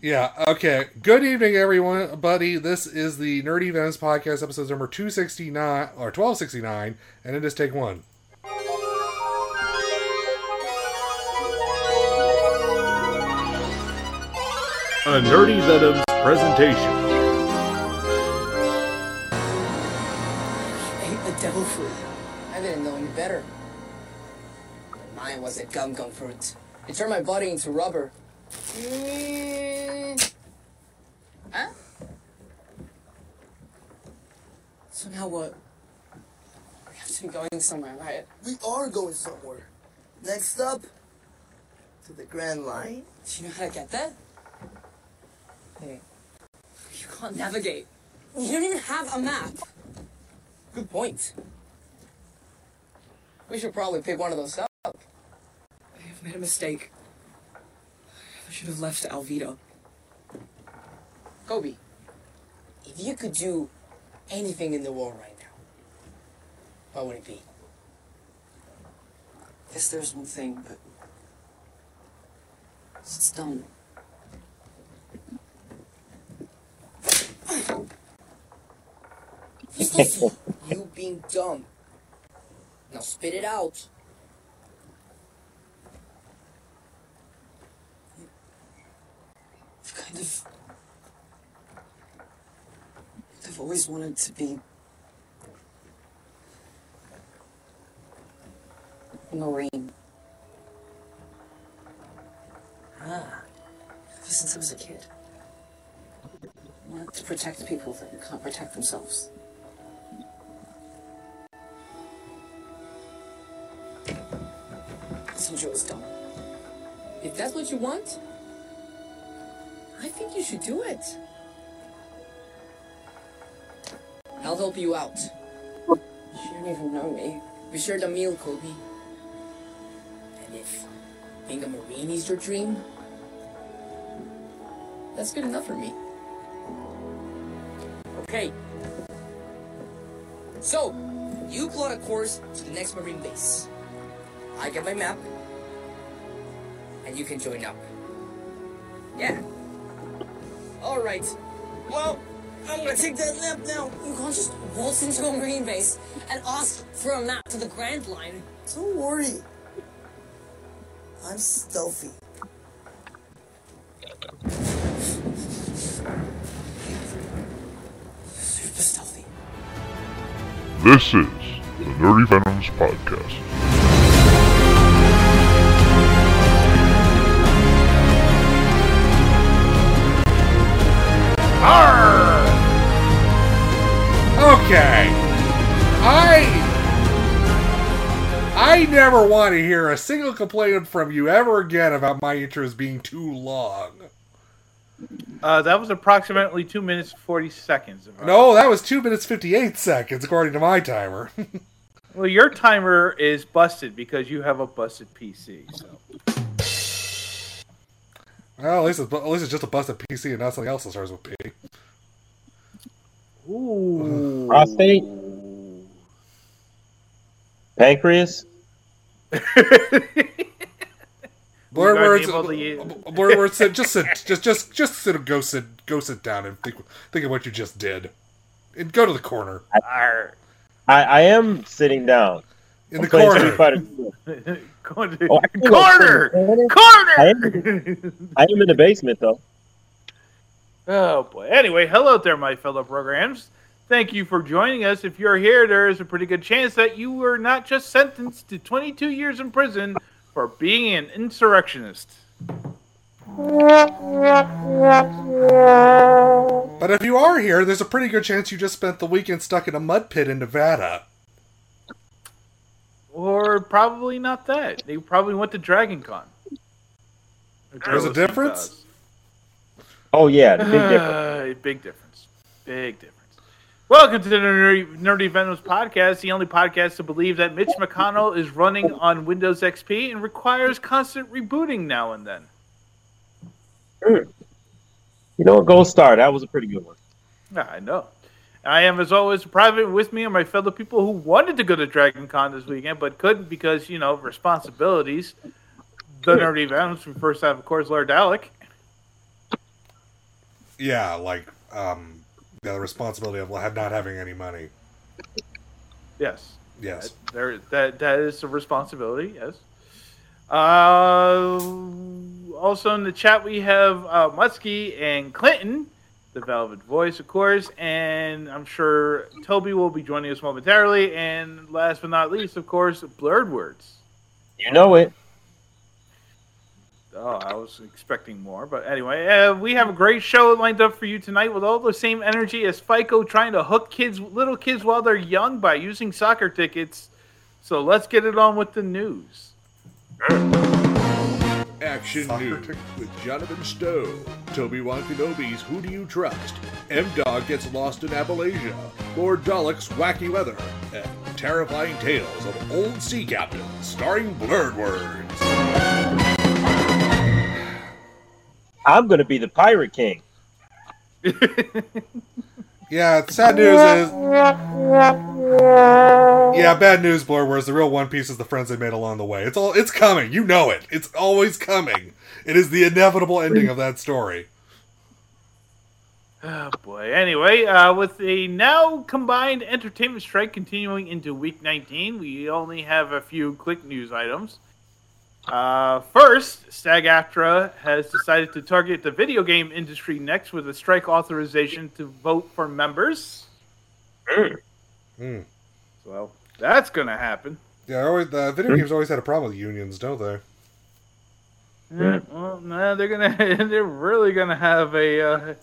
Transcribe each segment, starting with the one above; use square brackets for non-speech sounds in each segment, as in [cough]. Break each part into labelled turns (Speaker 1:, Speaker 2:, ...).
Speaker 1: Yeah, okay. Good evening, everyone, buddy. This is the Nerdy Venice Podcast, episode number 269, or 1269, and it is take one.
Speaker 2: A Nerdy Venom's presentation.
Speaker 3: ate the devil fruit. I didn't know any better. But mine was a gum gum fruit. It turned my body into rubber. Mm. Huh? So now what? We have to be going somewhere, right?
Speaker 4: We are going somewhere. Next up, to the Grand Line.
Speaker 3: Do you know how to get there? Hey. You can't navigate. You don't even have a map. Good point. We should probably pick one of those up. I have made a mistake. I should have left Alvita. Kobe, if you could do anything in the world right now, what would it be? Guess there's one thing, but it's done. Christopher, [laughs] you being dumb. Now spit it out. I've kind of. I've always wanted to be. a Marine. Ah. Ever since I was a kid. I wanted to protect people that can't protect themselves. Sancho is dumb. If that's what you want, I think you should do it. I'll help you out. You don't even know me. We shared a meal, Kobe. And if being a Marine is your dream, that's good enough for me. Okay. So, you plot a course to the next Marine base. I get my map, and you can join up. Yeah. All right. Well, I'm gonna take that map now. You can't just waltz into a marine base and ask for a map to the Grand Line.
Speaker 4: Don't worry. I'm stealthy.
Speaker 3: Super stealthy.
Speaker 5: This is the Nerdy Venoms Podcast.
Speaker 1: Okay. I. I never want to hear a single complaint from you ever again about my intros being too long.
Speaker 6: Uh, that was approximately two minutes and forty seconds. if I-
Speaker 1: No, that was 2 minutes 58 seconds, according to my timer. [laughs]
Speaker 6: Well, your timer is busted because you have a busted PC. So.
Speaker 1: well, at least, it's, at least it's just a busted PC and not something else that starts with P.
Speaker 6: Ooh.
Speaker 7: Prostate? Pancreas?
Speaker 1: Blur
Speaker 6: You guys
Speaker 1: words,
Speaker 6: able to use-
Speaker 1: blur words. Sit, just sit, just just just sit. Go sit, go sit down and think think of what you just did, and go to the corner
Speaker 6: [laughs] Arr. [laughs]
Speaker 7: I, I am sitting down.
Speaker 1: in the
Speaker 7: I'm playing Street
Speaker 1: corner.
Speaker 7: Fighter 2.
Speaker 6: Corner.
Speaker 7: Oh, I think I'm
Speaker 6: Corner.
Speaker 7: playing Corner. I
Speaker 6: Corner.
Speaker 7: I am in the basement, though.
Speaker 6: [laughs] Oh boy. Anyway, hello there, my fellow programs. Thank you for joining us. If you're here, there is a pretty good chance that you were not just sentenced to 22 years in prison for being an insurrectionist.
Speaker 1: But if you are here, there's a pretty good chance you just spent the weekend stuck in a mud pit in Nevada.
Speaker 6: Or probably not that. They probably went to Dragon Con.
Speaker 1: There's a difference?
Speaker 7: Oh, yeah, the
Speaker 6: Big
Speaker 7: big
Speaker 1: Uh.
Speaker 7: difference.
Speaker 6: difference. Big difference. Big difference. Welcome to the Nerdy, Nerdy Venoms podcast, the only podcast to believe that Mitch McConnell is running on Windows XP and requires constant rebooting now and then.
Speaker 7: You know what? Gold Star. That was a pretty good one.
Speaker 6: Yeah, Ah, I know. I am, as always, private with me and my fellow people who wanted to go to Dragon Con this weekend but couldn't because, you know, responsibilities. The Nerdy Venoms from First Time, of course, Lord Alec.
Speaker 1: yeah, like um, the responsibility of not having any money.
Speaker 6: Yes. Uh,
Speaker 1: Yes.
Speaker 6: There, that that is a responsibility. Yes. Uh, also in the chat we have uh, Muskie and Clinton, the Velvet Voice, of course, and I'm sure Toby will be joining us momentarily. And last but not least, of course, Blurred Words.
Speaker 7: You know it.
Speaker 6: Oh, I was expecting more, but anyway, uh, we have a great show lined up for you tonight with all the same energy as FICO trying to hook kids, little kids, while they're young by using soccer tickets. So let's get it on with the news.
Speaker 2: Action
Speaker 1: Soccer
Speaker 2: News
Speaker 1: tick-
Speaker 2: with Jonathan Stowe, Toby Wakanobi's Who Do You Trust, M-Dog Gets Lost in Appalachia, Lord Dalek's Wacky Weather, and Terrifying Tales of Old Sea Captains, starring Blurred Words.
Speaker 7: I'm gonna be the pirate king.
Speaker 1: Yeah, sad news is. Yeah, bad news, Blur. Whereas the real One Piece is the friends they made along the way. It's all. It's coming. You know it. It's always coming. It is the inevitable ending of that story.
Speaker 6: [laughs] Oh boy. Anyway, uh, with a now combined entertainment strike continuing into week 19, we only have a few quick news items. Uh, first, SAG-AFTRA has decided to target the video game industry next with a strike authorization to vote for members.
Speaker 1: Mm.
Speaker 6: So that's gonna happen.
Speaker 1: Yeah, always, the video games always had a problem with unions, don't they?
Speaker 7: Yeah.
Speaker 6: Well, no, they're gonna [laughs] they're really gonna have a uh,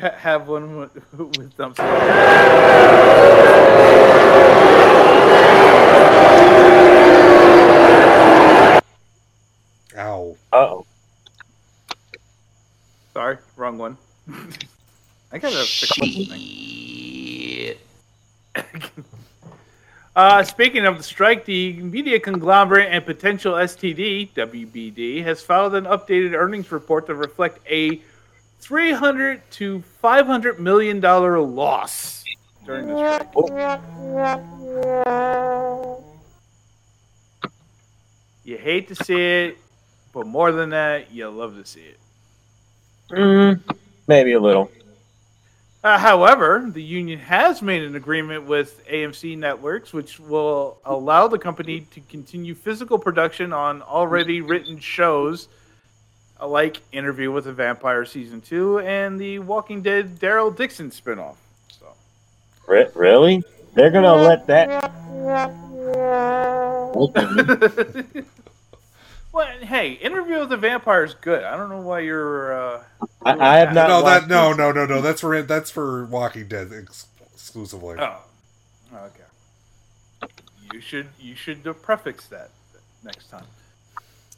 Speaker 6: ha- have one with, [laughs] with themselves.
Speaker 1: Ow.
Speaker 7: Uh oh.
Speaker 6: Sorry, wrong one. I gotta fix this thing. [laughs] uh, speaking of the strike, the media conglomerate and potential STD, WBD, has filed an updated earnings report to reflect a 300 to 500 million dollar loss during the strike. You hate to see it, but more than that, you love to see it.
Speaker 7: Mm, Maybe a little.
Speaker 6: Uh, however, the union has made an agreement with AMC Networks, which will allow the company to continue physical production on already written shows uh, like Interview with a Vampire Season 2 and the Walking Dead Daryl Dixon spinoff. So, [laughs]
Speaker 7: Re- really? They're gonna
Speaker 1: Mm.
Speaker 7: let that? Okay.
Speaker 6: well, and hey, Interview with a Vampire is good. I don't know why you're. Uh,
Speaker 7: I, I have not.
Speaker 1: No, that
Speaker 7: watched
Speaker 1: no, no, no, no. That's for that's for Walking Dead ex- exclusively.
Speaker 6: oh, okay. You should you should prefix that next time.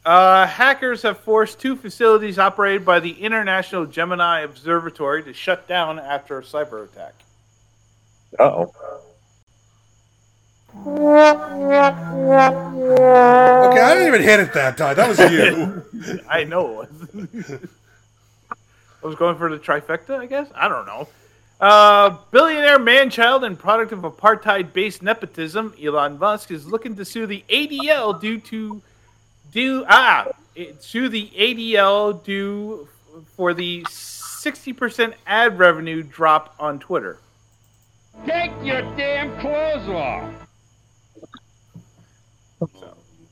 Speaker 6: Uh, hackers have forced two facilities operated by the International Gemini Observatory to shut down after a cyber attack.
Speaker 7: it. Uh oh.
Speaker 1: Okay, I didn't even hit it that time. That was you.
Speaker 6: [laughs] I know it was. [laughs] I was going for the trifecta, I guess. I don't know. Uh, billionaire manchild and product of apartheid-based nepotism, Elon Musk is looking to sue the ADL due to due ah it- sue the ADL due for the sixty percent ad revenue drop on Twitter.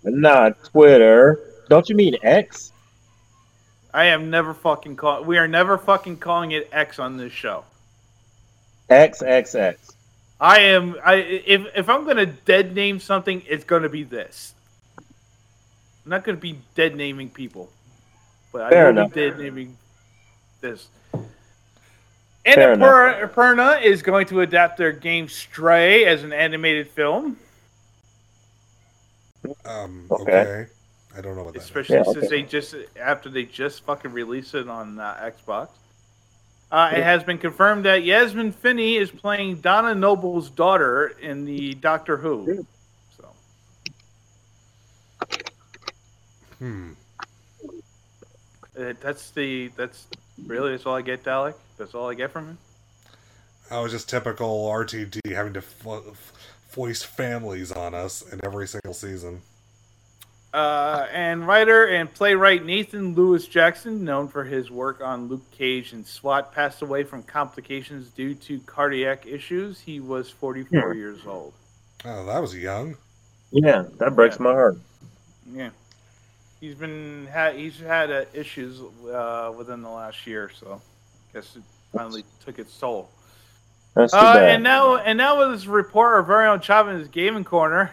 Speaker 7: Not Twitter. Don't you mean X?
Speaker 6: I am never fucking call. We are never fucking calling it X on this show.
Speaker 7: X X X.
Speaker 6: I am. I if if I'm gonna dead name something, it's gonna be this. I'm not gonna be dead naming people, but I
Speaker 7: Fair
Speaker 6: will
Speaker 7: enough.
Speaker 6: be dead naming this. And
Speaker 7: Fair
Speaker 6: Annapurna Annapurna is going to adapt their game Stray as an animated film,
Speaker 1: Um, okay.
Speaker 7: Okay.
Speaker 1: I don't know what that is.
Speaker 6: especially
Speaker 7: Yeah,
Speaker 6: since they just after they just fucking released it on uh, Xbox. Uh, it has been confirmed that Yasmin Finney is playing Donna Noble's daughter in the Doctor Who. So.
Speaker 1: Hmm.
Speaker 6: Uh, that's the that's really that's all I get, Dalek. That's all I get from him.
Speaker 1: I was just typical RTD having to fo- f- foist families on us in every single season.
Speaker 6: Uh, and writer and playwright Nathan Lewis Jackson, known for his work on Luke Cage and SWAT, passed away from complications due to cardiac issues. He was 44 years old.
Speaker 1: Oh, that was young.
Speaker 7: Yeah, that breaks my heart.
Speaker 6: Yeah, he's been had he's had uh, issues uh, within the last year, so I guess it finally took its toll.
Speaker 7: That's too
Speaker 6: Uh,
Speaker 7: bad.
Speaker 6: and now, and now with this report, our very own Chauvin's gaming corner.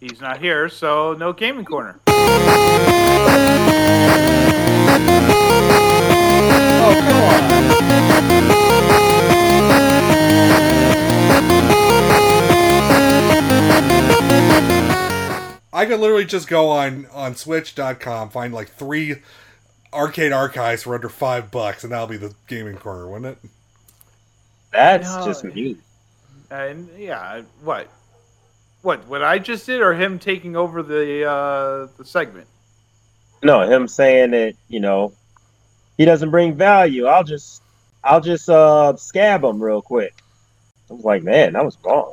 Speaker 6: He's not here, so no gaming corner.
Speaker 1: Oh, come on. I could literally just go on on Switch.com, find like three arcade archives for under five bucks, and that'll be the gaming corner, wouldn't it?
Speaker 7: That's
Speaker 6: No.
Speaker 7: just me.
Speaker 6: And yeah, what, what, what I just did, or him taking over the uh, the segment?
Speaker 7: No, him saying that you know he doesn't bring value. I'll just I'll just uh scab him real quick. I was like, man, that was wrong.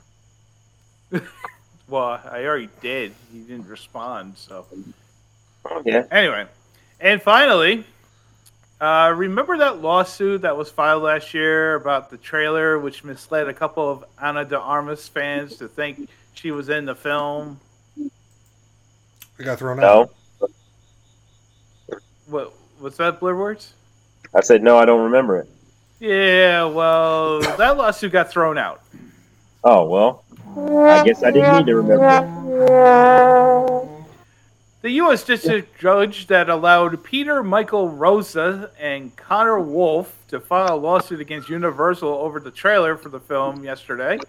Speaker 6: Well, I already did. He didn't respond. So
Speaker 7: Oh, Yeah,
Speaker 6: anyway, and finally, uh, remember that lawsuit that was filed last year about the trailer, which misled a couple of Ana de Armas fans to think she was in the film.
Speaker 1: I got thrown out.
Speaker 7: no,
Speaker 6: What what's that, Blur Words?
Speaker 7: I said no. I don't remember it.
Speaker 6: Yeah, well, that lawsuit got thrown out.
Speaker 7: Oh well, I guess I didn't need to remember.
Speaker 6: The U.S. District Judge that allowed Peter Michael Rosa and Connor Wolf to file a lawsuit against Universal over the trailer for the film yesterday.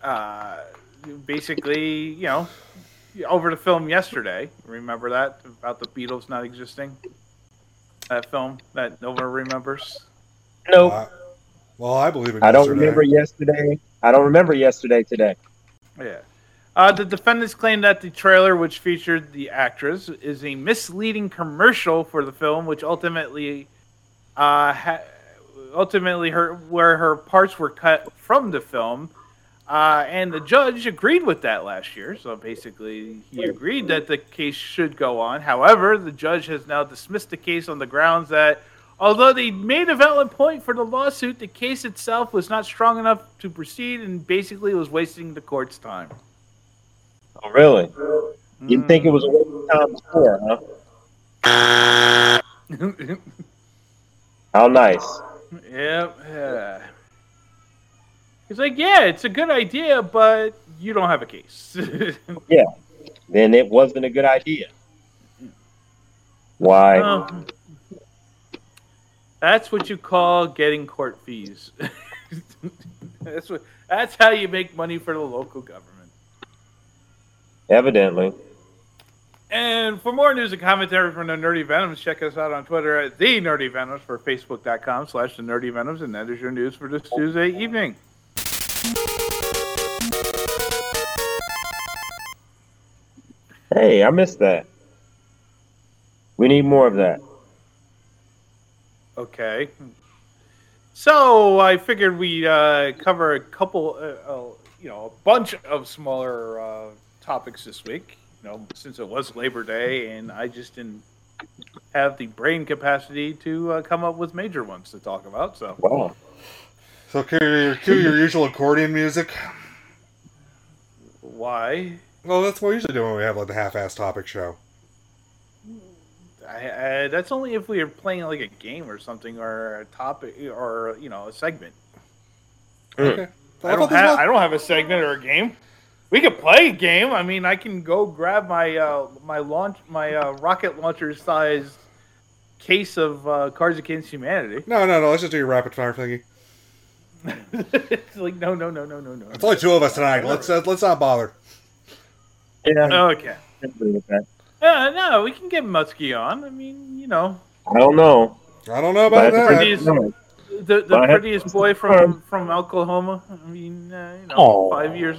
Speaker 6: Uh, basically, you know, over the film yesterday. Remember that about the Beatles not existing? That film that no one remembers.
Speaker 7: it. Nope.
Speaker 1: Uh, well, I believe it.
Speaker 7: I don't
Speaker 1: yesterday.
Speaker 7: remember yesterday. I don't remember yesterday today.
Speaker 6: Yeah. Uh, the defendants claim that the trailer, which featured the actress, is a misleading commercial for the film, which ultimately, uh, ha- ultimately her where her parts were cut from the film, uh, and the judge agreed with that last year. So basically, he agreed that the case should go on. However, the judge has now dismissed the case on the grounds that. Although they made a valid point for the lawsuit, the case itself was not strong enough to proceed and basically was wasting the court's time.
Speaker 7: Oh, really? You'd think
Speaker 6: Mm.
Speaker 7: it was a waste of time before, huh?
Speaker 6: [laughs] yep.
Speaker 7: How nice.
Speaker 6: yeah. He's like, yeah, it's a good idea, but you don't have a case. [laughs]
Speaker 7: Then it wasn't a good idea. Why?
Speaker 6: Um, that's what you call getting court fees. [laughs] that's what. That's how you make money for the local government.
Speaker 7: Evidently.
Speaker 6: And for more news and commentary from the Nerdy Venoms, check us out on Twitter at the Nerdy Venoms for Facebook.com slash the Nerdy Venoms, and that is your news for this Tuesday evening.
Speaker 7: Hey, I missed that. We need more of that.
Speaker 6: Okay. So I figured we uh, cover a couple, uh, uh, you know, a bunch of smaller uh, topics this week. You know, since it was Labor Day, and I just didn't have the brain capacity to uh, come up with major ones to talk about. So
Speaker 7: Wow.
Speaker 1: So cue your, cue your usual accordion music.
Speaker 6: why?
Speaker 1: Well, that's what we usually do when we have like the half-ass topic show.
Speaker 6: I, I, that's only if we are playing like a game or something, or a topic, or you know, a segment.
Speaker 1: Okay.
Speaker 6: I don't, have, I don't have a segment or a game. We could play a game. I mean, I can go grab my uh, my launch my uh, rocket launcher sized case of uh, Cards Against Humanity. [laughs]
Speaker 1: no, no, no. Let's just do your rapid fire thingy.
Speaker 6: it's like no, no, no, no, no, no.
Speaker 1: It's only two of us tonight. Let's uh, let's not bother.
Speaker 7: Yeah,
Speaker 6: Okay.
Speaker 7: I agree with that.
Speaker 6: Uh, no, we can get Muskie on. I mean, you know,
Speaker 7: I don't know.
Speaker 1: I don't know
Speaker 7: But
Speaker 1: about that.
Speaker 6: Produce- the the
Speaker 7: Well, I had-
Speaker 6: prettiest boy from from Oklahoma. I mean, uh, you know,
Speaker 7: Aw.
Speaker 6: five years.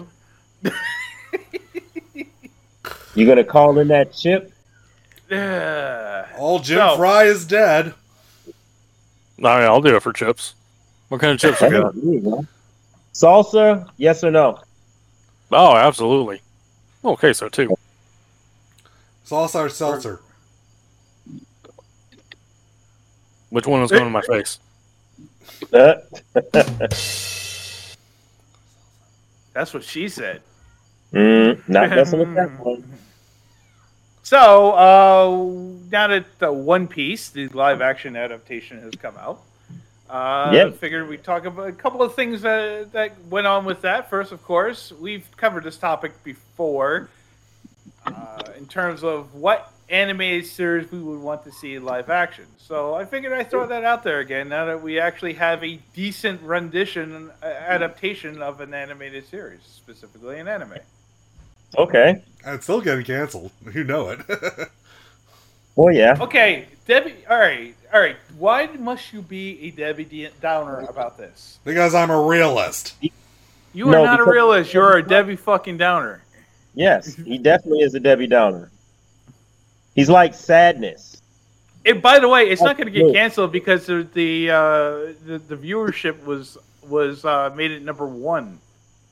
Speaker 7: You gonna call in that chip?
Speaker 6: Ugh.
Speaker 1: All Jim
Speaker 6: No.
Speaker 1: Fry is dead.
Speaker 8: I mean, I'll do it for chips. What kind of chips are
Speaker 7: That's
Speaker 8: good?
Speaker 7: not me, man. Salsa? Yes or no?
Speaker 8: [laughs] Oh, absolutely. Okay, so too.
Speaker 1: Salsa or seltzer?
Speaker 8: Which one was going in my face?
Speaker 7: Uh,
Speaker 6: That's what she said.
Speaker 7: mm, [laughs] not messing with that one.
Speaker 6: So, uh, now that the One Piece, the live action adaptation, has come out, uh,
Speaker 7: Yeah.
Speaker 6: figured we'd talk about a couple of things that, that went on with that. First, of course, we've covered this topic before uh, in terms of what animated series we would want to see in live action. So, I figured I'd throw that out there again now that we actually have a decent rendition, uh, adaptation of an animated series, specifically an anime.
Speaker 7: Okay.
Speaker 1: And it's still getting canceled. [laughs] You know it.
Speaker 7: Well, yeah.
Speaker 6: Okay, Debbie. All right, all right. Why must you be a Debbie D- Downer about this?
Speaker 1: because I'm a realist.
Speaker 6: You are
Speaker 7: No,
Speaker 6: not a
Speaker 7: because-
Speaker 6: realist. You're a Debbie fucking Downer.
Speaker 7: Yes, he definitely is a Debbie Downer. He's like sadness.
Speaker 6: And by the way, it's not going to get
Speaker 7: Absolutely.
Speaker 6: canceled because the the, uh, the the viewership was was uh, made it number one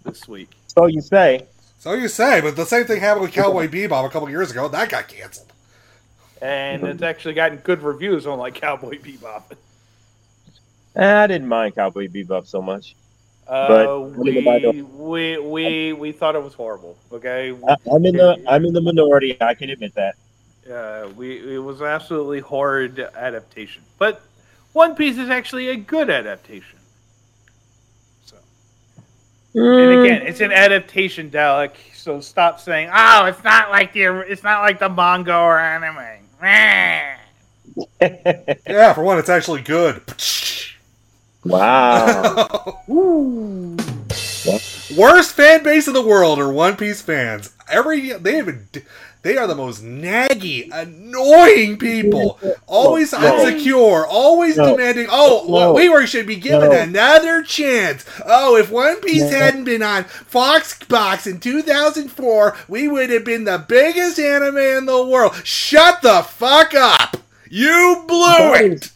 Speaker 6: this week.
Speaker 7: So you say.
Speaker 1: So you say, but the same thing happened with Cowboy Bebop a couple years ago. and That got canceled.
Speaker 6: And
Speaker 7: Mm-hmm.
Speaker 6: it's actually gotten good reviews on like Cowboy Bebop.
Speaker 7: "Ah, I didn't mind Cowboy Bebop so much.
Speaker 6: Uh,
Speaker 7: But-
Speaker 6: we, we we we thought it was horrible. Okay,
Speaker 7: I, I'm in the I'm in the minority. I can admit that.
Speaker 6: uh, we it was absolutely horrid adaptation. But One Piece is actually a good adaptation. So,
Speaker 9: Mm.
Speaker 6: and again, it's an adaptation, Dalek. So stop saying, "Oh, it's not like the it's not like the manga or anime." Meh. [laughs]
Speaker 1: Yeah, for one, it's actually good.
Speaker 7: wow.
Speaker 1: Worst fan base in the world are One Piece fans. Every they have a, they are the most naggy, annoying people. Always
Speaker 7: No.
Speaker 1: insecure, always
Speaker 7: No.
Speaker 1: demanding. Oh,
Speaker 7: No.
Speaker 1: we were should be given
Speaker 7: No.
Speaker 1: another chance. Oh, if One Piece
Speaker 7: No.
Speaker 1: hadn't been on Fox Box in 2004, we would have been the biggest anime in the world. Shut the fuck up. You blew
Speaker 7: That
Speaker 1: it.
Speaker 7: is-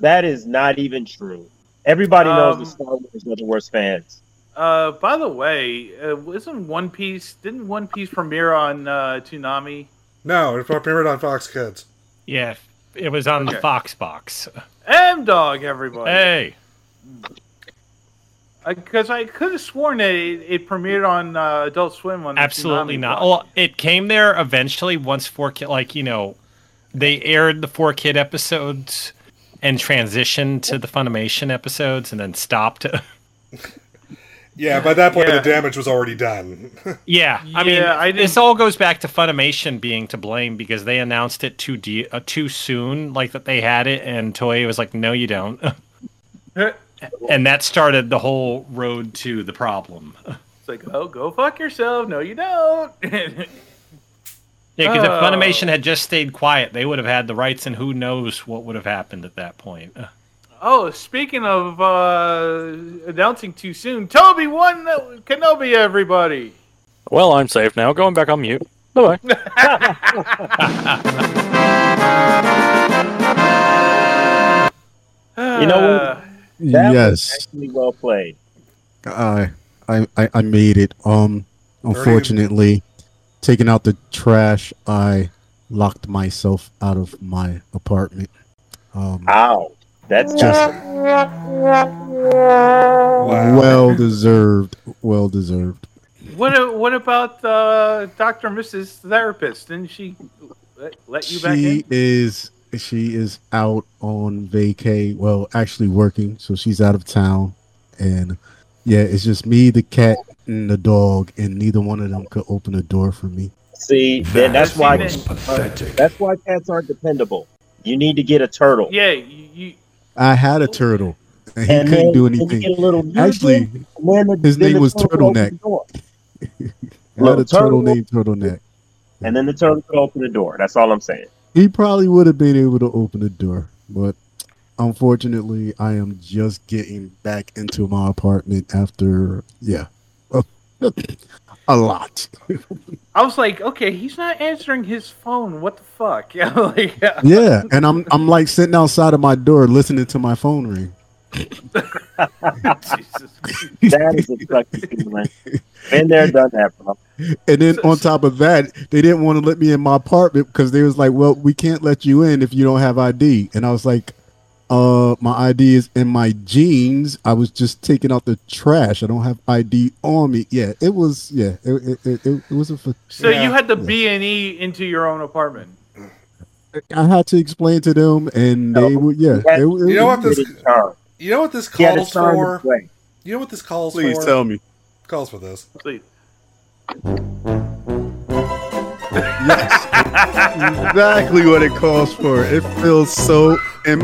Speaker 7: that is not even true. Everybody knows
Speaker 6: Um,
Speaker 7: the Star Wars are the worst fans.
Speaker 6: Uh, by the way, uh, isn't One Piece? Didn't One Piece premiere on uh, Toonami?
Speaker 1: No, it's premiered on Fox Kids.
Speaker 9: Yeah, it was on
Speaker 6: Okay.
Speaker 9: the Fox box.
Speaker 6: M Dog, everybody.
Speaker 9: Hey,
Speaker 6: Because I could have sworn that it, it premiered on uh, Adult Swim on the
Speaker 9: absolutely
Speaker 6: Toonami
Speaker 9: not.
Speaker 6: block.
Speaker 9: Well, it came there eventually once four kid, like you know, they aired the four kid episodes and transitioned to the Funimation episodes and then stopped.
Speaker 1: Yeah, by that point
Speaker 6: Yeah.
Speaker 1: the damage was already done. [laughs]
Speaker 9: yeah, I mean,
Speaker 6: Yeah, I didn't-
Speaker 9: this all goes back to Funimation being to blame because they announced it too de- uh, too soon, like that they had it, and Toei was like, "No, you don't," and that started the whole road to the problem.
Speaker 6: It's like, oh, go fuck yourself. No, you don't. [laughs]
Speaker 9: Yeah, because
Speaker 6: Oh.
Speaker 9: if Funimation had just stayed quiet, they would have had the rights, and who knows what would have happened at that point.
Speaker 6: oh, speaking of uh, announcing too soon, Toby won the- Kenobi, everybody.
Speaker 8: Well, I'm safe now. Going back on mute. Bye bye.
Speaker 6: You
Speaker 7: know what?
Speaker 6: Uh,
Speaker 7: That was
Speaker 10: yes,
Speaker 7: actually well played.
Speaker 10: I, I, I I made it. Um,
Speaker 1: Thirty-
Speaker 10: unfortunately, taking out the trash, I locked myself out of my apartment. Um,
Speaker 7: Ow. That's
Speaker 10: just
Speaker 1: Wow.
Speaker 10: well deserved. Well deserved.
Speaker 6: what, a- what about uh, Dr. Mrs. Therapist? Didn't she let, let you back in?
Speaker 10: She is she is out on vacay. Well, actually working, so she's out of town, and yeah, it's just me, the cat, and the dog, and neither one of them could open the door for me.
Speaker 7: see that, that's why
Speaker 6: was
Speaker 7: pathetic. that's why cats aren't dependable. You need to get a turtle.
Speaker 6: Yeah, you, you,
Speaker 10: I had a turtle, [laughs] and he
Speaker 7: And
Speaker 10: couldn't
Speaker 7: then-
Speaker 10: do
Speaker 7: and you
Speaker 10: anything.
Speaker 7: get a little
Speaker 10: Actually,
Speaker 7: nugget, and then the-
Speaker 10: his
Speaker 7: then
Speaker 10: name
Speaker 7: the
Speaker 10: was
Speaker 7: turtle opens
Speaker 10: Turtleneck.
Speaker 7: the door.
Speaker 10: I had
Speaker 7: Little
Speaker 10: a turtle
Speaker 7: turtle.
Speaker 10: named Turtleneck.
Speaker 7: And then the turtle could open the door. That's all I'm saying.
Speaker 10: He probably would have been able to open the door, but unfortunately, I am just getting back into my apartment after yeah, a [clears throat] lot.
Speaker 6: I was like, okay, he's not answering his phone. What the fuck? [laughs] Yeah, like, yeah. [laughs]
Speaker 10: yeah, and I'm I'm like sitting outside of my door listening to my phone ring.
Speaker 7: That is a sucky
Speaker 10: [laughs]
Speaker 7: feeling. Been there, done that, bro.
Speaker 10: And then on top of that, they didn't want to let me in my apartment because they was like, "Well, we can't let you in if you don't have ID." And I was like, "Uh, my ID is in my jeans. I was just taking out the trash. I don't have ID on me." Yeah, it was. Yeah, it it, it, it was a. fa-
Speaker 6: So you had the B and E into your own apartment.
Speaker 10: I had to explain to them, and they would. Yeah, it, it,
Speaker 1: You know what this?
Speaker 7: Sorry.
Speaker 1: You know what this
Speaker 7: He had a
Speaker 1: calls
Speaker 7: sign
Speaker 1: for?
Speaker 7: display.
Speaker 1: You know what this calls for?
Speaker 10: Please tell me.
Speaker 1: Calls for this.
Speaker 6: Please.
Speaker 10: exactly what it calls for. It feels so in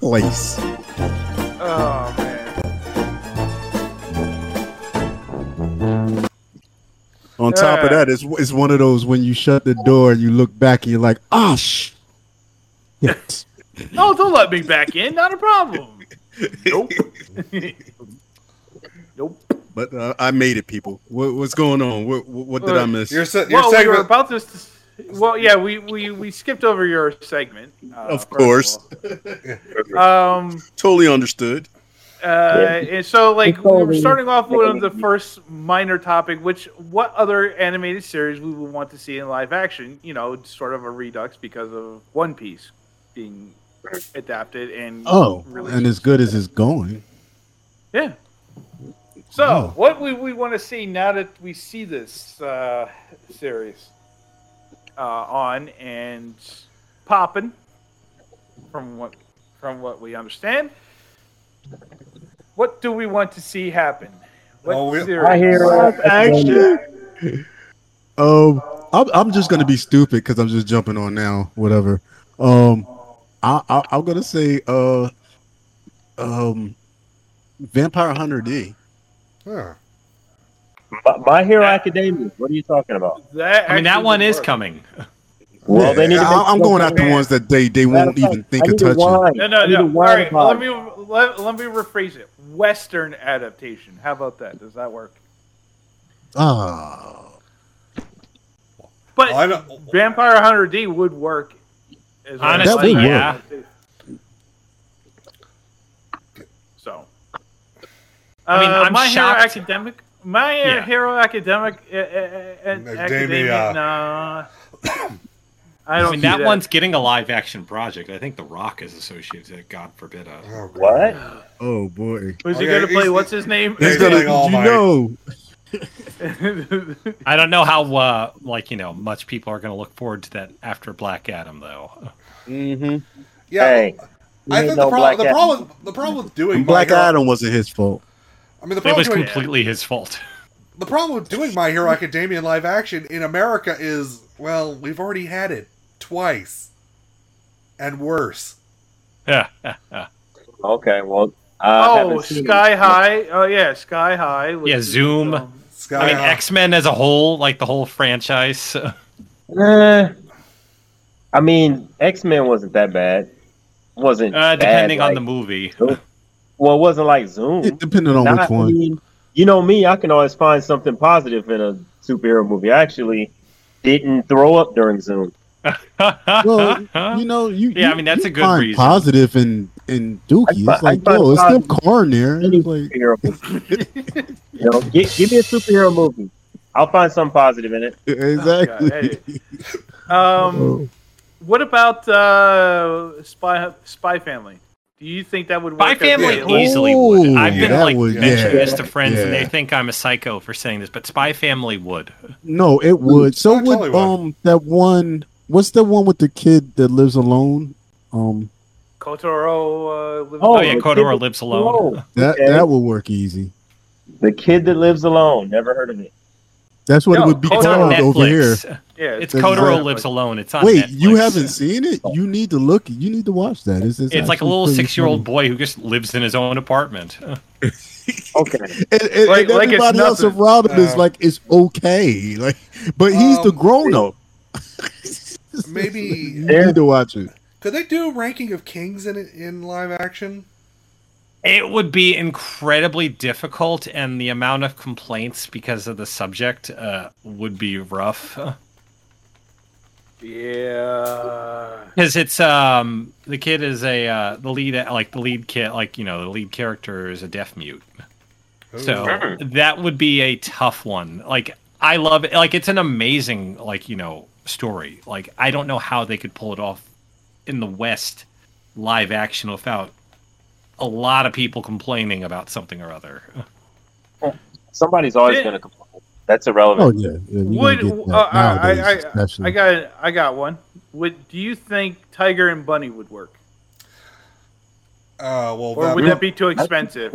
Speaker 10: place.
Speaker 6: Oh man.
Speaker 10: On top of that, it's it's one of those when you shut the door and you look back and you're like, ah, sh. Yes.
Speaker 6: No, don't let me back in. Not a problem.
Speaker 2: [laughs]
Speaker 6: Nope. nope.
Speaker 10: But uh, I made it, people. What, what's going on? What, what, what
Speaker 2: Uh,
Speaker 10: did I miss?
Speaker 1: [laughs] Your, se- your
Speaker 6: Well, we were
Speaker 1: segment.
Speaker 6: about to. s- Well, yeah, we, we, we skipped over your segment. uh,
Speaker 2: Of course.
Speaker 6: first all. Um,
Speaker 2: totally understood.
Speaker 6: Uh, and so like
Speaker 7: It's
Speaker 6: we we're
Speaker 7: always-
Speaker 6: starting off with one of the first minor topic which what other animated series we would want to see in live action you know sort of a redux because of one piece being adapted and
Speaker 10: Oh,
Speaker 6: released.
Speaker 10: and as good as it's going.
Speaker 6: yeah so
Speaker 10: Oh.
Speaker 6: what would we want to see now that we see this uh, series uh, on and popping from what from what we understand what do we want to see happen what
Speaker 1: Oh, we-
Speaker 6: series?
Speaker 7: I hear uh,
Speaker 10: Um, I'm, I'm just gonna be stupid because I'm just jumping on now. Whatever. Um, I, I I'm gonna say uh, um, Vampire Hunter D.
Speaker 1: Huh.
Speaker 7: My- My Hero Academia. What are you talking about?
Speaker 6: that
Speaker 9: I mean, that
Speaker 6: actually
Speaker 9: one
Speaker 6: would
Speaker 9: is
Speaker 6: work.
Speaker 9: coming.
Speaker 7: Well, Oh, they need to
Speaker 10: Yeah, I-
Speaker 7: make
Speaker 10: I'm going after
Speaker 7: something-
Speaker 10: ones that they they won't even think of touching.
Speaker 6: no no
Speaker 7: I need
Speaker 6: no
Speaker 7: a
Speaker 6: all
Speaker 7: wine
Speaker 6: right
Speaker 7: pod.
Speaker 6: let me let, let me rephrase it western adaptation how about that does that work
Speaker 10: Ah,
Speaker 6: but
Speaker 1: Oh, I know.
Speaker 6: Vampire Hunter D would work. As well.
Speaker 9: Honestly,
Speaker 10: That would
Speaker 9: yeah.
Speaker 6: So,
Speaker 9: I mean,
Speaker 6: Uh,
Speaker 9: I'm
Speaker 6: my
Speaker 9: shocked-
Speaker 6: hero academic. My
Speaker 9: Yeah.
Speaker 6: hero academic. Uh, uh, uh,
Speaker 1: Academia.
Speaker 6: academia. Nah.
Speaker 1: [coughs]
Speaker 6: I
Speaker 9: I,
Speaker 6: don't
Speaker 9: mean,
Speaker 6: see
Speaker 9: that, one's getting a live action project. I think The Rock is associated. with it, God forbid. Uh,
Speaker 1: Oh, God.
Speaker 7: What?
Speaker 10: oh boy.
Speaker 6: Who's he
Speaker 1: Okay,
Speaker 6: gonna play?
Speaker 1: he's-
Speaker 6: What's
Speaker 1: [laughs]
Speaker 6: his name? [laughs]
Speaker 1: He's
Speaker 10: It's
Speaker 1: gonna-
Speaker 10: gonna,
Speaker 1: like all
Speaker 10: you
Speaker 1: my-
Speaker 10: know,
Speaker 9: I don't know how uh, like you know much people are going to look forward to that after Black Adam though.
Speaker 1: Mm-hmm. Yeah.
Speaker 7: Hey,
Speaker 1: I
Speaker 7: ain't
Speaker 1: think
Speaker 7: no
Speaker 1: the, problem,
Speaker 7: Black
Speaker 1: the
Speaker 7: Adam.
Speaker 1: problem the problem with doing
Speaker 10: and Black
Speaker 1: my hero,
Speaker 10: Adam wasn't his fault.
Speaker 1: I mean the
Speaker 9: It
Speaker 1: problem
Speaker 9: was
Speaker 1: doing,
Speaker 9: completely his fault. [laughs]
Speaker 1: the problem with doing My Hero Academia in live action in America is well we've already had it twice and worse.
Speaker 9: Yeah.
Speaker 7: Okay, well. I
Speaker 6: oh,
Speaker 7: haven't seen it.
Speaker 6: Sky High. Oh yeah, Sky High. which
Speaker 9: Yeah,
Speaker 6: is,
Speaker 9: Zoom.
Speaker 6: um,
Speaker 1: Sky
Speaker 9: I mean,
Speaker 1: High.
Speaker 9: X Men as a whole, like the whole franchise.
Speaker 7: Eh, I mean, X Men wasn't that bad. Wasn't
Speaker 9: Uh,
Speaker 7: bad,
Speaker 9: depending on
Speaker 7: like-
Speaker 9: the movie. [laughs]
Speaker 7: Well, it wasn't like Zoom.
Speaker 10: It depended on
Speaker 7: Not-
Speaker 10: which
Speaker 7: I
Speaker 10: one.
Speaker 7: mean, you know me, I can always find something positive in a superhero movie. I actually didn't throw up during Zoom.
Speaker 10: Well,
Speaker 9: [laughs]
Speaker 10: you know, you
Speaker 9: Yeah, I
Speaker 10: you-
Speaker 9: mean, that's
Speaker 10: you
Speaker 9: a good
Speaker 10: find
Speaker 9: reason.
Speaker 10: positive in in Dookie.
Speaker 7: I
Speaker 10: It's
Speaker 7: fi- I
Speaker 10: like
Speaker 7: find
Speaker 10: yo, it's still
Speaker 7: positive
Speaker 10: corn there.
Speaker 7: Any
Speaker 10: It's like,
Speaker 7: superhero movie. you know, gi- give me a superhero movie. I'll find something positive in it.
Speaker 10: [laughs]
Speaker 9: Oh,
Speaker 10: exactly.
Speaker 6: God, Um, what about uh, Spy Spy Family? Do you think that would work?
Speaker 9: My
Speaker 6: as
Speaker 9: family
Speaker 6: a-
Speaker 1: Yeah.
Speaker 9: easily would. I've
Speaker 10: Ooh,
Speaker 9: been
Speaker 10: that
Speaker 9: like
Speaker 10: would-
Speaker 9: mentioning
Speaker 10: yeah.
Speaker 9: this to friends, and
Speaker 10: Yeah.
Speaker 9: they think I'm a psycho for saying this, but Spy Family would.
Speaker 10: no, it would. So
Speaker 1: I totally
Speaker 10: would
Speaker 1: would.
Speaker 10: um that one. What's the one with the kid that lives alone? Um,
Speaker 6: Kotoro. Uh, lives-
Speaker 7: Oh,
Speaker 9: Oh, yeah,
Speaker 7: the
Speaker 9: Kodor
Speaker 7: kid-
Speaker 9: lives alone.
Speaker 7: Whoa.
Speaker 10: that
Speaker 7: Okay.
Speaker 10: that would work easy.
Speaker 7: The Kid That Lives Alone. Never heard of it.
Speaker 10: That's what
Speaker 6: No,
Speaker 10: it would be
Speaker 9: It's on
Speaker 10: called over here.
Speaker 9: Netflix.
Speaker 6: yeah,
Speaker 9: It's
Speaker 10: There's
Speaker 9: Kodoro
Speaker 10: that.
Speaker 9: lives alone. It's on
Speaker 10: Wait,
Speaker 9: Netflix.
Speaker 10: you haven't seen it? You need to look. You need to watch that. It's, it's,
Speaker 9: It's like a
Speaker 10: actually
Speaker 9: little
Speaker 10: pretty
Speaker 9: six-year-old
Speaker 10: funny.
Speaker 9: boy who just lives in his own apartment.
Speaker 7: Okay.
Speaker 9: [laughs]
Speaker 6: Like-
Speaker 10: And, and, and
Speaker 6: like it's
Speaker 10: everybody else
Speaker 6: nothing.
Speaker 10: around him is
Speaker 1: Uh,
Speaker 10: like, it's okay. Like, but he's the
Speaker 1: Um,
Speaker 10: grown up.
Speaker 1: maybe-
Speaker 9: [laughs]
Speaker 10: you need to watch it.
Speaker 1: Could they do a ranking of kings in in live action?
Speaker 9: It would be incredibly difficult, and the amount of complaints because of the subject uh, would be rough. [laughs]
Speaker 6: Yeah.
Speaker 9: Because it's um the kid is a uh, the lead like the lead kid like you know the lead character is a deaf mute, so
Speaker 8: Oh.
Speaker 9: that would be a tough one. Like I love it. Like it's an amazing like you know story. Like I don't know how they could pull it off in the West live action without a lot of people complaining about something or other.
Speaker 7: Somebody's always
Speaker 6: Yeah.
Speaker 7: going to complain. That's irrelevant.
Speaker 10: Oh yeah, yeah, you're gonna
Speaker 6: Would
Speaker 10: get that
Speaker 6: uh, I,
Speaker 10: nowadays,
Speaker 6: I, I,
Speaker 10: especially.
Speaker 6: I got I got one. Would do you think Tiger and Bunny would work,
Speaker 1: Uh, well,
Speaker 6: or would that be too expensive?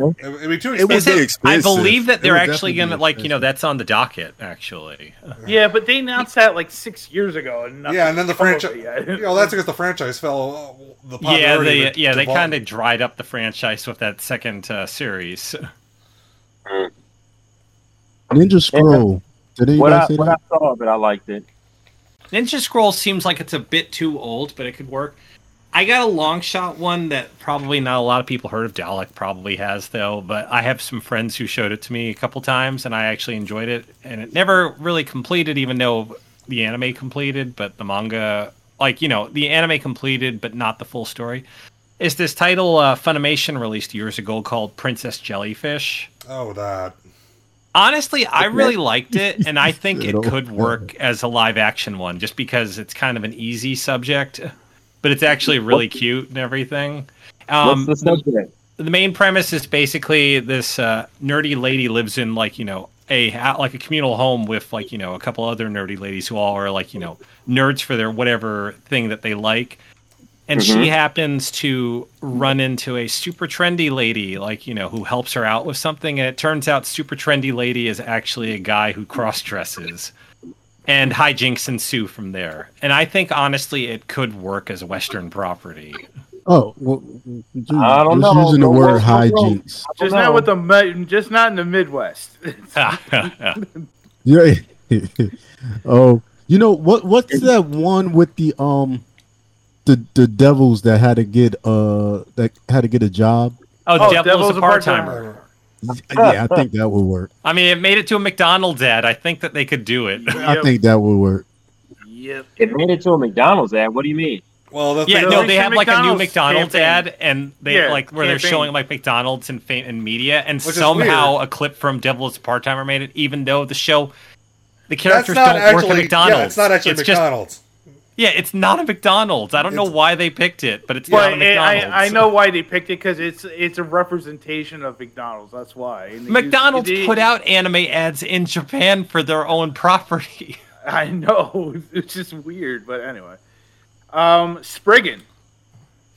Speaker 1: It would be too
Speaker 9: Is
Speaker 1: expensive.
Speaker 9: it- I believe that they're actually going to like you know that's on the docket actually.
Speaker 6: Yeah, but they announced that like six years ago, and
Speaker 1: Yeah, and then the
Speaker 6: nothing's
Speaker 1: franchise.
Speaker 6: come over
Speaker 1: [laughs] You
Speaker 6: yet.
Speaker 1: know, that's because the franchise fell. uh, The
Speaker 9: yeah,
Speaker 1: popularity
Speaker 9: they
Speaker 1: of it
Speaker 9: yeah they
Speaker 1: devolved.
Speaker 9: kind of dried up the franchise with that second uh, series.
Speaker 10: Ninja Scroll. Did
Speaker 7: What
Speaker 10: anybody
Speaker 7: I,
Speaker 10: Oh, say
Speaker 7: what
Speaker 10: that?
Speaker 7: I saw, but I liked it.
Speaker 9: Ninja Scroll seems like it's a bit too old, but it could work. I got a long shot one that probably not a lot of people heard of. Dalek probably has though, but I have some friends who showed it to me a couple times, and I actually enjoyed it. And it never really completed, even though the anime completed, but the manga, like you know, the anime completed, but not the full story. Is this title uh, Funimation released years ago called Princess Jellyfish?
Speaker 1: Oh, that.
Speaker 9: Honestly, I really liked it, and I think it
Speaker 10: It'll-
Speaker 9: could work as a live action one just because it's kind of an easy subject, but it's actually really cute and everything. Um,
Speaker 7: What's the subject?
Speaker 9: the main premise is basically this uh, nerdy lady lives in like you know a ho- like a communal home with like you know a couple other nerdy ladies who all are like you know nerds for their whatever thing that they like and she
Speaker 7: Mm-hmm.
Speaker 9: happens to run into a super trendy lady like you know who helps her out with something and it turns out super trendy lady is actually a guy who cross dresses and hijinks ensue from there and i think honestly it could work as a western property
Speaker 10: Oh, well, dude,
Speaker 7: I don't
Speaker 10: just
Speaker 7: know.
Speaker 10: using the
Speaker 7: Don't
Speaker 10: word
Speaker 7: know. Don't know.
Speaker 10: [laughs] hijinks.
Speaker 7: I
Speaker 6: [laughs]
Speaker 7: don't
Speaker 6: Just not
Speaker 7: know.
Speaker 6: with the mi- just not in the Midwest. [laughs]
Speaker 10: Yeah. oh, you know what? What's that one with the um, the the devils that had to get uh that had to get a
Speaker 9: [laughs]
Speaker 10: job?
Speaker 9: [laughs] oh,
Speaker 6: Oh,
Speaker 9: devil
Speaker 6: Devil's
Speaker 9: is a
Speaker 6: a
Speaker 9: part-timer
Speaker 6: part-timer.
Speaker 10: Yeah, I think that would work.
Speaker 9: I mean, it made it to a McDonald's ad. I think that they could do it.
Speaker 10: I think that would work.
Speaker 6: Yep.
Speaker 7: It made it to a McDonald's ad. What do you mean?
Speaker 1: Well, the
Speaker 9: yeah,
Speaker 1: thing
Speaker 9: no,
Speaker 1: no,
Speaker 9: they have like a new
Speaker 6: McDonald's
Speaker 9: McDonald's
Speaker 6: campaign.
Speaker 9: ad, and they
Speaker 6: Yeah,
Speaker 9: like where they're
Speaker 6: campaign.
Speaker 9: showing like McDonald's and fame and media, and
Speaker 1: Which is
Speaker 9: somehow
Speaker 1: weird.
Speaker 9: a clip from Devil's Part Timer made it, even though the show the
Speaker 1: that's
Speaker 9: characters
Speaker 1: not
Speaker 9: don't
Speaker 1: actually.
Speaker 9: work at McDonald's.
Speaker 1: Yeah, it's not actually
Speaker 9: It's just-
Speaker 1: McDonald's.
Speaker 9: yeah, it's not a McDonald's. I don't know
Speaker 1: It's-
Speaker 9: why they picked it, but it's not
Speaker 6: Well,
Speaker 9: a
Speaker 6: it-
Speaker 9: McDonald's.
Speaker 6: I, I know why they picked it because it's it's a representation of McDonald's. That's why And they use-
Speaker 9: McDonald's
Speaker 6: they-
Speaker 9: put out anime ads in Japan for their own property.
Speaker 6: [laughs] I know it's just weird, but anyway. Um, Spriggan.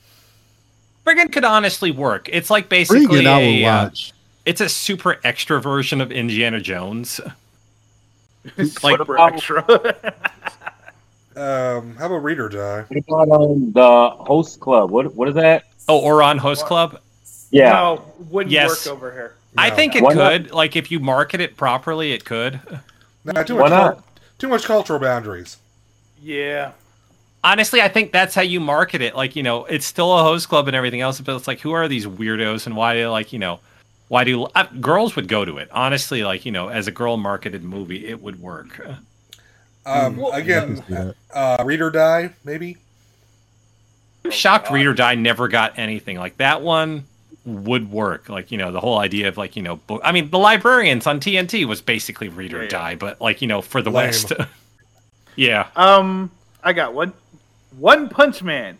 Speaker 6: [laughs]
Speaker 9: Friggin' could honestly work. It's like basically
Speaker 10: Freaking, I would
Speaker 9: a, uh,
Speaker 10: watch.
Speaker 9: it's a super extra version of Indiana Jones.
Speaker 6: Like
Speaker 7: What about-
Speaker 6: extra. [laughs]
Speaker 1: Um, how about Reader Die?
Speaker 7: What about um, the host club? What What is that?
Speaker 9: Oh, or on Host Club.
Speaker 7: Yeah.
Speaker 6: No, wouldn't
Speaker 9: Yes.
Speaker 6: work over here.
Speaker 9: I think it
Speaker 7: Why not?
Speaker 9: could. Like if you market it properly, it could.
Speaker 1: Nah, too
Speaker 7: Why
Speaker 1: much.
Speaker 7: not?
Speaker 1: cul- Too much cultural boundaries.
Speaker 6: Yeah.
Speaker 9: Honestly, I think that's how you market it. Like you know, it's still a host club and everything else, but it's like, who are these weirdos and why? do Like you know, why do uh, girls would go to it? Honestly, like you know, as a girl marketed movie, it would work.
Speaker 1: Um, again, uh, Reader Die maybe.
Speaker 6: Oh,
Speaker 9: I'm shocked Reader Die never got anything like that one would work like you know the whole idea of like you know book i mean the librarians on tnt was basically read or
Speaker 6: Yeah, yeah.
Speaker 9: die but like you know for the
Speaker 1: Lame.
Speaker 9: west [laughs] yeah
Speaker 6: Um, I got one. One Punch Man.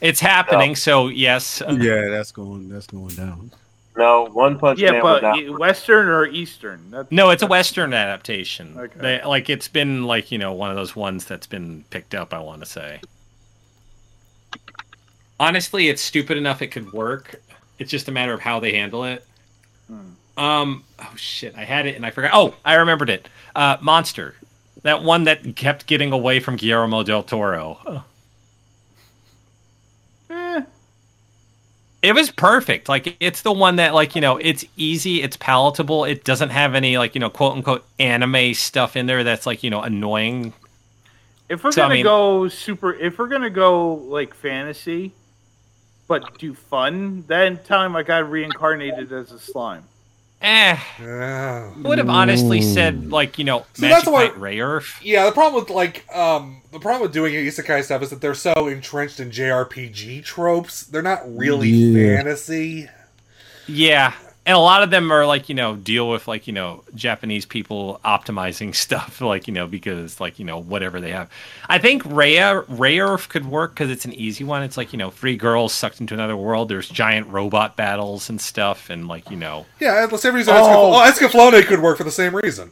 Speaker 9: it's happening so yes uh,
Speaker 10: Yeah, that's going. That's going down.
Speaker 7: No, One Punch
Speaker 6: yeah,
Speaker 7: Man was
Speaker 6: but
Speaker 7: not.
Speaker 6: y- Western or Eastern? That's,
Speaker 9: No, it's a Western adaptation.
Speaker 6: Okay.
Speaker 9: They, like it's been like you know one of those ones that's been picked up. I want to say. Honestly, it's stupid enough it could work. It's just a matter of how they handle it. Um. Oh shit! I had it and I forgot. Oh, I remembered it. Uh, Monster, that one that kept getting away from Guillermo del Toro.
Speaker 6: Eh,
Speaker 9: It was perfect. Like it's the one that like, you know, it's easy, it's palatable, it doesn't have any like, you know, quote unquote anime stuff in there that's like, you know, annoying.
Speaker 6: if we're
Speaker 9: So, I
Speaker 6: gonna
Speaker 9: mean-
Speaker 6: go super, if we're gonna go like fantasy, but do fun. Then time I got reincarnated as a slime.
Speaker 9: Eh. I would have honestly said like you know
Speaker 1: See,
Speaker 9: Magic
Speaker 1: that's why-
Speaker 9: Knight Rayer.
Speaker 1: Yeah, the problem with like um the problem with doing isekai stuff is that they're so entrenched in JRPG tropes. They're not really
Speaker 9: Yeah.
Speaker 1: fantasy.
Speaker 9: Yeah, and a lot of them are like you know deal with like you know Japanese people optimizing [laughs] stuff like you know because like you know whatever they have. I think Raya Rayer could work because it's an easy one. It's like you know three girls sucked into another world. There's giant robot battles and stuff, and like you know.
Speaker 1: Yeah, the same reason
Speaker 9: Oh.
Speaker 1: oh. Escaflowne could work for the same reason.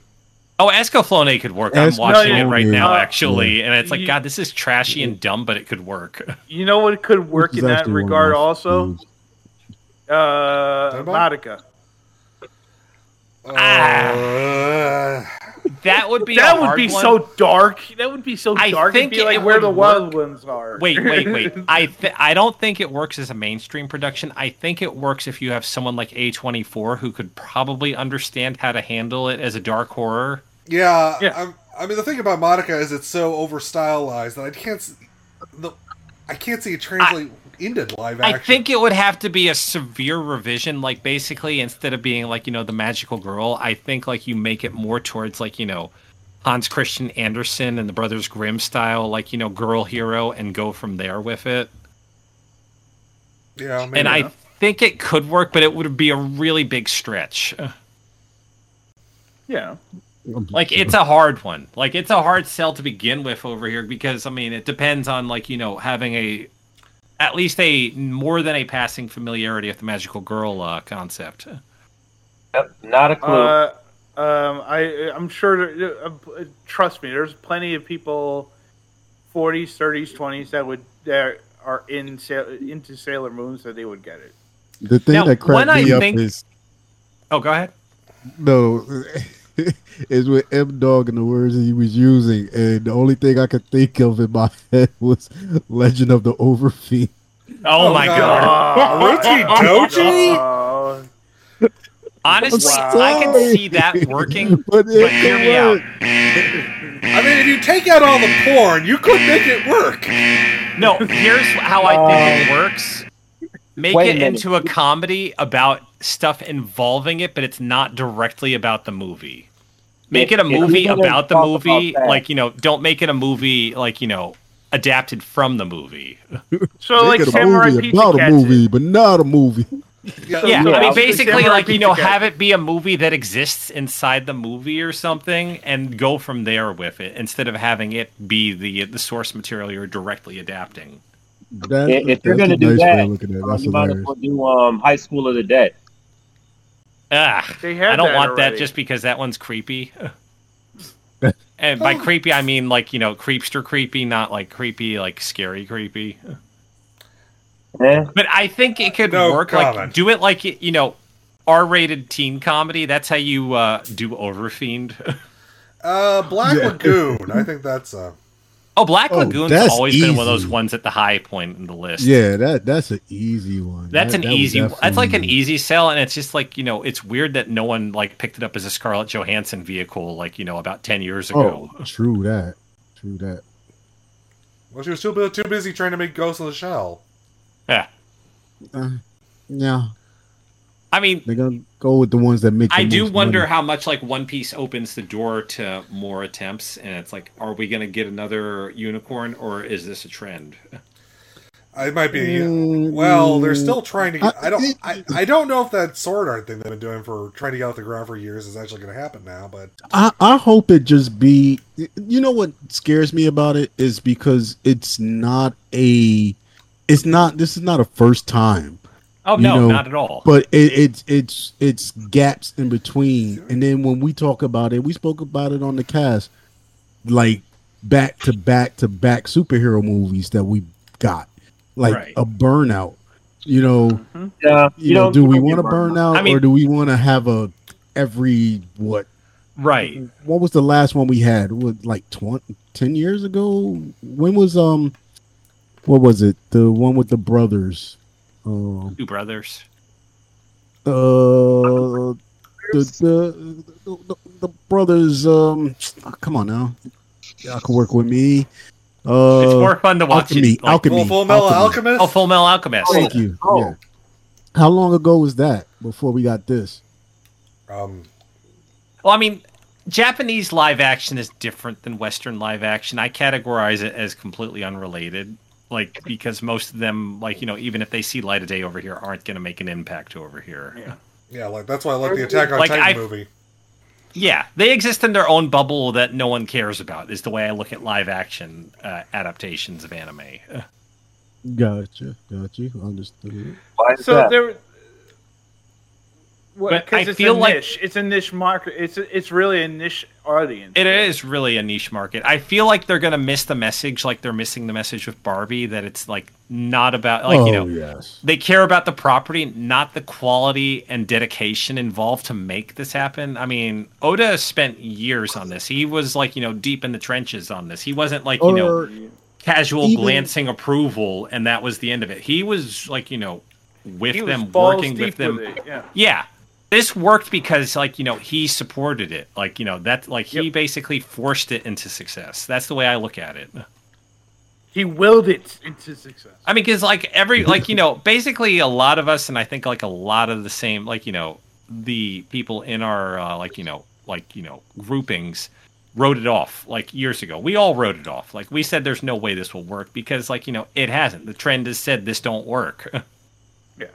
Speaker 9: Oh, Escaflowne could work. I'm
Speaker 1: Escaflowne.
Speaker 9: watching it right now,
Speaker 1: Uh,
Speaker 9: actually, and it's like,
Speaker 6: you-
Speaker 9: God, this is trashy and dumb, but it could work. [laughs]
Speaker 6: You know what could work
Speaker 9: Which
Speaker 6: in
Speaker 9: is
Speaker 6: that
Speaker 9: actually one of
Speaker 6: regard
Speaker 9: my
Speaker 6: also? Uh, Madoka.
Speaker 9: Ah.
Speaker 1: Uh,
Speaker 9: that would be
Speaker 6: that
Speaker 9: a
Speaker 6: would
Speaker 9: hard
Speaker 6: be
Speaker 9: one.
Speaker 6: so dark. That would be so
Speaker 9: I
Speaker 6: dark.
Speaker 9: think
Speaker 6: It'd be
Speaker 9: it
Speaker 6: like where
Speaker 9: would
Speaker 6: the wild ones are.
Speaker 9: [laughs] Wait, wait, wait.
Speaker 6: [laughs]
Speaker 9: I th- I don't think it works as a mainstream production. I think it works if you have someone like A24 who could probably understand how to handle it as a dark horror.
Speaker 1: Yeah, I'm, I mean the thing about Monica is it's so over stylized that I can't s- the I can't see it translate into live
Speaker 9: I
Speaker 1: action.
Speaker 9: think it would have to be a severe revision. Like basically, instead of being like you know the magical girl, I think like you make it more towards like you know Hans Christian Andersen and the Brothers Grimm style, like you know girl hero, and go from there with it.
Speaker 1: yeah, maybe
Speaker 9: and I
Speaker 1: not.
Speaker 9: think it could work, but it would be a really big stretch. [laughs]
Speaker 6: Yeah.
Speaker 9: like it's a hard one like it's a hard sell to begin with over here because i mean it depends on like you know having a at least a more than a passing familiarity with the magical girl uh, concept
Speaker 7: Not a clue.
Speaker 6: Uh, um, I, I'm sure. there- uh, trust me, there's plenty of people, 40s, 30s, 20s that would that are in Sail- into Sailor Moon, so they would get
Speaker 10: [laughs]
Speaker 6: it.
Speaker 10: The thing
Speaker 6: Now,
Speaker 10: that cracked
Speaker 6: when I
Speaker 10: me up
Speaker 6: think-
Speaker 10: is
Speaker 9: oh go ahead
Speaker 10: no, [laughs] is with M Dog and the words he was using, and the only thing I could think of in my [laughs] head was Legend of the Overfiend.
Speaker 9: oh, my god
Speaker 6: [laughs]
Speaker 9: [laughs] Oh,
Speaker 6: Doji?
Speaker 9: honestly
Speaker 1: I'm
Speaker 9: i can
Speaker 1: sorry.
Speaker 9: see that working
Speaker 10: [laughs] but
Speaker 1: it
Speaker 9: hear me
Speaker 1: could
Speaker 9: out
Speaker 1: I mean, if you take out all the porn, you could make it work.
Speaker 9: No, here's how I think it works. Make
Speaker 1: Wait a
Speaker 9: it
Speaker 1: minute.
Speaker 9: into a comedy about stuff involving it, but it's not directly about the movie. Make it a
Speaker 6: If- if
Speaker 9: movie
Speaker 6: you don't
Speaker 9: about the
Speaker 6: talk
Speaker 9: movie,
Speaker 6: about that-
Speaker 9: like you know, don't make it a movie like you know, adapted from the movie.
Speaker 6: So
Speaker 10: Make
Speaker 6: Oh, like
Speaker 10: it a
Speaker 6: Samurai
Speaker 10: movie
Speaker 6: Pizza
Speaker 10: about a
Speaker 6: Cat.
Speaker 10: movie, but not a movie.
Speaker 9: Yeah,
Speaker 6: Yeah,
Speaker 9: I
Speaker 6: I'll
Speaker 9: mean,
Speaker 6: just
Speaker 9: basically,
Speaker 6: Samurai
Speaker 9: like you
Speaker 6: Pizza
Speaker 9: know,
Speaker 6: Cat.
Speaker 9: have it be a movie that exists inside the movie or something, and go from there with it instead of having it be the the source material you're directly adapting.
Speaker 10: That,
Speaker 7: if if you're
Speaker 10: that's
Speaker 7: going to do
Speaker 10: a nice way
Speaker 7: that,
Speaker 10: of looking at it.
Speaker 7: uh,
Speaker 10: That's
Speaker 7: you might as
Speaker 10: hilarious.
Speaker 7: well do um, High School of the Dead.
Speaker 9: Ah,
Speaker 6: They had
Speaker 9: I don't
Speaker 6: that
Speaker 9: want that
Speaker 6: already.
Speaker 9: just because that
Speaker 10: [laughs]
Speaker 9: one's creepy. and by creepy, I mean like you know, creepster creepy, not like creepy, like scary creepy. But I think it could
Speaker 1: No
Speaker 9: work. Like
Speaker 1: comment.
Speaker 9: do it like you know, R-rated teen comedy. That's how you uh, do Overfiend. [laughs]
Speaker 1: Uh, Black
Speaker 9: Yeah.
Speaker 1: Lagoon. I think that's uh,
Speaker 9: oh, Black
Speaker 10: Oh,
Speaker 9: Lagoon's
Speaker 10: that's
Speaker 9: always been one of those
Speaker 10: easy.
Speaker 9: ones at the high point in the list.
Speaker 10: Yeah, that that's an easy one.
Speaker 9: That's
Speaker 10: That-
Speaker 9: an
Speaker 10: that was
Speaker 9: easy. That's like
Speaker 10: definitely-
Speaker 9: an easy sell, and it's just like you know, it's weird that no one like picked it up as a Scarlett Johansson vehicle, like you know, about ten years ago.
Speaker 10: Oh, true that. True that.
Speaker 1: well, she was too bu- too busy trying to make Ghost in the Shell.
Speaker 9: Yeah.
Speaker 10: Uh, yeah.
Speaker 9: I mean,
Speaker 10: They're gonna go with the ones that make. the
Speaker 9: I do
Speaker 10: most
Speaker 9: wonder
Speaker 10: money.
Speaker 9: how much like One Piece opens the door to more attempts, and it's like, are we going to get another unicorn, or is this a trend?
Speaker 1: It might be.
Speaker 10: Mm,
Speaker 1: Well, they're still
Speaker 10: mm.
Speaker 1: trying to. Get, I don't. I, I don't know if that sword art thing they've been doing for trying to get off the ground for years is actually going to happen now. But
Speaker 10: I, I hope it just be you know what scares me about it is because it's not a it's not this is not a first time
Speaker 9: Oh,
Speaker 10: you
Speaker 9: no, not at all.
Speaker 10: but it, it's it's it's gaps in between and then when we talk about it we spoke about it on the cast like back to back to back superhero movies that we got like
Speaker 9: Right.
Speaker 10: a burnout you know
Speaker 6: Hmm?
Speaker 7: Yeah,
Speaker 10: you, know do we want to burn out
Speaker 9: I mean-
Speaker 10: or do we want to have a every what
Speaker 9: Right.
Speaker 10: what was the last one we had? What, like 20, 10 years ago? When was um what was it? The one with the brothers. Uh,
Speaker 9: Two brothers.
Speaker 10: uh the, the, ah, the the brothers um come on now. Y'all can work with me. Uh,
Speaker 9: It's more fun to watch it,
Speaker 10: Alchemy,
Speaker 9: like-
Speaker 10: Alchemy,
Speaker 9: Full- Full
Speaker 1: Metal
Speaker 10: Alchemist?
Speaker 9: Oh, Full Metal Alchemist.
Speaker 10: Thank you. Yeah. How long ago was that before we got this?
Speaker 1: Um,
Speaker 9: Well, I mean, Japanese live action is different than Western live action. I categorize it as completely unrelated, like because most of them, like you know, even if they see light of day over here, aren't going to make an impact over here. Yeah.
Speaker 1: yeah, like that's why I like the Attack on
Speaker 9: Like,
Speaker 1: Titan
Speaker 9: I-
Speaker 1: movie.
Speaker 9: they exist in their own bubble that no one cares about. Is the way I look at live action uh, adaptations of anime.
Speaker 10: Gotcha, gotcha. Understood.
Speaker 6: so there.
Speaker 9: But
Speaker 6: Because
Speaker 9: I
Speaker 6: it's a
Speaker 9: feel like-
Speaker 6: niche. It's a niche market. It's a, it's really a niche audience.
Speaker 9: It is really a niche market. I feel like they're going to miss the message, like they're missing the message with Barbie that it's like not about like you know
Speaker 10: Oh, yes.
Speaker 9: they care about the property, not the quality and dedication involved to make this happen. I mean, Oda spent years on this. He was like you know deep in the trenches on this. He wasn't like you
Speaker 10: Or-
Speaker 9: know casual
Speaker 10: even-
Speaker 9: glancing approval and that was the end of it. He was like you know with
Speaker 6: He was
Speaker 9: them,
Speaker 6: balls
Speaker 9: working
Speaker 6: deep
Speaker 9: with them,
Speaker 6: with it, yeah.
Speaker 9: yeah. This worked because like, you know, he supported it. Like, you know, that like he basically forced it into success. That's the way I look at it.
Speaker 6: He willed it into success.
Speaker 9: I mean, because like every like you know, basically a lot of us, and I think like a lot of the same like you know the people in our uh, like you know like you know groupings wrote it off like years ago. We all wrote it off. Like we said, there's no way this will work because like you know it hasn't. The trend has said this don't work. [laughs]
Speaker 6: Yeah.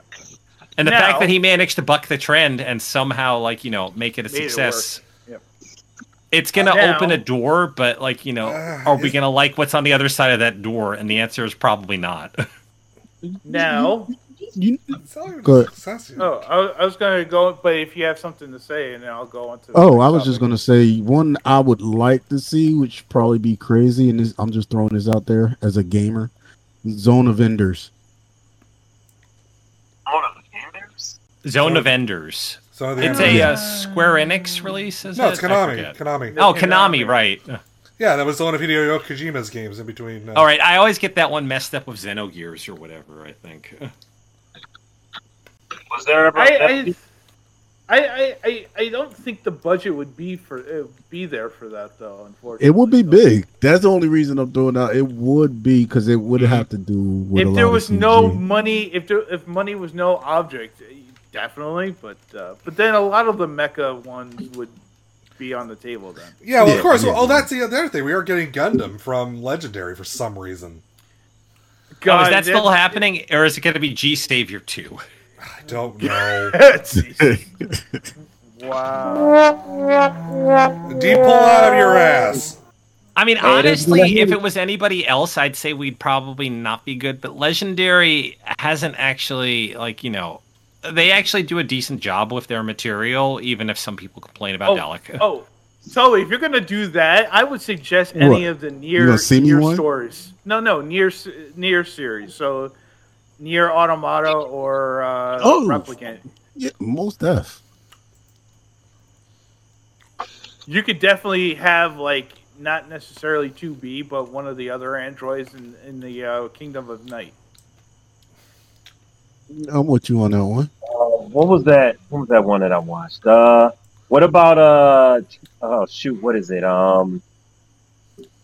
Speaker 9: And the
Speaker 6: Now-
Speaker 9: fact that he managed to buck the trend and somehow like you know make it a
Speaker 6: Made it
Speaker 9: success.
Speaker 6: work.
Speaker 9: It's gonna
Speaker 6: Uh, now-
Speaker 9: open a door, but like you know,
Speaker 1: Uh,
Speaker 9: [laughs]
Speaker 1: Ah,
Speaker 9: are we gonna like what's on the other side of that door? And the answer is probably not. [laughs]
Speaker 6: Yep.
Speaker 10: [laughs]
Speaker 6: Now,
Speaker 10: You,
Speaker 1: Good.
Speaker 6: oh, I, was- I was going to go, but if you have something to say, and then I'll go on to. the
Speaker 10: Oh,
Speaker 6: next
Speaker 10: I was
Speaker 6: topic.
Speaker 10: just gonna say one I would like to see, which probably be crazy, and this, I'm just throwing this out there as a gamer. Zone of Enders.
Speaker 9: Zone of Enders.
Speaker 1: Zone of the
Speaker 9: it's
Speaker 1: Enders.
Speaker 9: a uh, Square Enix release, is
Speaker 1: No,
Speaker 9: it?
Speaker 1: it's
Speaker 9: I
Speaker 1: Konami,
Speaker 9: forget.
Speaker 1: Konami.
Speaker 9: Oh, Konami, right.
Speaker 1: Yeah, that was the one of Hideo Kojima's games in between. Uh,
Speaker 9: All right, I always get that one messed up with Xenogears or whatever, I think. [laughs] Oh,
Speaker 8: Was there ever?
Speaker 10: uh,
Speaker 6: I, I, I, I, I, I don't think the budget would be for it would be there for that though. Unfortunately,
Speaker 10: It would be big. That's the only reason I'm throwing out. It would be because it would have to do with a
Speaker 6: Mm-hmm. if
Speaker 10: lot
Speaker 6: there
Speaker 10: of
Speaker 6: was
Speaker 10: CG.
Speaker 6: no money, if there, if money was no object, eh, definitely. But uh, but then a lot of the mecha ones would be on the table then.
Speaker 1: Yeah, well, of
Speaker 10: Yeah,
Speaker 1: course.
Speaker 10: yeah.
Speaker 1: oh, that's the other thing. We are getting Gundam from Legendary for some reason.
Speaker 9: oh, is
Speaker 6: God,
Speaker 9: that still
Speaker 6: that-
Speaker 9: happening, or is it going to be G Savior 2?
Speaker 1: I don't know.
Speaker 6: wow.
Speaker 1: Deep pull out of your ass.
Speaker 9: [laughs] I mean,
Speaker 1: It is
Speaker 9: honestly,
Speaker 1: legendary.
Speaker 9: if it was anybody else, I'd say we'd probably not be good. But Legendary hasn't actually, like, you know, they actually do a decent job with their material, even if some people complain about
Speaker 6: Oh,
Speaker 9: Dalek.
Speaker 6: oh, so if you're gonna do that, I would suggest any
Speaker 9: What?
Speaker 6: of the
Speaker 9: You
Speaker 6: near
Speaker 9: gonna see me
Speaker 6: near
Speaker 9: one?
Speaker 6: stories. No, no, near near series. So near Automata or uh,
Speaker 10: Oh.
Speaker 6: Replicant.
Speaker 10: [laughs] Yeah, most F.
Speaker 6: You could definitely have like not necessarily two B, but one of the other androids in, in the uh, Kingdom of Night.
Speaker 10: I'm with you on that one.
Speaker 7: uh, what was that? What was that one that I watched? Uh, what about uh? Oh shoot, what is it? Um,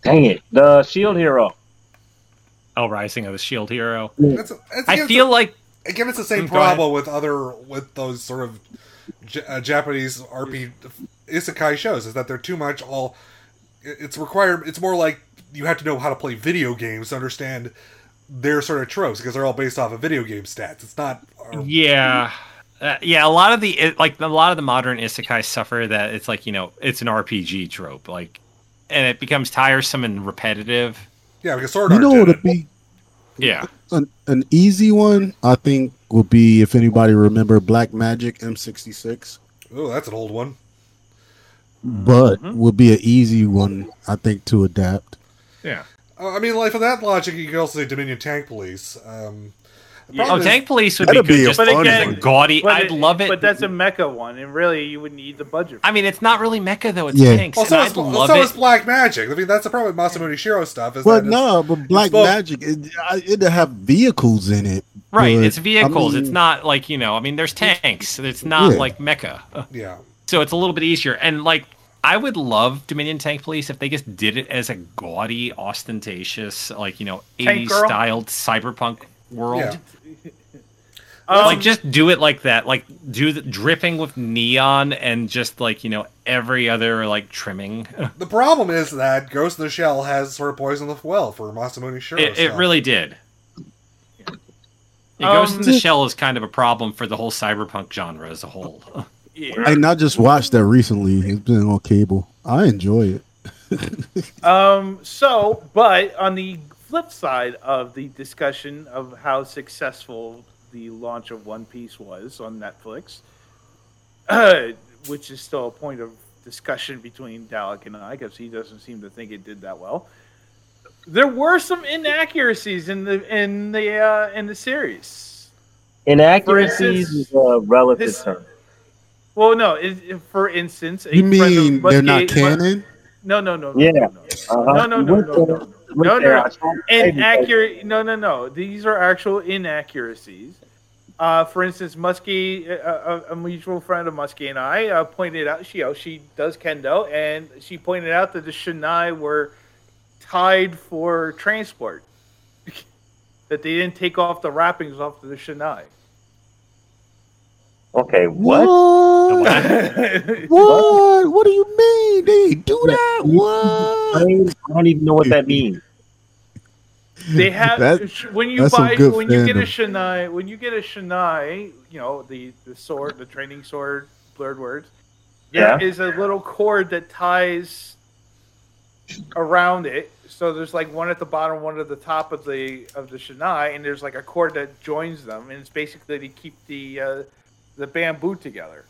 Speaker 7: dang it, the Shield E Hero.
Speaker 9: Oh, Rising of the Shield Hero.
Speaker 1: That's, that's,
Speaker 9: I feel like
Speaker 1: again, it's the same
Speaker 9: Mm, go ahead.
Speaker 1: problem with other with those sort of J- uh, Japanese RP isekai shows is that they're too much all. it- It's required. It's more like you have to know how to play video games to understand their sort of tropes because they're all based off of video game stats. It's not.
Speaker 9: Yeah. Uh, yeah, a lot of the it- like a lot of the modern isekai suffer that it's like you know it's an RPG trope, like, and it becomes tiresome and repetitive.
Speaker 1: Yeah, because Sword
Speaker 10: You know what would be
Speaker 9: Yeah,
Speaker 10: an, an easy one? I think would be if anybody remember Black Magic M66,
Speaker 1: Oh, that's an old one.
Speaker 10: but
Speaker 6: Mm-hmm.
Speaker 10: would be an easy one I think to adapt.
Speaker 9: Yeah.
Speaker 1: Uh, I mean, like for that logic, you could also say Dominion Tank Police. Um, the problem
Speaker 9: Oh,
Speaker 1: is-
Speaker 9: Tank Police would be good, just
Speaker 6: But again-
Speaker 9: and gaudy.
Speaker 6: but
Speaker 9: I'd
Speaker 6: it-
Speaker 9: love it.
Speaker 6: But that's a mecha one, and really you would need the budget.
Speaker 9: I mean, it's not really mecha though; it's
Speaker 10: Yeah.
Speaker 9: tanks.
Speaker 1: Well, so
Speaker 9: and
Speaker 1: is,
Speaker 9: I'd
Speaker 1: well,
Speaker 9: love
Speaker 1: so
Speaker 9: it.
Speaker 1: is Black Magic. I mean, that's the problem with Masamune Shiro stuff. Is that
Speaker 10: But no, but Black
Speaker 1: both-
Speaker 10: Magic it, I- it'd have vehicles in it.
Speaker 9: Right,
Speaker 10: but,
Speaker 9: it's
Speaker 10: I
Speaker 9: vehicles. it's
Speaker 10: mean,
Speaker 9: not like you know. I mean, there's tanks. It's not
Speaker 10: Yeah.
Speaker 9: like mecha.
Speaker 1: Yeah.
Speaker 9: So it's a little bit easier, and like I would love Dominion Tank Police if they just did it as a gaudy, ostentatious, like you know,
Speaker 6: Tank
Speaker 9: eighties
Speaker 6: girl?
Speaker 9: styled cyberpunk world.
Speaker 6: Um,
Speaker 9: like just do it like that. Like do the dripping with neon and just like you know every other like trimming.
Speaker 1: The problem is that Ghost in the Shell has sort of poisoned the well for Masamune Shiro.
Speaker 9: it, it
Speaker 1: stuff.
Speaker 9: really did. Yeah, Ghost in the
Speaker 6: Um,
Speaker 9: Shell is kind of a problem for the whole cyberpunk genre as a whole.
Speaker 10: And I just watched that recently. It's been on cable. I enjoy it.
Speaker 6: Um, so, but on the flip side of the discussion of how successful the launch of One Piece was on Netflix, [clears throat] which is still a point of discussion between Dalek and I, because he doesn't seem to think it did that well. There were some inaccuracies in the in the uh, in the series.
Speaker 7: Inaccuracies is a relative
Speaker 6: this-
Speaker 7: term.
Speaker 6: Well, no, it, it- for instance, a
Speaker 10: You
Speaker 6: friend of-
Speaker 10: mean
Speaker 6: but
Speaker 10: they're not
Speaker 6: it- but-
Speaker 10: canon?
Speaker 6: No, no, no, no,
Speaker 7: Yeah.
Speaker 6: no, no.
Speaker 7: Uh-huh.
Speaker 6: No, no,
Speaker 7: You
Speaker 6: no,
Speaker 7: went
Speaker 6: no,
Speaker 7: there-
Speaker 6: no, no.
Speaker 7: went
Speaker 6: No,
Speaker 7: there.
Speaker 6: no.
Speaker 7: I tried to save you, but-
Speaker 6: inaccurate. No, no, no. These are actual inaccuracies. Uh, for instance, Muskie, a, a, a mutual friend of Muskie and I, uh, pointed out she oh, she does kendo, and she pointed out that the Shinai were tied for transport. [laughs] that they didn't take off the wrappings off the Shinai.
Speaker 7: Okay, what?
Speaker 10: What? what? What do you mean? They do that?
Speaker 7: I
Speaker 10: What?
Speaker 7: mean, I don't even know what that means.
Speaker 10: [laughs]
Speaker 6: They have
Speaker 10: That-
Speaker 6: sh- when you
Speaker 10: that's some
Speaker 6: buy
Speaker 10: good
Speaker 6: when you get a
Speaker 10: fandom.
Speaker 6: shinai when you get a shinai, you know the the sword, the training sword, blurred words.
Speaker 7: Yeah.
Speaker 6: there is a little cord that ties around it. So there's like one at the bottom, one at the top of the of the shinai, and there's like a cord that joins them, and it's basically to keep the uh, the bamboo together.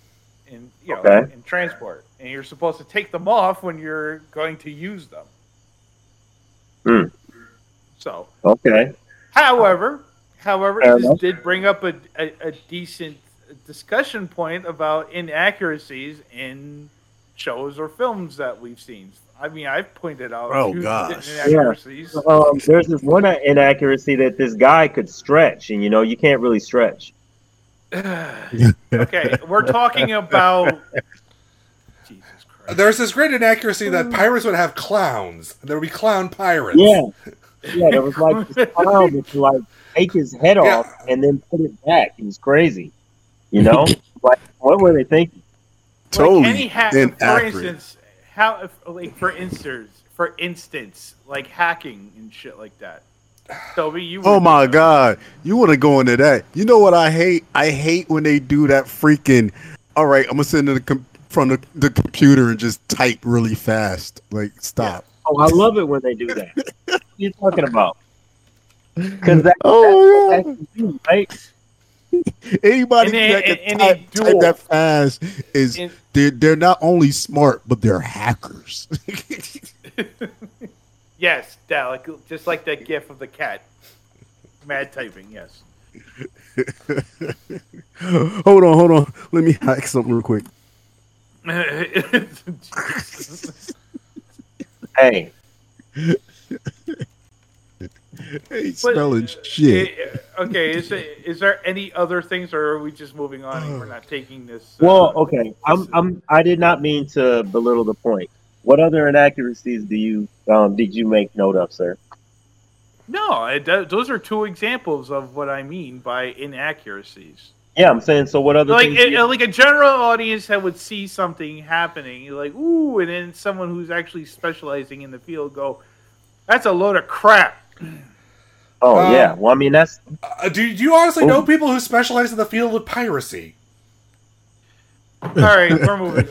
Speaker 6: In you know,
Speaker 7: Okay.
Speaker 6: in transport, and you're supposed to take them off when you're going to use them.
Speaker 7: Hmm.
Speaker 6: So
Speaker 7: Okay.
Speaker 6: However, however,
Speaker 7: Fair
Speaker 6: this
Speaker 7: enough.
Speaker 6: did bring up a, a, a decent discussion point about inaccuracies in shows or films that we've seen. I mean, I've pointed out
Speaker 10: Oh,
Speaker 6: two
Speaker 10: gosh.
Speaker 6: inaccuracies.
Speaker 7: Um, there's this one inaccuracy that this guy could stretch, and you know, you can't really stretch.
Speaker 6: [sighs] okay, we're talking about Jesus Christ.
Speaker 1: There's this great inaccuracy that pirates would have clowns. There would be clown pirates.
Speaker 7: Mm. Yeah. Yeah, there was like this clown that could like take his head off and then put it back. It was crazy. You [laughs] know? like what were they thinking?
Speaker 10: Totally
Speaker 6: like any ha- for
Speaker 10: inaccurate.
Speaker 6: instance, how if, like for instance, for instance, like hacking and shit like that. Toby, you
Speaker 10: Oh
Speaker 6: were-
Speaker 10: my god, you want to go into that? You know what I hate? I hate when they do that freaking. All right, I'm gonna send it com- from the, the computer and just type really fast. Like stop.
Speaker 7: Oh, I love it when they do that. what are you talking about? Because that,
Speaker 10: Oh,
Speaker 7: that's what they do, right?
Speaker 10: Anybody
Speaker 6: And they-
Speaker 10: that can
Speaker 6: and- and
Speaker 10: type,
Speaker 6: they
Speaker 10: type
Speaker 6: duel.
Speaker 10: that fast is
Speaker 6: And-
Speaker 10: they're, they're not only smart but they're hackers. [laughs]
Speaker 6: Yes, Dalek, just like that gif of the cat. Mad typing, yes.
Speaker 10: hold on, hold on. Let me hack something real quick. [laughs]
Speaker 7: Hey,
Speaker 10: Hey,
Speaker 6: But-
Speaker 10: spelling shit.
Speaker 6: Eh, okay, is, is there any other things, or are we just moving on and we're not taking this?
Speaker 7: well,
Speaker 6: uh,
Speaker 7: okay. I'm, I'm, I did not mean to belittle the point. What other inaccuracies do you um, did you make note of, sir?
Speaker 6: No, it, th- those are two examples of what I mean by inaccuracies.
Speaker 7: Yeah, I'm saying. So what other
Speaker 6: Like,
Speaker 7: things?
Speaker 6: it,
Speaker 7: do you-
Speaker 6: like a general audience that would see something happening, you're like, ooh, and then someone who's actually specializing in the field go, that's a load of crap.
Speaker 7: oh
Speaker 1: um,
Speaker 7: yeah. Well, I mean that's
Speaker 1: Uh, do, do you honestly know
Speaker 7: Oh.
Speaker 1: people who specialize in the field of piracy?
Speaker 6: All right, we're moving.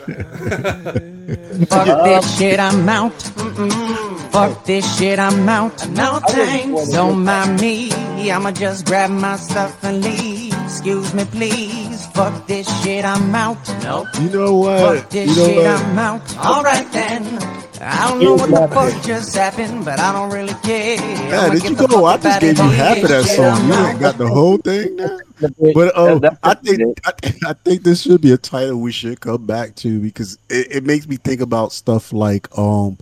Speaker 6: on.
Speaker 11: Fuck this shit, I'm out. Mm-mm. Fuck this shit, I'm out. No thanks, don't mind me. I'ma just grab my stuff and leave. Excuse me, please. Fuck this shit, I'm out. No.
Speaker 10: You know
Speaker 11: Fuck
Speaker 10: what? You
Speaker 11: this
Speaker 10: know
Speaker 11: shit,
Speaker 10: what?
Speaker 11: I'm out. Alright then. I don't know what the fuck just happened, but I don't really care.
Speaker 10: Yeah,
Speaker 11: I'ma
Speaker 10: did
Speaker 11: get
Speaker 10: you
Speaker 11: the
Speaker 10: go?
Speaker 11: fuck
Speaker 10: I
Speaker 11: up
Speaker 10: just
Speaker 11: outta
Speaker 10: gave you
Speaker 11: here.
Speaker 10: half of that
Speaker 11: Shit, I'm
Speaker 10: song. You
Speaker 11: out.
Speaker 10: ain't got the whole thing now.
Speaker 7: But
Speaker 10: But
Speaker 7: [laughs]
Speaker 10: oh,
Speaker 7: that's
Speaker 10: I think
Speaker 7: it.
Speaker 10: I, think- I think this should be a title we should come back to because it, it makes me think about stuff like um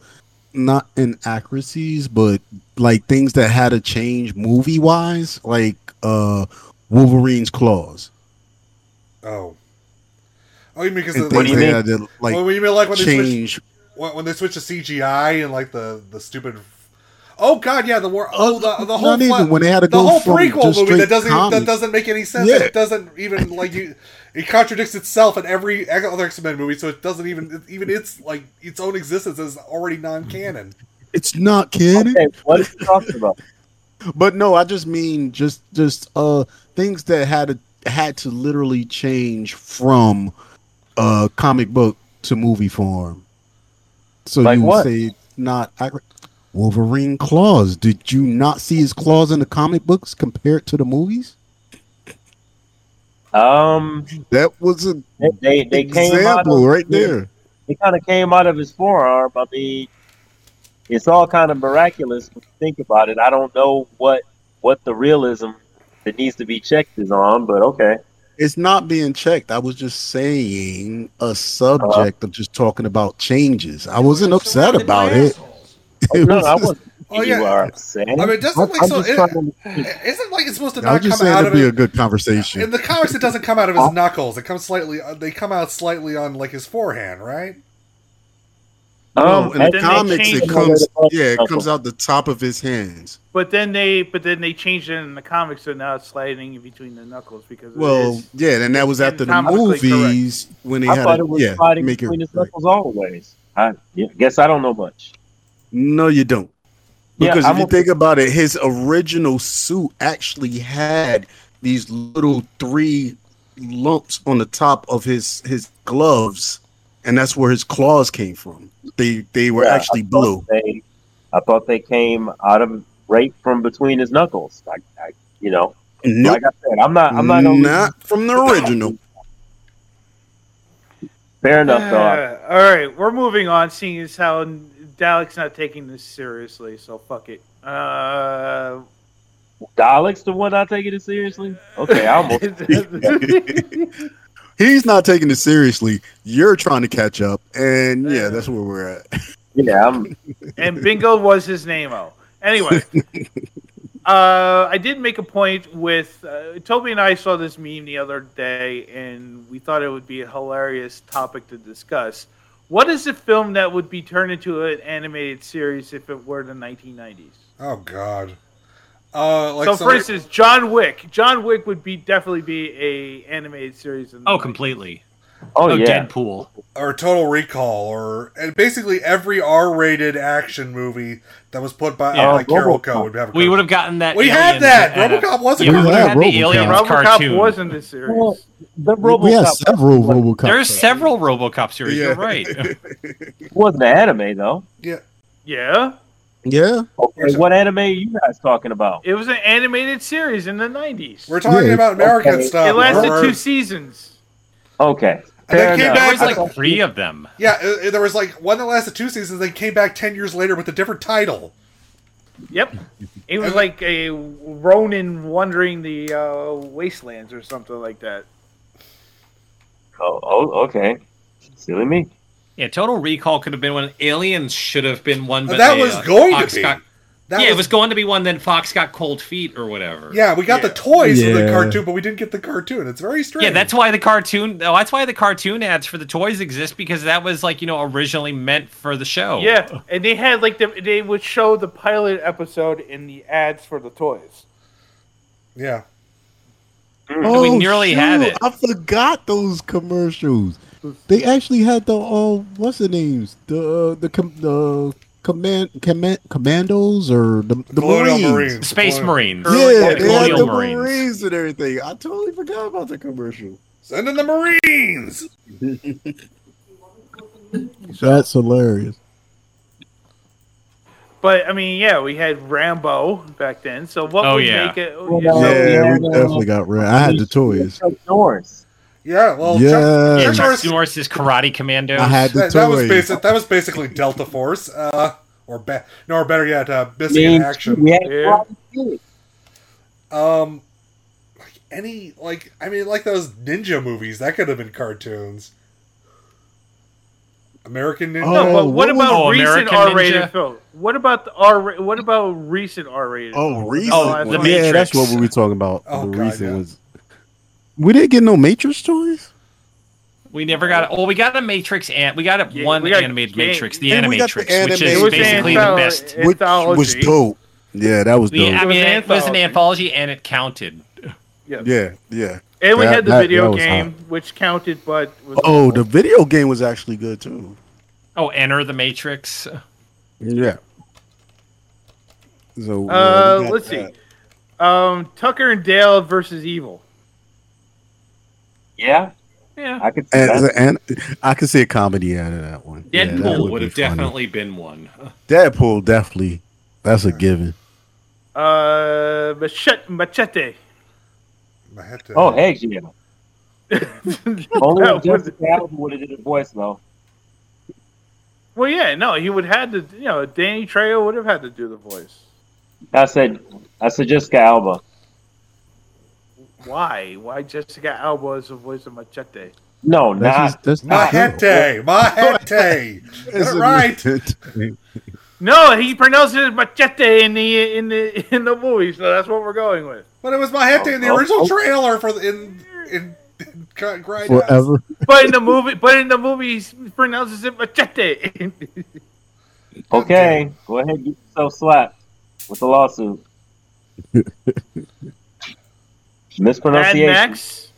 Speaker 10: not inaccuracies but like things that had to change movie wise like uh Wolverine's claws.
Speaker 1: Oh. Oh, you mean because
Speaker 10: And
Speaker 1: the,
Speaker 10: things
Speaker 7: do you
Speaker 10: they
Speaker 7: mean?
Speaker 10: had to, like
Speaker 1: well, you mean like when they switched,
Speaker 10: change
Speaker 1: when, when they switch to CGI and like the the stupid. Oh God, yeah, the war. Oh, the the whole
Speaker 10: Not even when they had to
Speaker 1: the
Speaker 10: go
Speaker 1: whole
Speaker 10: from
Speaker 1: prequel
Speaker 10: just
Speaker 1: movie that
Speaker 10: straight
Speaker 1: doesn't even, that
Speaker 10: comic.
Speaker 1: doesn't make any sense.
Speaker 10: Yeah.
Speaker 1: It doesn't even like you. It contradicts itself in every other X Men movie, so it doesn't even even its like its own existence is already non canon.
Speaker 10: It's not canon.
Speaker 7: what is he talking about?
Speaker 10: But no, I just mean just just uh things that had to, had to literally change from uh comic book to movie form. So
Speaker 7: Like
Speaker 10: you would
Speaker 7: what?
Speaker 10: say it's not accurate. Wolverine claws. Did you not see his claws in the comic books compared to the movies?
Speaker 7: Um,
Speaker 10: that was a
Speaker 7: they they, they came out
Speaker 10: example
Speaker 7: of,
Speaker 10: right there.
Speaker 7: It kind of came out of his forearm. I mean, it's all kind of miraculous when you think about it. I don't know what what the realism that needs to be checked is on, but
Speaker 10: [laughs]
Speaker 7: okay.
Speaker 10: It's not being checked. I was just saying a subject of just talking about changes. I wasn't upset about it. [laughs] It
Speaker 7: no,
Speaker 10: was
Speaker 7: I
Speaker 10: just-
Speaker 7: wasn't.
Speaker 1: Oh,
Speaker 7: you
Speaker 1: yeah.
Speaker 7: are upset.
Speaker 1: I mean, it doesn't
Speaker 10: I'm-
Speaker 1: like
Speaker 10: I'm
Speaker 1: so.
Speaker 10: just
Speaker 1: It,
Speaker 10: trying
Speaker 1: isn't like it's supposed to
Speaker 10: I
Speaker 1: not
Speaker 10: was just
Speaker 1: come
Speaker 10: saying
Speaker 1: out of
Speaker 10: it'd be
Speaker 1: it.
Speaker 10: a good conversation.
Speaker 1: In the comics, it doesn't come out of his knuckles. It comes slightly. uh, They come out slightly on like his forehand, right?
Speaker 7: Oh,
Speaker 10: No,
Speaker 6: Um,
Speaker 10: in the
Speaker 6: then they
Speaker 10: comics,
Speaker 6: changed
Speaker 10: it
Speaker 6: it.
Speaker 10: comes. Yeah, it comes out the top of his hands.
Speaker 6: But then they, but then they changed it in the comics, so now it's sliding in between the knuckles because it
Speaker 10: Well,
Speaker 6: is.
Speaker 10: yeah, and that was after the
Speaker 6: comically correct.
Speaker 10: movies when they
Speaker 7: I
Speaker 10: had.
Speaker 7: thought
Speaker 10: to-
Speaker 7: it was
Speaker 10: yeah,
Speaker 7: sliding
Speaker 10: make it
Speaker 7: between his knuckles always. I yeah, guess I don't know much.
Speaker 10: No, you don't.
Speaker 7: Yeah,
Speaker 10: Because
Speaker 7: I'm
Speaker 10: if you
Speaker 7: a-
Speaker 10: think about it, his original suit actually had these little three lumps on the top of his his gloves, and that's where his claws came from. They they were
Speaker 7: Yeah, I
Speaker 10: actually
Speaker 7: thought
Speaker 10: blue.
Speaker 7: They, I thought they came out of right from between his knuckles. I, I you know,
Speaker 10: Nope.
Speaker 7: like I said, I'm not, I'm not,
Speaker 10: Not from the original.
Speaker 7: Fair enough, dog.
Speaker 6: Uh, all right, we're moving on. Seeing as how Dalek's not taking this seriously, so fuck it. Uh, [laughs]
Speaker 7: Dalek's the one not taking it seriously. Okay, I almost. [laughs]
Speaker 10: [laughs] He's not taking it seriously. You're trying to catch up, and yeah, that's where we're at.
Speaker 7: Yeah, I'm.
Speaker 6: and Bingo was his name. Oh, anyway, uh, I did make a point with uh, Toby and I saw this meme the other day, and we thought it would be a hilarious topic to discuss. What is a film that would be turned into an animated series if it were the 1990s?
Speaker 1: Oh God. Uh, like
Speaker 6: so, for
Speaker 1: somebody-
Speaker 6: instance, John Wick. John Wick would be definitely be a animated series. In the
Speaker 9: Oh,
Speaker 6: 90s.
Speaker 9: completely.
Speaker 7: Oh,
Speaker 1: yeah.
Speaker 9: Deadpool.
Speaker 1: or Total Recall, or and basically every R-rated action movie that was put by
Speaker 9: Yeah.
Speaker 1: out by
Speaker 9: Oh,
Speaker 1: Carol
Speaker 9: RoboCop.
Speaker 1: Co would have. A
Speaker 9: We would have gotten that.
Speaker 1: We had
Speaker 9: Alien
Speaker 1: that!
Speaker 9: ad-
Speaker 1: RoboCop was a
Speaker 9: Yeah, we
Speaker 1: cartoon.
Speaker 9: would have had the
Speaker 10: Yeah,
Speaker 9: Aliens
Speaker 10: RoboCop.
Speaker 9: cartoon.
Speaker 6: RoboCop was in this series.
Speaker 7: the
Speaker 10: We, we had
Speaker 7: RoboCop
Speaker 10: several RoboCop.
Speaker 9: There's several RoboCop series. You're
Speaker 1: [laughs]
Speaker 10: Yeah.
Speaker 9: right.
Speaker 7: wasn't an anime though.
Speaker 6: yeah,
Speaker 10: Yeah,
Speaker 7: Okay, what anime are you guys talking about?
Speaker 6: it was an animated series in the 90s.
Speaker 1: We're talking
Speaker 10: Yeah.
Speaker 1: about American
Speaker 7: Okay.
Speaker 1: stuff.
Speaker 6: it lasted
Speaker 1: or-
Speaker 6: two seasons.
Speaker 7: Okay,
Speaker 1: And
Speaker 7: fair
Speaker 1: then came
Speaker 7: enough.
Speaker 1: back.
Speaker 9: There's like three of them.
Speaker 1: yeah, uh, there was like one that lasted two seasons. Then came back ten years later with a different title.
Speaker 6: Yep. It was like a Ronin wandering the uh, wastelands or something like that.
Speaker 7: Oh, oh, okay. Silly me.
Speaker 9: Yeah, Total Recall could have been one. Aliens should have been one, but
Speaker 1: That
Speaker 9: they,
Speaker 1: was
Speaker 9: uh,
Speaker 1: going to
Speaker 9: Fox
Speaker 1: be.
Speaker 9: Got,
Speaker 1: That
Speaker 9: yeah, it
Speaker 1: was-
Speaker 9: was going to be one. Then Fox got cold feet or whatever.
Speaker 1: Yeah, we got the toys for the
Speaker 10: Yeah.
Speaker 1: cartoon, but we didn't get the cartoon. It's very strange.
Speaker 9: Yeah, that's why the cartoon. Oh, that's why the cartoon ads for the toys exist because that was like you know originally meant for the show.
Speaker 6: Yeah, and they had like the, they would show the pilot episode in the ads for the toys.
Speaker 1: yeah.
Speaker 9: Mm, we
Speaker 1: Oh,
Speaker 9: nearly had it.
Speaker 10: Oh, I forgot those commercials. They actually had the uh, what's the names? The uh, the com- the command command commandos or the the
Speaker 1: Colonial
Speaker 10: Marines.
Speaker 1: Marines.
Speaker 9: The Space
Speaker 1: Colonial-
Speaker 9: Marines.
Speaker 10: Yeah,
Speaker 9: the
Speaker 10: they had
Speaker 9: Colonial
Speaker 10: the
Speaker 9: Marines.
Speaker 10: Marines and everything. I totally forgot about the commercial.
Speaker 1: Send in the Marines.
Speaker 10: That's hilarious.
Speaker 6: But I mean, yeah, we had Rambo back then. So what
Speaker 9: Oh,
Speaker 6: would
Speaker 9: yeah.
Speaker 6: make it?
Speaker 7: Well,
Speaker 6: yeah.
Speaker 7: Oh,
Speaker 10: yeah,
Speaker 7: yeah,
Speaker 10: we
Speaker 7: no.
Speaker 10: definitely got red. I had the toys.
Speaker 7: Chuck Norris.
Speaker 1: Yeah. Well. Oh, Chuck-
Speaker 10: Yeah.
Speaker 9: Yeah,
Speaker 1: Chuck
Speaker 9: Chuck
Speaker 1: Norris-
Speaker 9: Norris is Karate Commando.
Speaker 10: I had the
Speaker 1: that,
Speaker 10: toys.
Speaker 1: that was basic. That was basically Delta Force, uh, or be- no, or better yet, uh,
Speaker 7: I
Speaker 1: Missing
Speaker 7: mean,
Speaker 1: in Action.
Speaker 7: we had
Speaker 6: Yeah.
Speaker 7: Robin Hood.
Speaker 1: Um, like any, like I mean, like those ninja movies that could have been cartoons. American Ninja.
Speaker 6: No, but
Speaker 10: Oh,
Speaker 6: what
Speaker 10: what was-
Speaker 6: about
Speaker 9: Oh,
Speaker 6: recent
Speaker 9: American
Speaker 6: R-rated
Speaker 9: Ninja?
Speaker 6: films? What about the R? What about recent R-rated?
Speaker 10: Oh,
Speaker 6: films?
Speaker 10: recent.
Speaker 9: Oh,
Speaker 6: last
Speaker 9: The
Speaker 6: one.
Speaker 10: yeah, that's
Speaker 9: Matrix.
Speaker 10: what we were talking about.
Speaker 1: Oh,
Speaker 10: the
Speaker 1: God,
Speaker 10: recent
Speaker 1: yeah.
Speaker 10: was. We didn't get no Matrix toys.
Speaker 9: We never got. Oh, we got a Matrix and we got a one
Speaker 6: we got
Speaker 9: animated
Speaker 6: Game.
Speaker 9: Matrix, the
Speaker 10: And we got
Speaker 9: Animatrix,
Speaker 10: the
Speaker 9: which
Speaker 10: animated-
Speaker 9: is
Speaker 10: It was
Speaker 9: basically the
Speaker 10: antholo-
Speaker 9: best.
Speaker 10: Which was dope. Yeah, that was dope.
Speaker 9: Yeah, I mean,
Speaker 6: an
Speaker 9: it was an anthology and it counted.
Speaker 10: yeah, yeah.
Speaker 6: And we
Speaker 10: That-
Speaker 6: had the
Speaker 10: that- that
Speaker 6: video
Speaker 10: was
Speaker 6: game,
Speaker 10: hot.
Speaker 6: which counted, but was
Speaker 10: Oh, the video game was actually good too.
Speaker 9: Oh, Enter the Matrix.
Speaker 10: Yeah. So
Speaker 6: Uh, let's see. Um, Tucker and Dale versus Evil.
Speaker 7: Yeah.
Speaker 6: Yeah.
Speaker 7: I could
Speaker 10: And, and I could see a comedy out of that one. Yeah, that
Speaker 8: Deadpool
Speaker 10: would
Speaker 8: would,
Speaker 10: be
Speaker 8: have
Speaker 10: funny.
Speaker 8: definitely been one.
Speaker 10: Deadpool definitely. That's a given.
Speaker 6: Uh, machete. machete. [laughs]
Speaker 7: Oh, heck yeah. Only
Speaker 6: That
Speaker 7: if Jessica Alba would have did a voice though.
Speaker 6: Well, yeah, no, he would had to, you know, Danny Trejo would have had to do the voice.
Speaker 7: I said, I said Jessica Alba.
Speaker 6: Why? Why Jessica Alba is the voice of Machete?
Speaker 7: No,
Speaker 10: That's
Speaker 7: not
Speaker 10: just- that's not
Speaker 6: Machete, Machete.
Speaker 10: It's a-
Speaker 6: No, he pronounces it machete in the in the [laughs] in the movie, so that's what we're going with.
Speaker 1: But it was machete in the
Speaker 7: Oh,
Speaker 1: original trailer for the, in in, in Grindhouse.
Speaker 10: [laughs] Forever.
Speaker 6: But in the movie, but in the movie, he pronounces it machete. [laughs]
Speaker 7: Okay, go ahead and get yourself slapped with the lawsuit.
Speaker 6: Mad
Speaker 7: Mispronunciation.
Speaker 6: Max.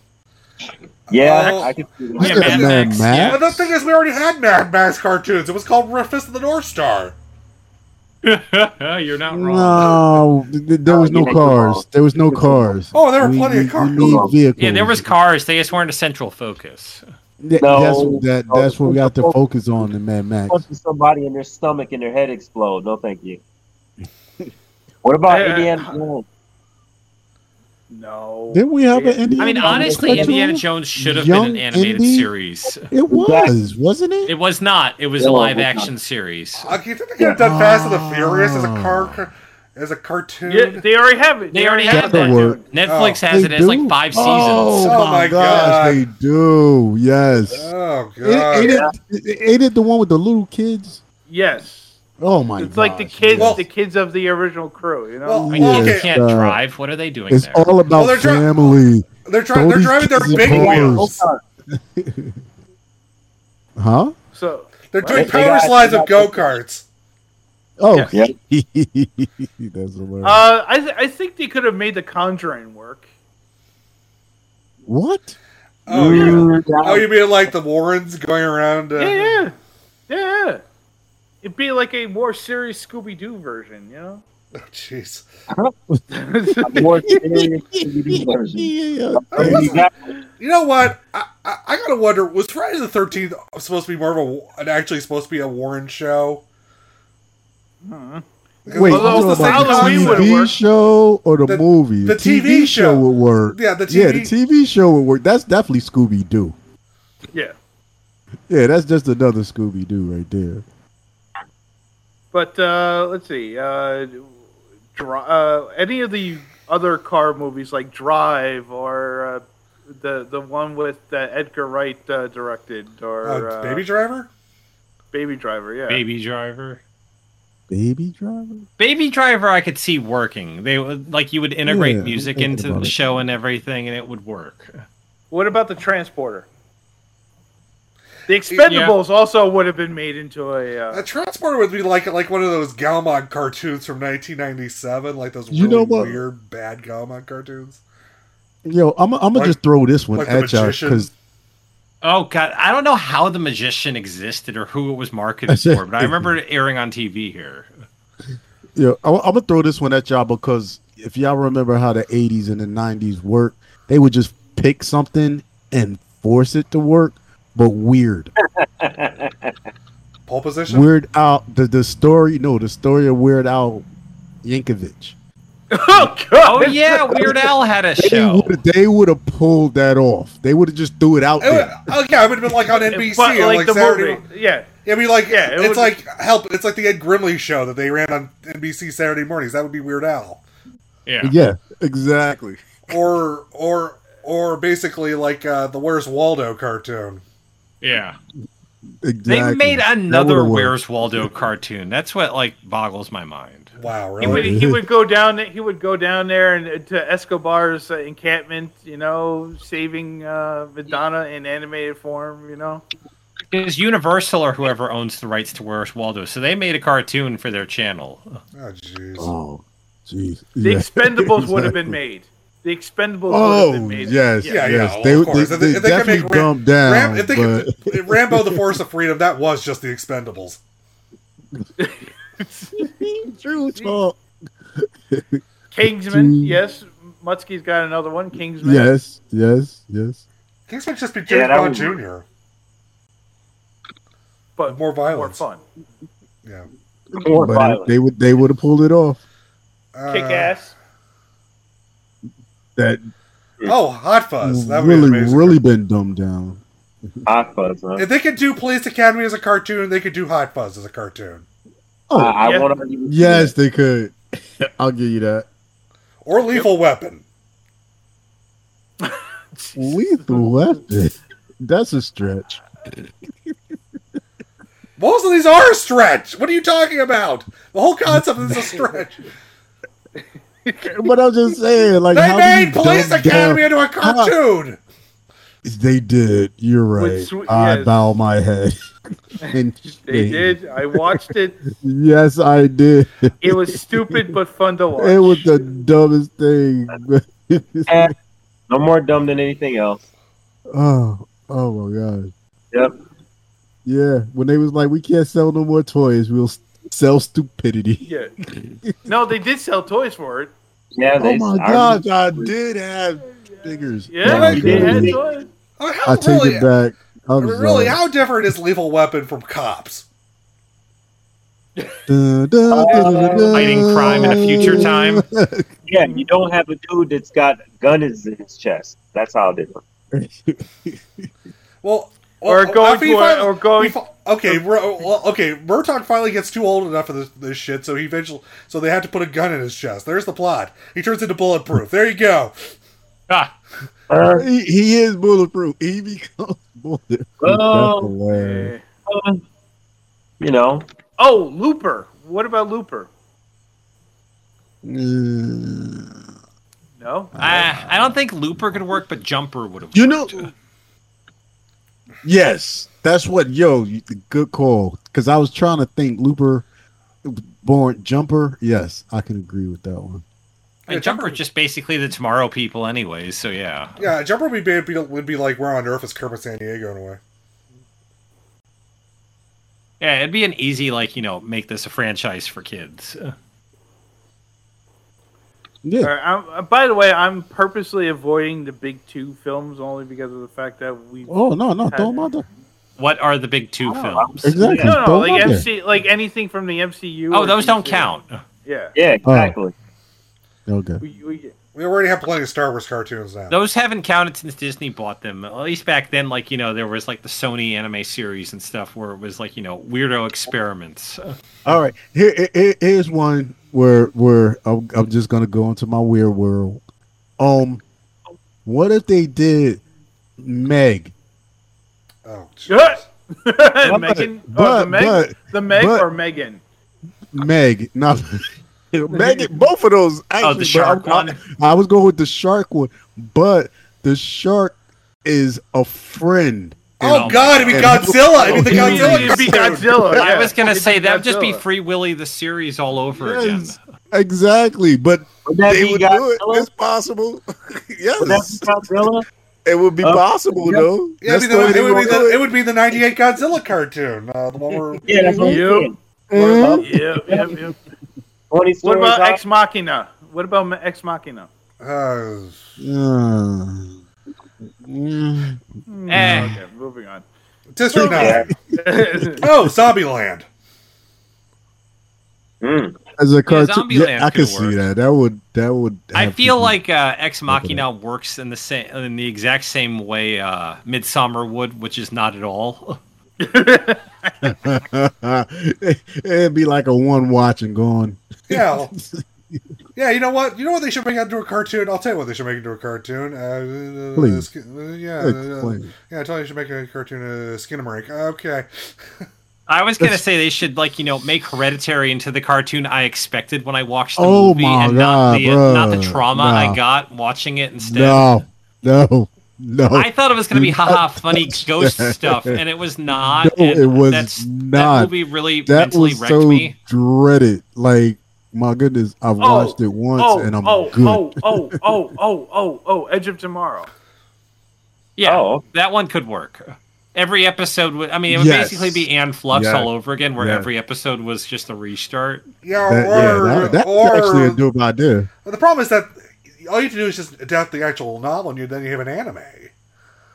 Speaker 7: Yeah,
Speaker 1: Oh.
Speaker 7: I could see that.
Speaker 10: Look at Mad Max.
Speaker 1: But the thing is, we already had Mad Max cartoons. It was called Red Fist of the North Star.
Speaker 9: [laughs] You're not
Speaker 10: No, th- th- there was no cars. There was no cars.
Speaker 1: Oh, there were
Speaker 10: We-
Speaker 1: plenty
Speaker 10: we-
Speaker 1: of cars.
Speaker 10: We need vehicles.
Speaker 9: Yeah, there was cars. They just weren't a central focus.
Speaker 10: Th-
Speaker 7: No.
Speaker 10: that's what- that, that's what we got to focus on in Mad Max.
Speaker 7: Punch somebody in their stomach and their head explode. No, thank you. What about
Speaker 6: Yeah.
Speaker 7: Indiana Jones?
Speaker 6: No.
Speaker 10: Didn't we have an Indiana?
Speaker 9: I mean,
Speaker 10: Jones
Speaker 9: honestly,
Speaker 10: cartoon?
Speaker 9: Indiana Jones should have
Speaker 10: Young
Speaker 9: been an animated
Speaker 10: Indy?
Speaker 9: series.
Speaker 10: It was, wasn't it?
Speaker 9: It was not. It was
Speaker 10: No,
Speaker 9: a
Speaker 10: it was
Speaker 9: live action
Speaker 10: not.
Speaker 9: series.
Speaker 1: Uh, do you think they could have done Fast and the Furious as a car as a cartoon?
Speaker 6: Yeah, they already have it.
Speaker 9: They already
Speaker 1: have
Speaker 9: had
Speaker 10: That
Speaker 9: that.
Speaker 10: work.
Speaker 9: Netflix
Speaker 1: Oh.
Speaker 9: has
Speaker 10: They
Speaker 9: it as like
Speaker 10: do?
Speaker 9: five seasons.
Speaker 10: Oh,
Speaker 1: Oh
Speaker 10: my
Speaker 1: my
Speaker 10: gosh,
Speaker 1: God.
Speaker 10: they do. Yes.
Speaker 1: Oh god.
Speaker 10: Ain't ain't it, ain't it the one with the little kids?
Speaker 6: Yes,
Speaker 10: Oh my
Speaker 6: it's like the
Speaker 10: gosh,
Speaker 6: kids,
Speaker 10: yes.
Speaker 6: the kids of the original crew. You know,
Speaker 1: Well,
Speaker 10: My kids
Speaker 9: They
Speaker 10: okay.
Speaker 9: can't
Speaker 10: Uh,
Speaker 9: drive. What are they doing
Speaker 10: It's
Speaker 9: there? Oh,
Speaker 10: all about
Speaker 1: Well, they're dri-
Speaker 10: family.
Speaker 1: They're dri-
Speaker 10: Throw
Speaker 1: they're
Speaker 10: these
Speaker 1: driving their
Speaker 10: kids in
Speaker 1: big
Speaker 10: cars.
Speaker 1: wheels.
Speaker 6: Oh,
Speaker 10: huh?
Speaker 6: so
Speaker 1: They're doing
Speaker 7: They
Speaker 1: power
Speaker 7: got-
Speaker 1: slides
Speaker 7: they
Speaker 1: of
Speaker 7: got-
Speaker 1: go karts.
Speaker 10: Oh, [laughs] that's hilarious.
Speaker 6: uh, I th- I think they could have made the Conjuring work.
Speaker 10: what?
Speaker 1: Oh yeah. Oh, you mean like the Warrens going around? Uh,
Speaker 6: Yeah, yeah, yeah. yeah. It'd be like a more serious Scooby Doo version. You know.
Speaker 1: Oh, Jeez.
Speaker 6: Oh,
Speaker 7: A more serious TV
Speaker 10: [laughs]
Speaker 7: version.
Speaker 1: I
Speaker 10: Yeah.
Speaker 1: wasn't-
Speaker 7: Exactly.
Speaker 1: You know what? I, I, I gotta wonder. Was Friday the Thirteenth supposed to be more of a wa- and actually supposed to be a Warren show? Because
Speaker 10: Wait,
Speaker 1: it was
Speaker 10: you
Speaker 1: the same
Speaker 10: know about the
Speaker 1: Halloween
Speaker 6: would've
Speaker 10: TV
Speaker 6: worked.
Speaker 10: show or the,
Speaker 1: The-
Speaker 10: movie?
Speaker 1: the TV show.
Speaker 10: would work.
Speaker 1: Yeah, the
Speaker 10: yeah, the
Speaker 1: TV
Speaker 10: TV show would work. That's definitely Scooby Doo.
Speaker 6: [laughs] Yeah,
Speaker 10: Yeah, that's just another Scooby Doo right there.
Speaker 6: but uh, let's see. Uh, dri uh, any of the other car movies like Drive or uh, the the one with uh, Edgar Wright uh, directed or
Speaker 1: uh,
Speaker 6: uh,
Speaker 1: Baby Driver.
Speaker 6: Baby Driver. Yeah.
Speaker 9: Baby Driver.
Speaker 10: Baby Driver.
Speaker 9: Baby Driver, I could see working. They would like you would integrate
Speaker 10: Yeah, I'm
Speaker 9: music
Speaker 10: thinking
Speaker 9: into
Speaker 10: about
Speaker 9: the
Speaker 10: it.
Speaker 9: show and everything, and it would work.
Speaker 6: What about the transporter? The Expendables also would have been made into a.
Speaker 1: A
Speaker 6: Uh,
Speaker 1: transporter would be like like one of those Galmont cartoons from 1997, like those
Speaker 10: You
Speaker 1: really
Speaker 10: know what?
Speaker 1: weird bad Galmont cartoons.
Speaker 10: Yo, I'm I'm gonna
Speaker 1: Like-
Speaker 10: just throw this one
Speaker 1: like the
Speaker 10: at y'all
Speaker 1: magician.
Speaker 10: because
Speaker 9: Oh God, I don't know how the magician existed or who it was marketed
Speaker 10: That's it.
Speaker 9: for, but I remember it airing on TV here.
Speaker 10: yo, I'm, I'm gonna throw this one at y'all because if y'all remember how the '80s and the '90s worked, they would just pick something and force it to work, but weird.
Speaker 1: Pole position.
Speaker 10: Weird out the the story. No, the story of Weird Al Yankovic.
Speaker 6: [laughs] oh God! [laughs]
Speaker 9: Oh yeah, Weird Al had a
Speaker 10: They
Speaker 9: show.
Speaker 10: would they would have pulled that off. They would have just threw it out
Speaker 1: It would,
Speaker 10: there.
Speaker 1: oh yeah, it would have been like on NBC,
Speaker 6: [laughs] but,
Speaker 1: or,
Speaker 6: like,
Speaker 1: like,
Speaker 6: the
Speaker 1: Saturday.
Speaker 6: movie. Yeah.
Speaker 1: I mean, like
Speaker 6: Yeah, it
Speaker 1: it's
Speaker 6: would-
Speaker 1: like help. It's like the Ed Grimley show that they ran on NBC Saturday mornings. That would be Weird Al,
Speaker 9: Yeah.
Speaker 10: Yeah, exactly.
Speaker 1: or or or basically like uh, the Where's Waldo cartoon.
Speaker 9: Yeah.
Speaker 10: Exactly.
Speaker 9: They made
Speaker 10: That
Speaker 9: another
Speaker 10: would've worked.
Speaker 9: Where's Waldo cartoon. That's what like boggles my mind.
Speaker 1: Wow,
Speaker 6: He would,
Speaker 1: really?
Speaker 6: he would go down. He would go down there and uh, to Escobar's uh, encampment, you know, saving uh, Madonna in animated form. You
Speaker 10: [laughs]
Speaker 6: know,
Speaker 9: Is Universal or whoever owns the rights to Where's Waldo? So they made a cartoon for their channel.
Speaker 1: Oh, jeez.
Speaker 10: Oh, jeez.
Speaker 6: the
Speaker 10: Yeah,
Speaker 6: Expendables would have
Speaker 10: exactly.
Speaker 6: been made. The Expendables would
Speaker 10: Oh
Speaker 6: have been made.
Speaker 10: yes,
Speaker 1: Yeah, yeah,
Speaker 10: yes.
Speaker 1: well,
Speaker 10: They,
Speaker 1: of
Speaker 10: they-
Speaker 1: course. If they-
Speaker 10: they
Speaker 1: if they can
Speaker 10: definitely
Speaker 1: make Ram-
Speaker 10: dumped down.
Speaker 1: Ram- if they can-
Speaker 10: but-
Speaker 1: Rambo: The Force of Freedom. That was just the Expendables. [laughs]
Speaker 10: True [laughs] talk.
Speaker 6: Kingsman, yes. Mutsky's got another one. Kingsman.
Speaker 10: yes, yes, yes.
Speaker 1: Kingsman just be
Speaker 6: Yeah,
Speaker 1: James
Speaker 6: that
Speaker 1: Bond
Speaker 6: was-
Speaker 1: Jr.
Speaker 6: But
Speaker 1: more violence,
Speaker 6: more fun.
Speaker 1: Yeah.
Speaker 10: But it- they would they would have pulled it off.
Speaker 1: uh,
Speaker 6: Kick ass.
Speaker 10: That
Speaker 1: Oh, Hot Fuzz. That would
Speaker 10: really
Speaker 1: be amazing.
Speaker 10: really been dumbed down.
Speaker 7: Hot Fuzz, huh?
Speaker 1: If they could do Police Academy as a cartoon, they could do Hot Fuzz as a cartoon.
Speaker 10: Oh,
Speaker 7: I,
Speaker 1: Yeah.
Speaker 7: I want to.
Speaker 10: yes, they could. I'll give you that.
Speaker 1: Or Lethal Weapon.
Speaker 10: Lethal weapon. That's a stretch.
Speaker 1: Most of these are a stretch. What are you talking about? The whole concept
Speaker 6: [laughs]
Speaker 1: is a stretch.
Speaker 10: But I'm just saying, like
Speaker 1: They
Speaker 10: how do you Ah,
Speaker 1: made Police
Speaker 10: dumb
Speaker 1: Academy
Speaker 10: down-
Speaker 1: into a
Speaker 10: How-
Speaker 1: cartoon.
Speaker 10: They did. You're
Speaker 6: With
Speaker 10: right.
Speaker 6: swe-
Speaker 10: I
Speaker 6: yes.
Speaker 10: bow my head. and
Speaker 6: They did. I watched it.
Speaker 10: Yes, I did.
Speaker 6: It was stupid but fun to watch.
Speaker 10: It was the dumbest thing. [laughs]
Speaker 7: Eh, no more dumb than anything else.
Speaker 10: oh, oh my god.
Speaker 7: Yep.
Speaker 10: Yeah, when they was like, we can't sell no more toys, we'll s- sell stupidity.
Speaker 6: Yeah. No, they did sell toys for it.
Speaker 7: Yeah.
Speaker 10: oh my gosh, I did have figures.
Speaker 6: Yeah,
Speaker 10: Oh my
Speaker 6: they did
Speaker 10: God.
Speaker 6: have toys.
Speaker 1: I mean, Uh, how
Speaker 10: I take
Speaker 1: really,
Speaker 10: it back. uh,
Speaker 1: I
Speaker 10: I'm
Speaker 1: mean, really,
Speaker 10: sorry.
Speaker 1: how different is Lethal Weapon from Cops?
Speaker 10: Dun, dun, dun, dun, dun.
Speaker 7: Fighting crime in a
Speaker 10: [laughs]
Speaker 7: future
Speaker 9: time.
Speaker 7: Yeah, you don't have a dude that's got guns in his chest. That's how different.
Speaker 1: Well,
Speaker 6: Or
Speaker 1: well,
Speaker 6: going
Speaker 1: after
Speaker 6: to
Speaker 1: you
Speaker 6: a-
Speaker 1: find-
Speaker 6: or going-
Speaker 1: you fi- Okay, Mur- well, okay. Murtaugh finally gets too old enough for this, this shit, so he eventually. So they have to put a gun in his chest. There's the plot. He turns into bulletproof. There you go.
Speaker 9: Ah.
Speaker 7: Uh,
Speaker 10: he, he is bulletproof. He becomes [laughs] bulletproof.
Speaker 7: Oh.
Speaker 10: That's hilarious.
Speaker 9: Um,
Speaker 7: You know,
Speaker 6: Oh, Looper. What about Looper?
Speaker 10: Mm.
Speaker 6: No.
Speaker 9: I, I don't think Looper could work, but Jumper would have.
Speaker 10: You know, yes, that's what. Yo, you- good call. Because I was trying to think, Looper, born jumper. Yes, I can agree with that one.
Speaker 9: And Jumper's just basically the Tomorrow People, anyways. So yeah.
Speaker 1: Yeah, Jumper would be, be- would be like, where on earth is Kermit San Diego in a way?
Speaker 9: Yeah, it'd be an easy, like, you know, make this a franchise for kids.
Speaker 10: Yeah.
Speaker 6: All right, I'm, uh, by the way, I'm purposely avoiding the big two films only because of the fact that we.
Speaker 10: Oh no, no,
Speaker 6: had-
Speaker 10: don't bother.
Speaker 9: What are the big two films?
Speaker 10: Exactly.
Speaker 6: No, no,
Speaker 10: don't
Speaker 6: like
Speaker 10: bother.
Speaker 6: MC, like anything from the MCU.
Speaker 9: Oh,
Speaker 6: or
Speaker 9: those don't
Speaker 6: DC.
Speaker 9: count.
Speaker 6: Yeah.
Speaker 7: yeah,
Speaker 10: Oh.
Speaker 7: exactly.
Speaker 10: Okay.
Speaker 6: We, [laughs] we,
Speaker 1: We already have plenty of Star Wars cartoons now.
Speaker 9: Those haven't counted since Disney bought them. At least back then, like, you know, there was like the Sony anime series and stuff where it was like, you know, weirdo experiments.
Speaker 10: All right, here, here- here- here's one where where I'm, I'm just gonna go into my weird world. Um, what if they did Meg?
Speaker 1: Oh,
Speaker 6: Megan, or the
Speaker 10: but-
Speaker 6: Meg,
Speaker 10: but-
Speaker 6: the Meg
Speaker 10: but-
Speaker 6: or Megan.
Speaker 10: Meg, not [laughs] Megan. Both of those. Actually, but
Speaker 9: Oh, shark
Speaker 10: I, I-
Speaker 9: one?
Speaker 10: I was going with the shark one, but the shark is a friend.
Speaker 1: Oh, God, it'd be Godzilla. It'd be the Godzilla.
Speaker 6: [laughs] It'd be Godzilla.
Speaker 9: I
Speaker 6: yeah.
Speaker 9: was going to
Speaker 6: It'd
Speaker 9: say
Speaker 6: be
Speaker 9: that would just be
Speaker 6: Godzilla.
Speaker 9: Free Willy the series all over again.
Speaker 10: Yes, exactly. But
Speaker 7: Would that
Speaker 10: they
Speaker 7: be
Speaker 10: would do it.
Speaker 7: Godzilla?
Speaker 10: It's possible. [laughs]
Speaker 7: Would that
Speaker 10: yes,
Speaker 7: be Godzilla?
Speaker 10: it would be
Speaker 7: Uh,
Speaker 10: possible
Speaker 7: yep.
Speaker 10: though.
Speaker 1: Yeah, it'd
Speaker 10: That's
Speaker 1: be
Speaker 10: the
Speaker 1: the,
Speaker 10: way
Speaker 1: it,
Speaker 10: they
Speaker 1: would be
Speaker 10: do
Speaker 1: the, it would be the 98 Godzilla cartoon. Uh, the one where.
Speaker 7: Yeah, that's what I'm
Speaker 6: Yep.
Speaker 7: saying.
Speaker 10: Mhm.
Speaker 6: Yeah, yeah, yeah.
Speaker 7: Twenty
Speaker 6: What
Speaker 7: stories
Speaker 6: about
Speaker 7: off.
Speaker 6: Ex Machina? What about Ma- Ex Machina?
Speaker 1: Uh,
Speaker 10: Yeah. Yeah.
Speaker 9: Eh.
Speaker 6: Okay, moving on.
Speaker 1: District 9.
Speaker 6: [laughs]
Speaker 10: [laughs]
Speaker 1: Oh, Zombieland.
Speaker 7: Mm.
Speaker 10: As a cartoon,
Speaker 9: Zombieland
Speaker 10: yeah, I
Speaker 9: could
Speaker 10: could see
Speaker 9: work.
Speaker 10: that. That would that would.
Speaker 9: I
Speaker 10: have
Speaker 9: feel
Speaker 10: people-
Speaker 9: like uh, Ex Machina works in the same in the exact same way uh, Midsummer would, which is not at all.
Speaker 10: [laughs] it'd be like a one watch and gone. [laughs]
Speaker 1: Yeah. Yeah, you know what? You know what they should make into a cartoon? I'll tell you what they should make into a cartoon. Uh,
Speaker 10: Please.
Speaker 1: Uh, yeah, uh,
Speaker 10: Explain.
Speaker 1: yeah, I tell you they should make a cartoon. Uh, Skinnamarink. Okay.
Speaker 9: I was gonna say they should like you know make Hereditary into the cartoon I expected when I watched the
Speaker 10: Oh
Speaker 9: movie,
Speaker 10: my God,
Speaker 9: and not the
Speaker 10: bro.
Speaker 9: not the trauma
Speaker 10: Nah.
Speaker 9: I got watching it instead.
Speaker 10: No, no, no.
Speaker 9: I thought it was gonna be
Speaker 10: Do
Speaker 9: haha
Speaker 10: not [laughs]
Speaker 9: funny
Speaker 10: touch
Speaker 9: ghost
Speaker 10: that.
Speaker 9: stuff, and it was not.
Speaker 10: No,
Speaker 9: and
Speaker 10: it was
Speaker 9: that's,
Speaker 10: not.
Speaker 9: That movie really
Speaker 10: that
Speaker 9: mentally
Speaker 10: was
Speaker 9: wrecked
Speaker 10: so
Speaker 9: me.
Speaker 10: dreaded. Like my goodness, I've watched it once
Speaker 6: oh,
Speaker 10: and I'm
Speaker 6: oh,
Speaker 10: good. Uh,
Speaker 6: oh, oh, oh, oh, oh, oh, Edge of Tomorrow.
Speaker 9: Yeah,
Speaker 7: Oh,
Speaker 9: that one could work. Every episode would. I mean, it would
Speaker 10: Yes.
Speaker 9: basically be Anne Flux
Speaker 10: Yeah.
Speaker 9: all over again, where
Speaker 10: Yeah.
Speaker 9: every episode was just a restart.
Speaker 1: Yeah,
Speaker 10: That-
Speaker 1: or,
Speaker 10: yeah, that, that's
Speaker 1: or
Speaker 10: actually a dope idea.
Speaker 1: the problem is that all you have to do is just adapt the actual novel, and you, then you have an anime.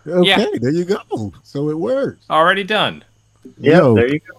Speaker 10: Okay,
Speaker 9: Yeah.
Speaker 10: there you go. So it works.
Speaker 9: Already done.
Speaker 10: Yo.
Speaker 9: there you go.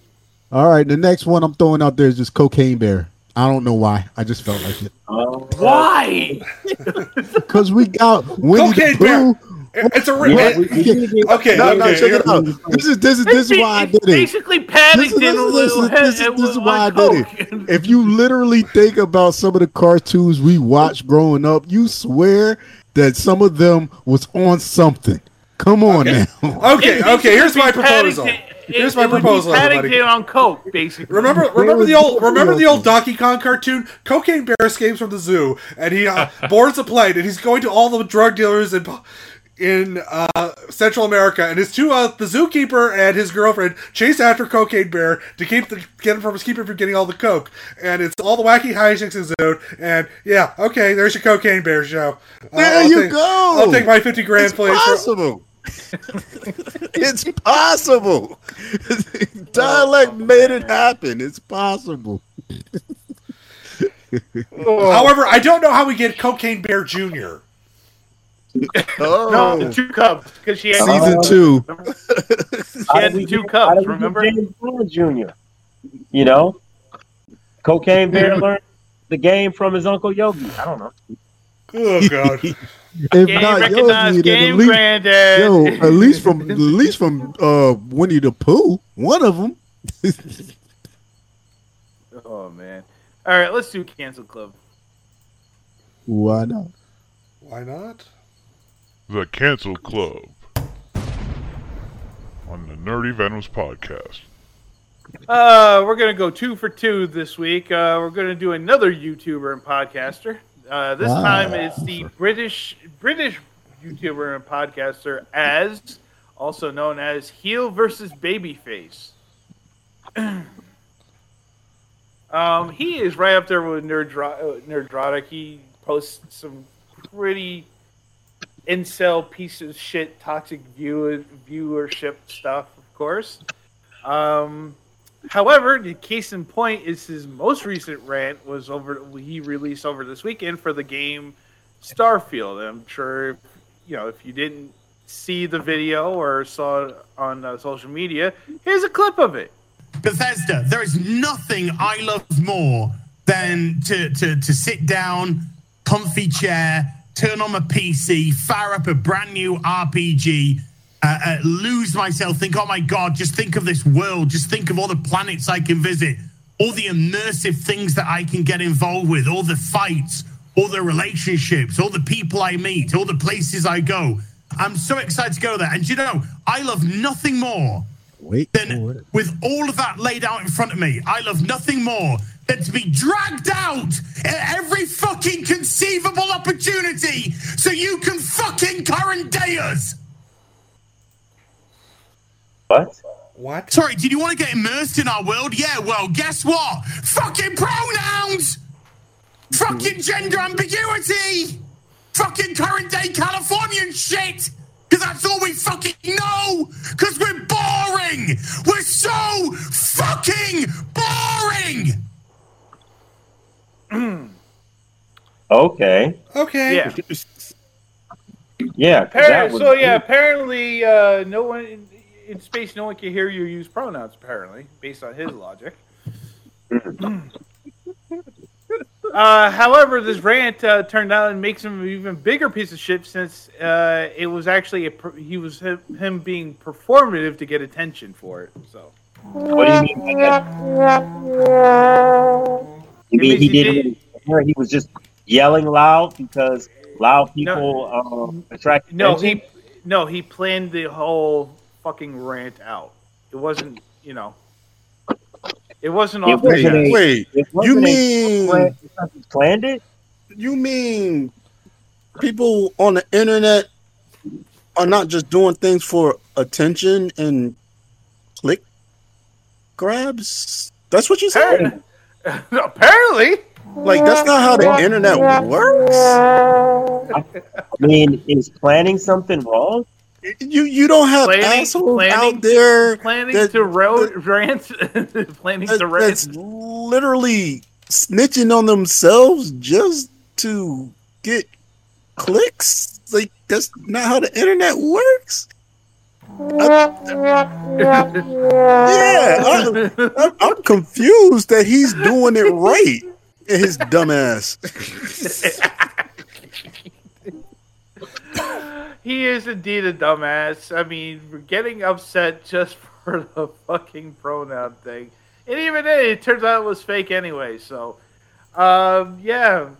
Speaker 10: All right, the next one I'm throwing out there is just Cocaine Bear. I don't know why. I just felt like it.
Speaker 7: Uh,
Speaker 6: Why?
Speaker 10: Because we got Winnie the
Speaker 1: Cocaine Bear.
Speaker 10: Pooh.
Speaker 1: It's a
Speaker 10: Yeah,
Speaker 1: it-
Speaker 10: we- we-
Speaker 1: okay,
Speaker 10: No, no,
Speaker 1: okay,
Speaker 10: check
Speaker 1: here-
Speaker 10: it out. This is this is this is why I did it.
Speaker 6: Basically, Paddington
Speaker 10: This is- this is-
Speaker 6: will
Speaker 10: this is-
Speaker 6: have-
Speaker 10: this is
Speaker 6: will-
Speaker 10: why I
Speaker 6: on
Speaker 10: did
Speaker 6: coke.
Speaker 10: it. If you literally think about some of the cartoons we watched growing up, you swear that some of them was on something. Come on now.
Speaker 1: Okay, okay. Here's my
Speaker 6: It'd be
Speaker 1: proposal.
Speaker 6: Paddington-
Speaker 1: Here's
Speaker 6: it-
Speaker 1: my
Speaker 6: it would be
Speaker 1: proposal, everybody.
Speaker 6: Paddington on coke, basically.
Speaker 1: Remember, remember the old, remember the old Donkey Kong cartoon. Cocaine Bear escapes from the zoo, and he
Speaker 10: [laughs]
Speaker 1: uh, boards a plane, and he's going to all the drug dealers in in uh, Central America, and his two uh, the zookeeper and his girlfriend chase after Cocaine Bear to keep the get him from keep him from getting all the coke, and it's all the wacky hijinks ensued. And yeah, okay, there's your Cocaine Bear show. Uh,
Speaker 10: There
Speaker 1: I'll
Speaker 10: you
Speaker 1: take-
Speaker 10: go.
Speaker 1: I'll take my fifty grand,
Speaker 10: It's
Speaker 1: please. for-
Speaker 10: possible. [laughs] it's possible. [laughs] Dialect
Speaker 6: Oh.
Speaker 10: made it happen. It's possible.
Speaker 1: However, I don't know how we get Cocaine Bear Junior.
Speaker 10: Oh.
Speaker 6: No, the two cups because she had
Speaker 10: Season two.
Speaker 6: She had two cups. Remember?
Speaker 7: James Bond Jr. You know,
Speaker 10: [laughs]
Speaker 7: cocaine bear learned the game from his uncle Yogi. I don't know.
Speaker 1: Oh God!
Speaker 10: If
Speaker 6: Game
Speaker 10: not Yogi,
Speaker 6: recognized,
Speaker 10: then
Speaker 6: game
Speaker 10: at least,
Speaker 6: granddad. [laughs]
Speaker 10: yo,
Speaker 1: Oh,
Speaker 10: at least [laughs] from at least from uh, Winnie the Pooh, one of them.
Speaker 6: Oh man! All right, let's do cancel club.
Speaker 10: [laughs] Why not?
Speaker 1: [laughs] Why not?
Speaker 5: The Cancel Club on the Nerdy Venoms podcast.
Speaker 6: Uh, we're gonna go two for two this week. Uh, we're gonna do another YouTuber and podcaster. Uh, this
Speaker 12: Wow.
Speaker 6: time it's the British British YouTuber and podcaster as also known as Heel versus Babyface. [clears throat] um, he is right up there with Nerdro- uh, Nerdrotic. He posts some pretty incel piece of shit toxic view- viewership stuff, of course. Um, however, the case in point is his most recent rant was over he released over this weekend for the game Starfield. I'm sure you know if you didn't see the video or saw it on uh, social media, here's a clip of it.
Speaker 13: Bethesda, there is nothing I love more than to, to, to sit down, comfy chair, turn on my PC, fire up a brand new RPG, uh, uh, lose myself, think, oh my God, just think of this world, just think of all the planets I can visit, all the immersive things that I can get involved with, all the fights, all the relationships, all the people I meet, all the places I go. I'm so excited to go there. And you know, I love nothing more
Speaker 10: Wait.
Speaker 13: then with all of that laid out in front of me, I love nothing more than to be dragged out at every fucking conceivable opportunity so you can fucking current day us.
Speaker 7: What?
Speaker 1: What?
Speaker 13: Sorry, did you want to get immersed in our world? Yeah, well, guess what? Fucking pronouns! Fucking gender ambiguity! Fucking current day Californian shit! Because that's all we fucking know! Because we're boring! We're so fucking boring!
Speaker 7: Okay.
Speaker 1: Okay.
Speaker 6: Yeah.
Speaker 7: Yeah. 'cause that
Speaker 6: Appar-
Speaker 7: was-
Speaker 6: so oh, yeah, apparently uh, no one in, in space, no one can hear you use pronouns. Apparently, based on his
Speaker 7: [clears throat]
Speaker 6: logic. Uh, however, this rant uh, turned out and makes him an even bigger piece of shit since uh, it was actually a, per- he was him, him being performative to get attention for it. So
Speaker 7: What do you mean by that? You mean he didn't? He was just yelling loud because loud people um, attract
Speaker 6: no,
Speaker 7: attention?
Speaker 6: he no he planned the whole fucking rant out. It wasn't you know It wasn't
Speaker 7: It
Speaker 6: off. the
Speaker 7: wasn't
Speaker 6: chest.
Speaker 7: a-
Speaker 12: Wait,
Speaker 7: it
Speaker 12: you
Speaker 7: wasn't a-
Speaker 12: mean
Speaker 7: planned it?
Speaker 12: You mean people on the internet are not just doing things for attention and click grabs? That's what you said.
Speaker 6: Apparently,
Speaker 12: like that's not how the internet works.
Speaker 7: I mean, is planning something wrong?
Speaker 12: You you don't have assholes out there
Speaker 6: planning
Speaker 12: that-
Speaker 6: to road [laughs] rant, planning to rant. [laughs]
Speaker 12: that's [laughs] literally snitching on themselves just to get clicks. Like that's not how the internet works. Yeah, I, I, I'm confused that he's doing it right. and His dumbass.
Speaker 6: he is indeed a dumbass. I mean, we're getting upset just [laughs] for the fucking pronoun thing. And even then, it turns out it was fake anyway. So, um, yeah,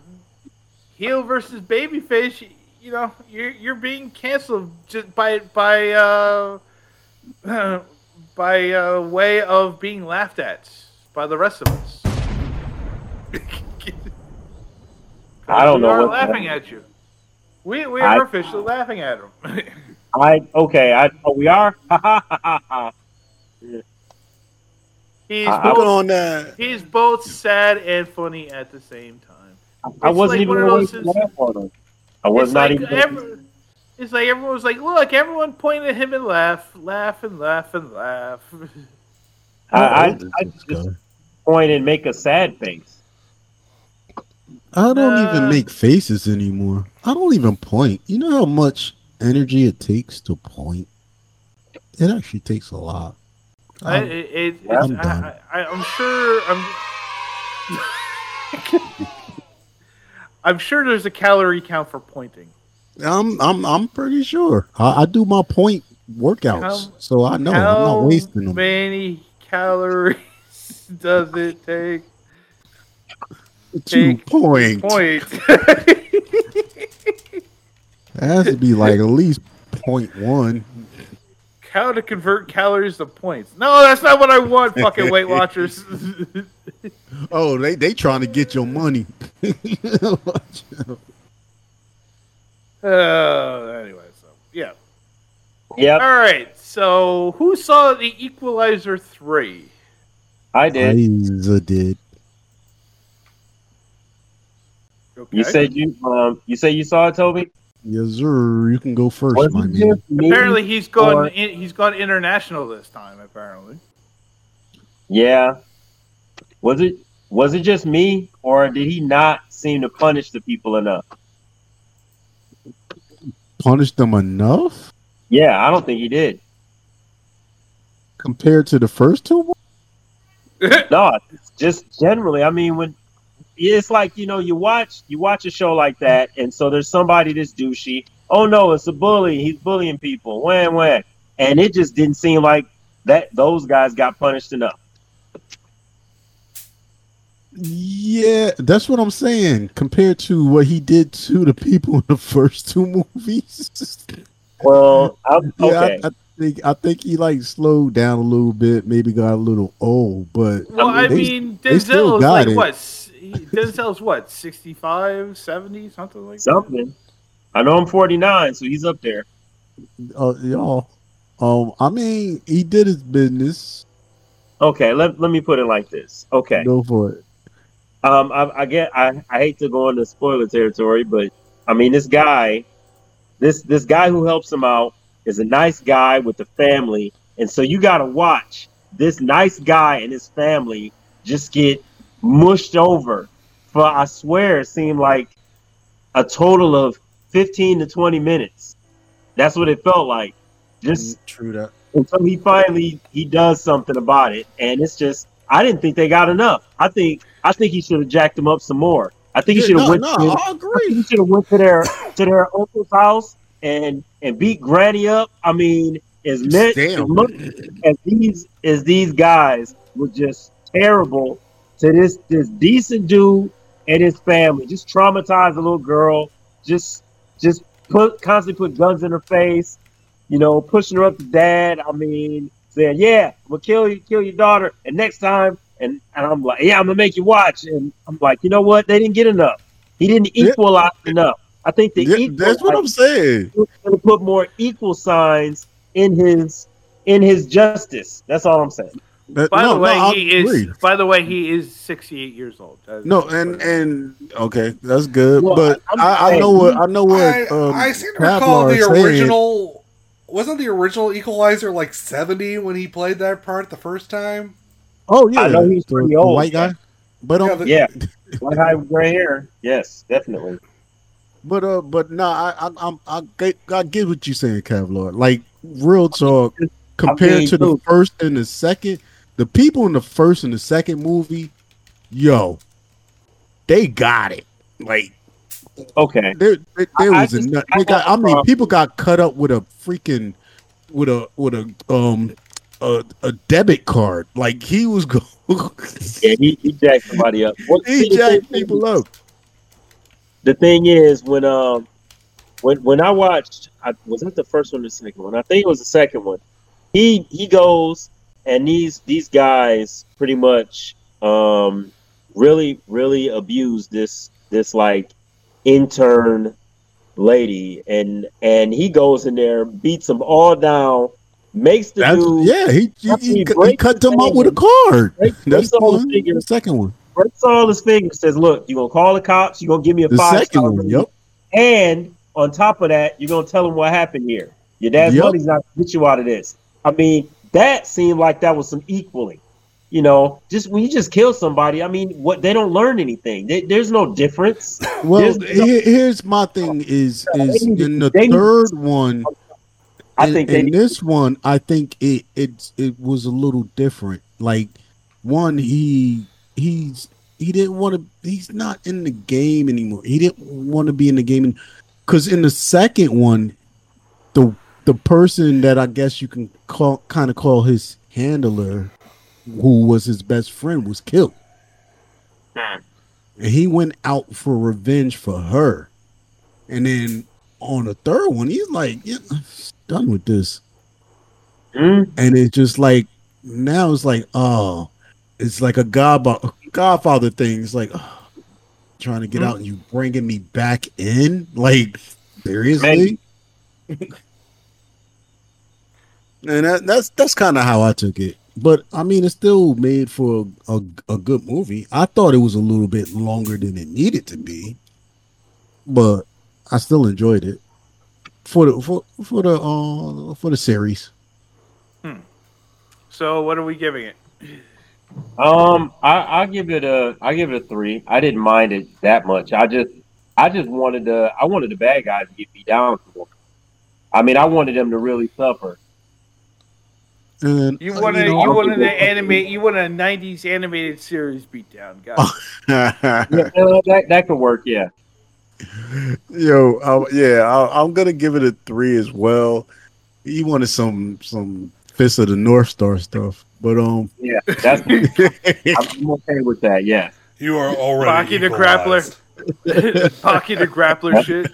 Speaker 6: heel versus babyface. y- You know, you're you're being canceled just by by uh, [clears throat] by uh, way of being laughed at by the rest of us.
Speaker 7: I don't
Speaker 6: we
Speaker 7: know
Speaker 6: Are
Speaker 7: what-
Speaker 6: laughing at you. We we
Speaker 7: I-
Speaker 6: are officially laughing at him. [laughs]
Speaker 7: I okay. I oh, we are. [laughs] Ha, ha, ha, ha, ha.
Speaker 6: He's
Speaker 7: I- I
Speaker 6: both,
Speaker 7: was on that.
Speaker 6: He's both sad and funny at the same time.
Speaker 7: I
Speaker 6: It's
Speaker 7: wasn't
Speaker 6: like
Speaker 7: even
Speaker 6: one of
Speaker 7: away
Speaker 6: those-
Speaker 7: from that one. I was
Speaker 6: it's
Speaker 7: not
Speaker 6: like
Speaker 7: even.
Speaker 6: every- it's like everyone was like, "Look, everyone pointed at him and laugh, laugh and laugh and laugh." [laughs]
Speaker 7: I,
Speaker 10: Oh,
Speaker 7: I, I just point and make a sad face.
Speaker 10: I don't even make faces anymore. I don't even point. You know how much energy it takes to point? It actually takes a lot.
Speaker 6: I,
Speaker 10: Um,
Speaker 6: it, it,
Speaker 10: I'm
Speaker 6: it's-
Speaker 10: done.
Speaker 6: I, I, I'm sure. I'm. I'm sure there's a calorie count for pointing.
Speaker 10: I'm I'm I'm pretty sure. I, I do my point workouts,
Speaker 6: How-
Speaker 10: so I know I'm
Speaker 6: How
Speaker 10: not wasting them.
Speaker 6: many calories [laughs] does it take?
Speaker 10: Two point.
Speaker 6: Point.
Speaker 10: [laughs] It has to be like at least point one.
Speaker 6: How to convert calories to points? No, that's not what I want. Fucking Weight Watchers. [laughs]
Speaker 10: Oh, they they trying to get your money. Watch out.
Speaker 6: uh, anyway, so yeah.
Speaker 7: Yep.
Speaker 6: All right. So who saw the Equalizer three?
Speaker 7: I did.
Speaker 10: I did.
Speaker 7: You said you um you said you saw it, Toby.
Speaker 10: Yes, sir. You can go first,
Speaker 7: Was
Speaker 10: my
Speaker 7: it
Speaker 10: man.
Speaker 7: just me?
Speaker 6: Apparently, he's gone.
Speaker 7: Or-
Speaker 6: in, he's gone international this time. Apparently,
Speaker 7: Yeah. Was it was it just me, or did he not seem to punish the people enough?
Speaker 10: Punish them enough
Speaker 7: Yeah, I don't think he did.
Speaker 10: compared to the first two.
Speaker 7: no, just generally. I mean, when it's like you know, you watch you watch a show like that, and so there's somebody that's douchey. Oh no, it's a bully. He's bullying people. Wham wham. And it just didn't seem like that. Those guys got punished enough.
Speaker 10: Yeah, that's what I'm saying. Compared to what he did to the people in the first two movies. [laughs]
Speaker 7: Well, I'm,
Speaker 10: Yeah, I-
Speaker 7: okay.
Speaker 10: I, think I think he like slowed down a little bit, maybe got a little old, but
Speaker 6: well, I
Speaker 10: they-
Speaker 6: mean,
Speaker 10: they still
Speaker 6: Denzel is
Speaker 10: got
Speaker 6: like
Speaker 10: it.
Speaker 6: what? s- he- Denzel's what? 65, 70, something like that.
Speaker 7: Something. I know I'm 49, so he's up there.
Speaker 10: Uh, y'all, um, I mean, he did his business.
Speaker 7: Okay, let, let me put it like this. Okay.
Speaker 10: Go for it.
Speaker 7: Um, I, I get. I, I hate to go into spoiler territory, but I mean, this guy, this this guy who helps him out is a nice guy with a family, and so you got to watch this nice guy and his family just get mushed over for I swear it seemed like a total of fifteen to twenty minutes. That's what it felt like. Just
Speaker 12: true that.
Speaker 7: And so he finally he does something about it, and it's just I didn't think they got enough. I think I think he should have jacked him up some more. I think he
Speaker 12: Yeah,
Speaker 7: should have
Speaker 12: no,
Speaker 7: went.
Speaker 12: no,
Speaker 7: to,
Speaker 12: I agree.
Speaker 7: think He should have went to their to their uncle's house and and beat Granny up. I mean, as much as,
Speaker 12: Damn.
Speaker 7: much as these as these guys were just terrible to this this decent dude and his family. Just traumatized a little girl. Just just put constantly put guns in her face you know, pushing her up to dad. I mean, saying, "Yeah, we'll kill you, kill your daughter, and next time And, and I'm like, yeah, I'm gonna make you watch. And I'm like, you know what? They didn't get enough. He didn't equalize enough. I think the equal,
Speaker 10: That's what I'm saying.
Speaker 7: he was gonna put more equal signs in his in his justice. That's all I'm saying.
Speaker 6: By the way, he is. By the way, he is 68 years old. Uh,
Speaker 10: No, and and okay, that's good.
Speaker 6: Well,
Speaker 10: but
Speaker 6: I'm
Speaker 10: I, I
Speaker 6: saying-
Speaker 10: know what I know what
Speaker 1: I,
Speaker 10: um,
Speaker 1: I seem to
Speaker 10: Pavlar
Speaker 1: recall the
Speaker 10: is saying.
Speaker 1: original. Wasn't the original Equalizer like seventy when he played that part the first time?
Speaker 10: Oh yeah,
Speaker 7: I know he's
Speaker 10: the,
Speaker 7: pretty
Speaker 10: the
Speaker 7: old.
Speaker 10: white guy. But um,
Speaker 7: yeah, white high gray hair. Yes, definitely.
Speaker 10: But uh, but no, I I I'm, I get I get what you're saying, Kevlar. Like real talk, compared
Speaker 7: mean,
Speaker 10: to the
Speaker 7: dude.
Speaker 10: first and the second, the people in the first and the second movie, yo, they got it. Like
Speaker 7: okay,
Speaker 10: there there, there
Speaker 7: I- I
Speaker 10: was
Speaker 7: just-
Speaker 10: a nut.
Speaker 7: I
Speaker 10: They
Speaker 7: have
Speaker 10: got,
Speaker 7: a
Speaker 10: I mean,
Speaker 7: problem.
Speaker 10: people got cut up with a freaking with a with a um a, a debit card. Like he was [laughs] going.
Speaker 7: Yeah, he, he jacked somebody up. What,
Speaker 10: He jacked people up.
Speaker 7: The thing is, when um, when when I watched, I, was that the first one or the second one? I think it was the second one. He he goes and these these guys pretty much um really really abuse this this like intern lady and and he goes in there beats them all down makes the dude
Speaker 10: yeah, he he, he, cu- he
Speaker 7: breaks
Speaker 10: cut
Speaker 7: the
Speaker 10: them up with a
Speaker 7: hand.
Speaker 10: card.
Speaker 7: Break- break
Speaker 10: That's the
Speaker 7: all the
Speaker 10: one.
Speaker 7: fingers.
Speaker 10: The second one.
Speaker 7: breaks all his fingers, says, Look, you're gonna call the cops, you're gonna give me a
Speaker 10: The
Speaker 7: five
Speaker 10: second
Speaker 7: star
Speaker 10: one, yep.
Speaker 7: And on top of that, you're gonna tell him what happened here. Your dad's
Speaker 10: Yep.
Speaker 7: money's not gonna get you out of this. I mean, that seemed like that was some equaling. You know, just when you just kill somebody, I mean, what they don't learn anything. They, there's no difference.
Speaker 10: Well,
Speaker 7: There's no-
Speaker 10: he- here's my thing: is is
Speaker 7: they need to-
Speaker 10: in the
Speaker 7: they need to-
Speaker 10: third one.
Speaker 7: I
Speaker 10: in-
Speaker 7: think they
Speaker 10: in
Speaker 7: need-
Speaker 10: this one, I think it it it was a little different. Like one, he he's he didn't want to. He's not in the game anymore. He didn't want to be in the game, because in the second one, the the person that I guess you can call kind of call his handler, who was his best friend, was killed. And he went out for revenge for her. And then on the third one, he's like, yeah, I'm done with this.
Speaker 7: Hmm?
Speaker 10: And it's just like, now it's like, oh, it's like a godfather, godfather thing. It's like, oh, trying to get out and you bringing me back in? Like, seriously? and that, that's that's kind of how I took it. But I mean, it's still made for a, a, a good movie. I thought it was a little bit longer than it needed to be, but I still enjoyed it for the for, for the uh, for the series.
Speaker 6: So what are we giving it?
Speaker 7: Um, I, I'll give it a I give it a three. I didn't mind it that much. I just I just wanted the I wanted the bad guys to get beat down. more. I mean, I wanted them to really suffer.
Speaker 10: And
Speaker 6: You
Speaker 10: uh,
Speaker 6: want to
Speaker 10: know,
Speaker 6: you
Speaker 10: I-
Speaker 6: want an animate you want a 90s animated series beatdown, guys.
Speaker 7: Yeah, Uh, that, that could work. Yeah.
Speaker 10: [laughs] Yo, I, yeah, I, I'm gonna give it a three as well. You wanted some some Fist of the North Star stuff,
Speaker 7: [laughs]
Speaker 10: but um,
Speaker 7: Yeah, that's
Speaker 10: [laughs]
Speaker 7: I'm okay with that. Yeah,
Speaker 1: you are
Speaker 6: Pocky the grappler. [laughs] Pocky the grappler shit.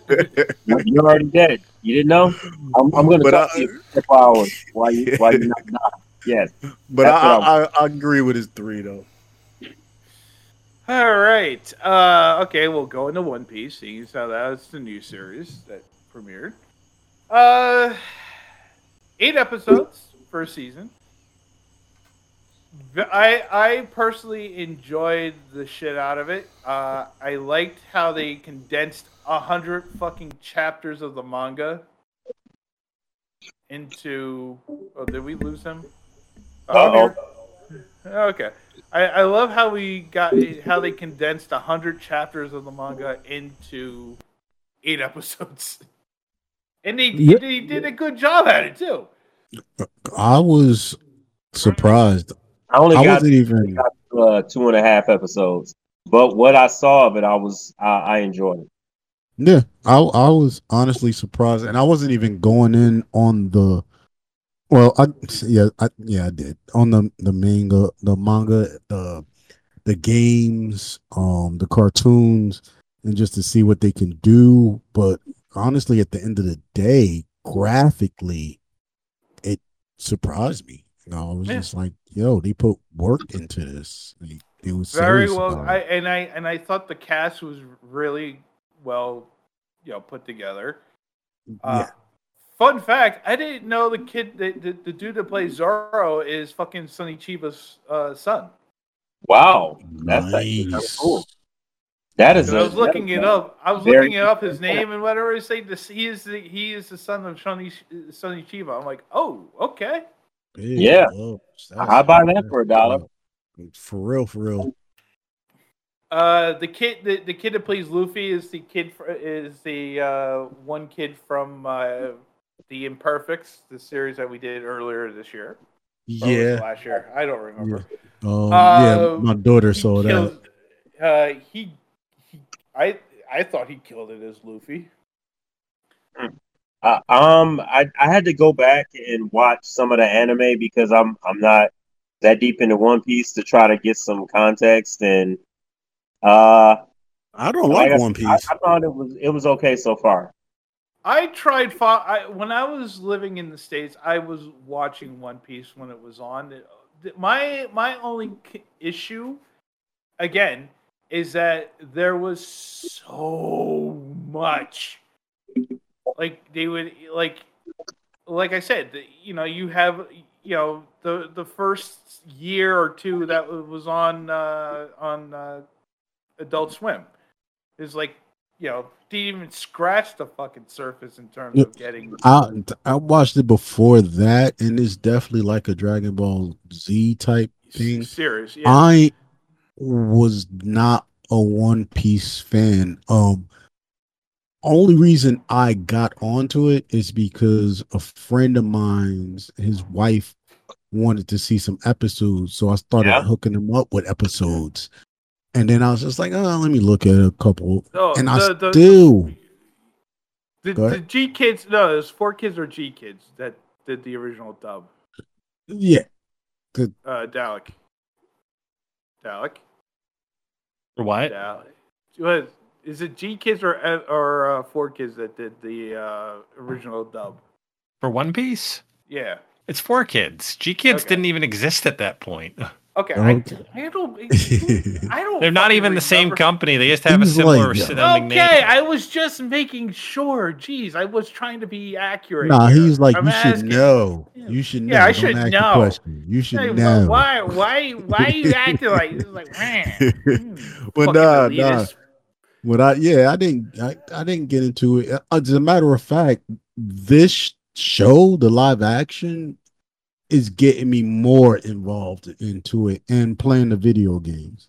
Speaker 7: you're already dead. You didn't know. I'm, I'm going to
Speaker 10: But
Speaker 7: talk
Speaker 10: I-
Speaker 7: to you for four hours. Why you why you not die? Yes,
Speaker 10: but
Speaker 7: that's
Speaker 10: I,
Speaker 7: what I
Speaker 10: I, I agree with his three though.
Speaker 6: All right. Uh, okay, we'll go into One Piece, seeing as how that's the new series that premiered. Uh, eight episodes per season. V- I I personally enjoyed the shit out of it. Uh, I liked how they condensed a hundred fucking chapters of the manga into. Oh, did we lose him? I'm
Speaker 7: Uh-oh.
Speaker 6: here. Okay. I, I love how we got how they condensed a hundred chapters of the manga into eight episodes, [laughs] and they,
Speaker 14: Yeah.
Speaker 6: they did a good job at it too.
Speaker 10: I was surprised.
Speaker 7: I only
Speaker 10: I
Speaker 7: got
Speaker 10: wasn't even.
Speaker 7: uh, two and a half episodes, but what I saw of it, I was I, I enjoyed it.
Speaker 10: Yeah, I I was honestly surprised, and I wasn't even going in on the. Well, I yeah I yeah I did on the the manga the manga the the games um the cartoons and just to see what they can do, but honestly, at the end of the day, graphically, it surprised me. No, it was just like, yo, they put work into this. They, they was
Speaker 6: very
Speaker 10: serious
Speaker 6: well.
Speaker 10: about
Speaker 6: I,
Speaker 10: it.
Speaker 6: and I and I thought the cast was really well, you know, put together. Uh, Fun fact: I didn't know the kid, the, the, the dude that plays Zorro, is fucking Sonny Chiba's uh, son.
Speaker 7: Wow, that's actually kinda cool. That is.
Speaker 6: And I
Speaker 7: a-
Speaker 6: was looking
Speaker 7: that is
Speaker 6: it
Speaker 7: a
Speaker 6: up. I was
Speaker 7: very
Speaker 6: looking it up. His
Speaker 7: interesting
Speaker 6: name and whatever it say. This he is the he is the son of Sonny Sonny Chiba. I'm like, oh, okay.
Speaker 7: Yeah, I buy that for a dollar.
Speaker 10: For real, for real.
Speaker 6: Uh, the kid, the, the kid that plays Luffy is the kid fr- is the uh, one kid from uh, the Imperfects, the series that we did earlier this year. Or was it
Speaker 10: Yeah.
Speaker 6: last year I don't remember.
Speaker 10: Yeah. Um,
Speaker 6: Uh,
Speaker 10: yeah, my daughter
Speaker 6: he
Speaker 10: saw that.
Speaker 6: killed- Uh, he, he, I, I thought he killed it as Luffy.
Speaker 7: Uh, um, I, I had to go back and watch some of the anime because I'm I'm not that deep into One Piece to try to get some context and uh
Speaker 12: I don't
Speaker 6: like
Speaker 12: One
Speaker 7: Piece. I, I thought it was it was okay so far.
Speaker 6: I tried. Fo- I, when I was living in the states, I was watching One Piece when it was on. Th- My my only c- issue, again, is that there was so much. Like they would like, like I said, the- you know, you have you know the the first year or two that was on uh, on uh, Adult Swim is like you know didn't even scratch the fucking surface in terms of getting
Speaker 10: I I watched it before that, and it's definitely like a Dragon Ball Z type thing.
Speaker 6: serious. Yeah.
Speaker 10: I was not a One Piece fan. Um, only reason I got onto it is because a friend of mine's his wife wanted to see some episodes, so I started
Speaker 15: Yeah.
Speaker 10: hooking him up with episodes. And then I was just like, oh, let me look at a couple.
Speaker 6: No,
Speaker 10: and I
Speaker 6: Oh, the- the-
Speaker 10: still
Speaker 6: the,
Speaker 10: Go
Speaker 6: the
Speaker 10: ahead.
Speaker 6: G kids. No, there's four kids or G kids that did the original dub.
Speaker 10: Yeah. The-
Speaker 6: Uh, Dalek. Dalek.
Speaker 9: For what?
Speaker 6: Dalek. Was, is it G kids or or uh, four kids that did the uh, original dub?
Speaker 9: For One Piece?
Speaker 6: Yeah.
Speaker 9: It's four kids. G kids didn't even exist at that point.
Speaker 6: Okay.
Speaker 10: Okay.
Speaker 6: I, I
Speaker 10: [laughs]
Speaker 6: don't. I don't.
Speaker 9: They're not even the same company. They just have a
Speaker 10: Things
Speaker 9: similar
Speaker 10: like that.
Speaker 9: sounding
Speaker 6: okay,
Speaker 9: name.
Speaker 6: I was just making sure. Jeez, I was trying to be accurate.
Speaker 10: Nah,
Speaker 6: here.
Speaker 10: he's like,
Speaker 6: I'm
Speaker 10: you should
Speaker 6: asking-
Speaker 10: know. You should know.
Speaker 6: Yeah, I
Speaker 10: Don't
Speaker 6: should
Speaker 10: ask the
Speaker 6: know.
Speaker 10: question. You should
Speaker 6: Hey, wh-
Speaker 10: know.
Speaker 6: Why? Why? Why are you acting like this?
Speaker 10: [laughs]
Speaker 6: Like, man. hmm,
Speaker 10: but [laughs]
Speaker 6: fucking
Speaker 10: nah, nah.
Speaker 6: elitist.
Speaker 10: When I yeah, I didn't I, I didn't get into it. Uh, As a matter of fact, this show, the live action, is getting me more involved into it and playing the video games.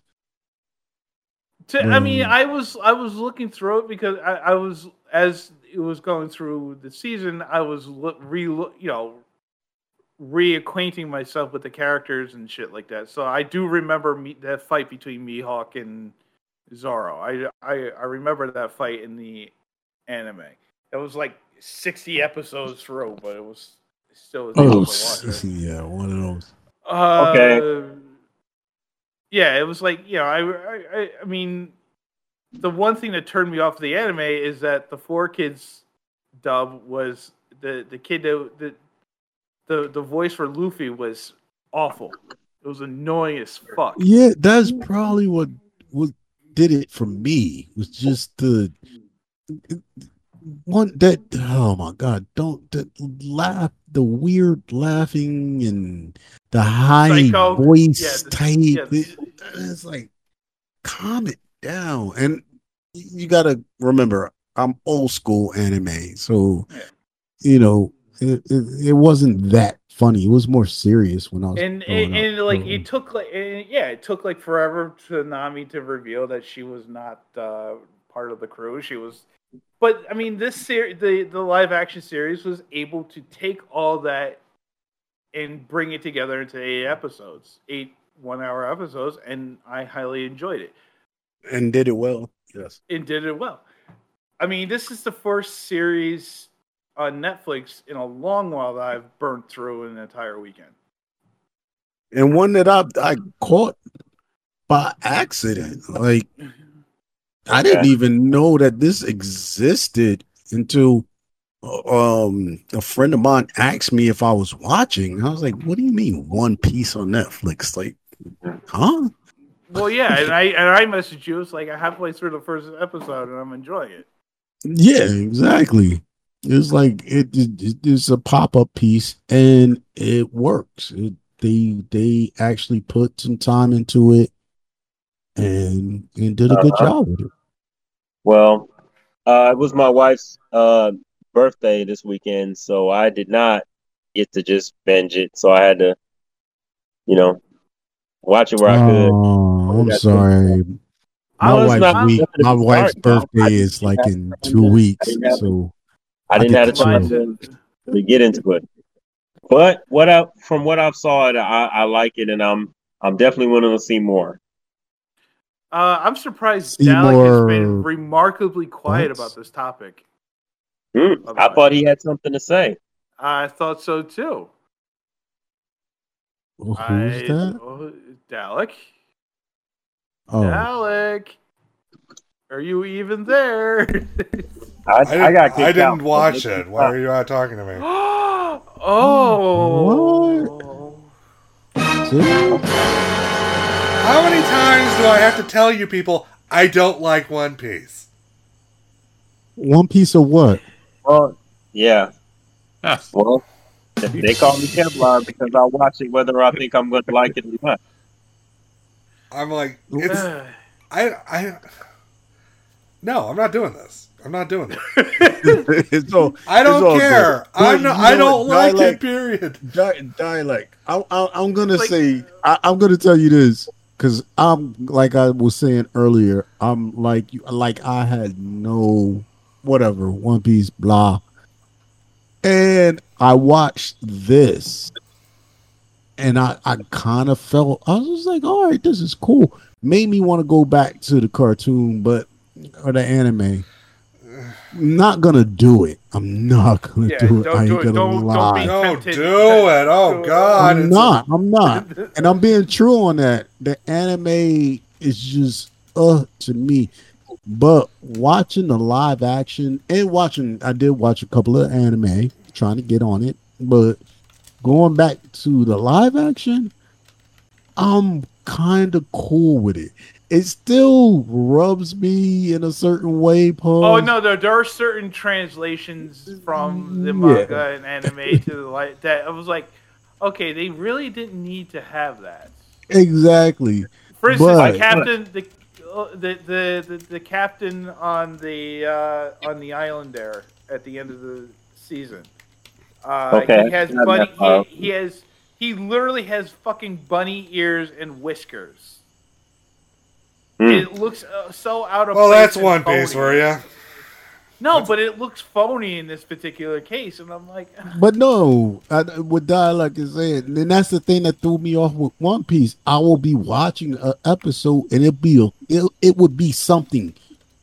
Speaker 6: To, I mean,
Speaker 10: Um,
Speaker 6: I was I was looking through it because I, I was as it was going through the season, I was lo- re you know reacquainting myself with the characters and shit like that. So I do remember me, that fight between Mihawk and Zoro. I, I I remember that fight in the anime. It was like sixty episodes through, but it was still.
Speaker 10: Oh, [laughs]
Speaker 6: watch it.
Speaker 10: s- yeah, one of those.
Speaker 6: Uh,
Speaker 10: Okay.
Speaker 6: Yeah, it was like you know, I, I, I- I mean, the one thing that turned me off the anime is that the four kids dub was the the kid that the the, the voice for Luffy was awful. It was annoying as fuck.
Speaker 10: Yeah, that's probably what what did it for me was just the one that oh my god, don't that laugh the weird laughing and the high
Speaker 15: Psycho.
Speaker 10: voice
Speaker 15: Yeah, the-
Speaker 10: type.
Speaker 15: yeah,
Speaker 10: It- it's like calm it down. And you gotta remember, I'm old school anime, so you know it, it, it wasn't that funny. It was more serious when I was
Speaker 6: And
Speaker 10: growing
Speaker 6: and,
Speaker 10: up. Mm-hmm.
Speaker 6: and like it took like and, yeah, it took like forever to Nami to reveal that she was not uh, part of the crew. She was, but I mean, this series, the the live action series, was able to take all that and bring it together into eight episodes, eight one hour episodes, and I highly enjoyed it.
Speaker 12: and did it well. Yes.
Speaker 6: It did it well. I mean, this is the first series on Netflix in a long while that I've burnt through an entire weekend.
Speaker 12: And one that I I caught by accident. Like I didn't
Speaker 10: Yeah.
Speaker 12: even know that this existed until um a friend of mine asked me if I was watching. I was like, "What do you mean One Piece on Netflix?" Like, huh?
Speaker 6: Well, yeah, and I and I messaged you. It's like I'm halfway through the first episode, and I'm enjoying it.
Speaker 10: Yeah, exactly. It's like it, it it's a pop up piece, and it works. It, they they actually put some time into it, and and did a good
Speaker 7: Uh-huh.
Speaker 10: job with it.
Speaker 7: Well, uh, it was my wife's uh, birthday this weekend, so I did not get to just binge it. So I had to, you know, watch it where I could.
Speaker 10: Oh, I'm sorry.
Speaker 7: I
Speaker 10: My
Speaker 7: was
Speaker 10: wife's
Speaker 7: not-
Speaker 10: week, my wife's
Speaker 7: Sorry, Bob.
Speaker 10: birthday is like in two weeks, so
Speaker 7: I didn't have
Speaker 10: get
Speaker 7: the
Speaker 10: to
Speaker 7: time to, to get into it. But what I from what I've saw it, I, I like it, and I'm I'm definitely willing to see more.
Speaker 6: Uh, I'm surprised
Speaker 7: See
Speaker 6: Dalek has
Speaker 7: more-
Speaker 6: been remarkably quiet
Speaker 7: What?
Speaker 6: about this topic.
Speaker 7: Hmm, I thought he had something to say.
Speaker 6: I thought so too.
Speaker 10: Who's
Speaker 6: I-
Speaker 10: that?
Speaker 6: oh, Dalek.
Speaker 10: Oh,
Speaker 6: Dalek. Are you even there? [gasps]
Speaker 7: I,
Speaker 1: didn't,
Speaker 6: I got kicked
Speaker 1: I didn't
Speaker 6: out.
Speaker 1: watch it. Why are you not talking to me?
Speaker 6: oh.
Speaker 1: How many times do I have to tell you people I don't like One Piece?
Speaker 10: One piece of what? [laughs]
Speaker 7: Well, yeah. Well, they call me Kevlar because I watch it whether I think I'm going to like it or not.
Speaker 1: I'm like, it's,
Speaker 6: [sighs]
Speaker 1: I, I, no, I'm not doing this. I'm not doing it.
Speaker 12: it's all,
Speaker 1: I don't
Speaker 12: it's all
Speaker 1: care.
Speaker 12: good.
Speaker 1: I'm
Speaker 12: But
Speaker 1: not-
Speaker 12: you
Speaker 1: I
Speaker 12: know
Speaker 1: don't
Speaker 12: what?
Speaker 1: like it,
Speaker 12: Dialect-
Speaker 1: period.
Speaker 12: Di- dialect. I, I, I'm gonna
Speaker 10: Like-
Speaker 12: say
Speaker 10: I, I'm gonna tell you this because I'm like I was saying earlier. I'm like you, like I had no whatever One Piece blah, and I watched this, and I I kind of felt I was just like, all right, this is cool. Made me want to go back to the cartoon, but or the anime. Not gonna do it. I'm not gonna
Speaker 1: Yeah,
Speaker 10: do it.
Speaker 1: don't
Speaker 10: I ain't
Speaker 1: do it.
Speaker 10: gonna
Speaker 1: Don't- don't be
Speaker 10: lie.
Speaker 1: No, tempted. do it. Oh, God,
Speaker 10: I'm
Speaker 1: it's
Speaker 10: not. i I'm not. And I'm being true on that. The anime is just uh to me. But watching the live action and watching I did watch a couple of anime trying to get on it, but going back to the live action, I'm kind of cool with it. It still rubs me in a certain way, Paul.
Speaker 6: Oh no, there, there are certain translations from the manga
Speaker 10: Yeah.
Speaker 6: and anime to the light that I was like, okay, they really didn't need to have that.
Speaker 10: Exactly.
Speaker 6: For instance,
Speaker 10: But-
Speaker 6: the captain, the, uh, the, the the the captain on the uh, on the island there at the end of the season. Uh,
Speaker 7: Okay.
Speaker 6: He has
Speaker 7: Yeah,
Speaker 6: bunny.
Speaker 7: uh,
Speaker 6: He, he has he literally has fucking bunny ears and whiskers. It looks uh, so out of
Speaker 1: Well,
Speaker 6: place
Speaker 1: that's
Speaker 6: and
Speaker 1: One Piece
Speaker 6: phony.
Speaker 1: for you.
Speaker 6: No, but it looks phony in this particular case, and I'm like, [laughs]
Speaker 10: But no, I, with dialogue is it, and that's the thing that threw me off with One Piece. I will be watching an episode, and it'll be a, it, it would be something.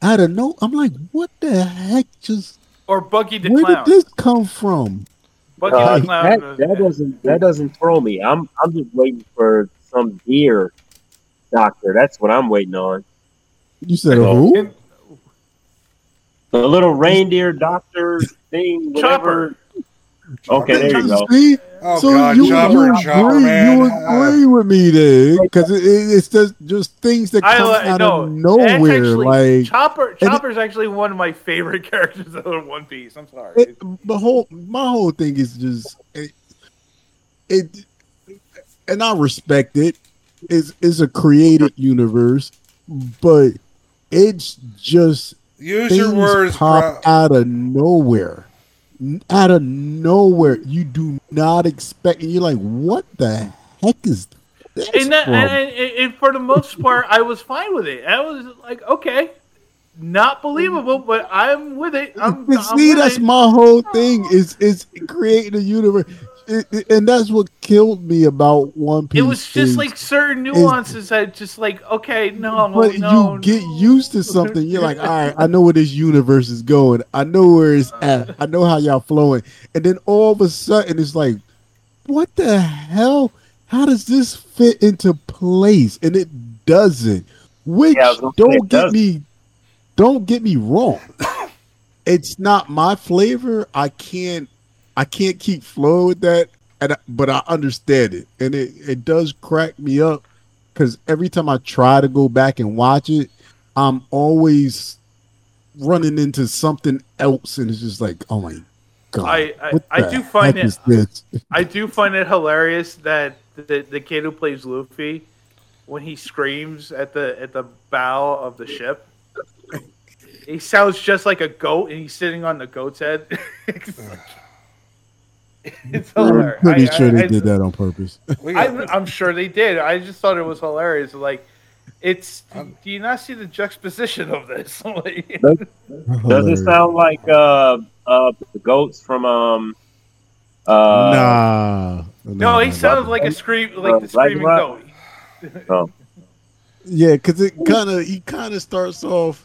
Speaker 10: I don't know. I'm like, what the heck? Just
Speaker 6: or Buggy the
Speaker 10: where
Speaker 6: Clown.
Speaker 10: did this come from?
Speaker 6: Buggy
Speaker 7: Uh,
Speaker 6: the Clown.
Speaker 7: that, that doesn't that doesn't throw me. I'm I'm just waiting for some deer doctor. That's what I'm waiting on.
Speaker 10: You said who?
Speaker 7: The little reindeer doctor thing, whatever. Okay, there you go.
Speaker 10: See?
Speaker 1: Oh,
Speaker 10: so
Speaker 1: God,
Speaker 10: you,
Speaker 1: Chopper,
Speaker 10: you
Speaker 1: Chopper,
Speaker 10: agree,
Speaker 1: man. Uh,
Speaker 10: you agree with me then, because it, it- it's just just things that
Speaker 6: I
Speaker 10: come
Speaker 6: li-
Speaker 10: out
Speaker 6: no,
Speaker 10: of nowhere. like
Speaker 6: Chopper.
Speaker 10: and-
Speaker 6: Chopper's actually one of my favorite [laughs] characters out of One Piece. I'm sorry.
Speaker 10: it, the whole my whole thing is just it, it and I respect it. It's it's a created universe, but it's just
Speaker 1: Use your words,
Speaker 10: pop out of nowhere. N- Out of nowhere, you do not expect, and you're like, "What the heck is this?"
Speaker 6: and, that,
Speaker 10: from?
Speaker 6: and, and, and for the most part, I was fine with it. I was like, okay, not believable, but I'm with it. I'm,
Speaker 10: But
Speaker 6: I'm
Speaker 10: see,
Speaker 6: with
Speaker 10: that's
Speaker 6: it.
Speaker 10: my whole thing is is creating a universe, It- it- and that's what killed me about One Piece.
Speaker 6: It was
Speaker 10: is-
Speaker 6: just like certain nuances that just like, okay, no,
Speaker 10: but
Speaker 6: no,
Speaker 10: you get used to something. You're like, all right, I know where this universe is going. I know where it's at. I know how y'all flowing. And then all of a sudden, it's like, what the hell? How does this fit into place? And it doesn't. Which
Speaker 7: Yeah, I was gonna say
Speaker 10: don't
Speaker 7: it
Speaker 10: get
Speaker 7: doesn't.
Speaker 10: me, don't get me wrong. it's not my flavor. I can't I can't keep flowing with that. And I, but I understand it, and it it does crack me up because every time I try to go back and watch it, I'm always running into something else, and it's just like, oh my god!
Speaker 6: I I,
Speaker 10: what
Speaker 6: I
Speaker 10: the
Speaker 6: do find
Speaker 10: heck
Speaker 6: it
Speaker 10: is
Speaker 6: [laughs]
Speaker 10: this?
Speaker 6: I do find it hilarious that the, the kid who plays Luffy, when he screams at the at the bow of the ship, he sounds just like a goat, and he's sitting on the goat's head. [laughs] it's
Speaker 10: I'm
Speaker 6: hilarious.
Speaker 10: pretty
Speaker 6: Oh, I-
Speaker 10: sure
Speaker 6: I-
Speaker 10: they
Speaker 6: I-
Speaker 10: did that on purpose.
Speaker 6: I'm, I'm sure they did. I just thought it was hilarious. Like, it's do you not see the juxtaposition of this? [laughs] Like-
Speaker 7: Does it sound like uh, uh, the goats from um? Uh,
Speaker 10: nah,
Speaker 6: no, he sounds like a scream, like the screaming goat.
Speaker 7: Oh.
Speaker 10: Yeah, because it kind of he kind of starts off.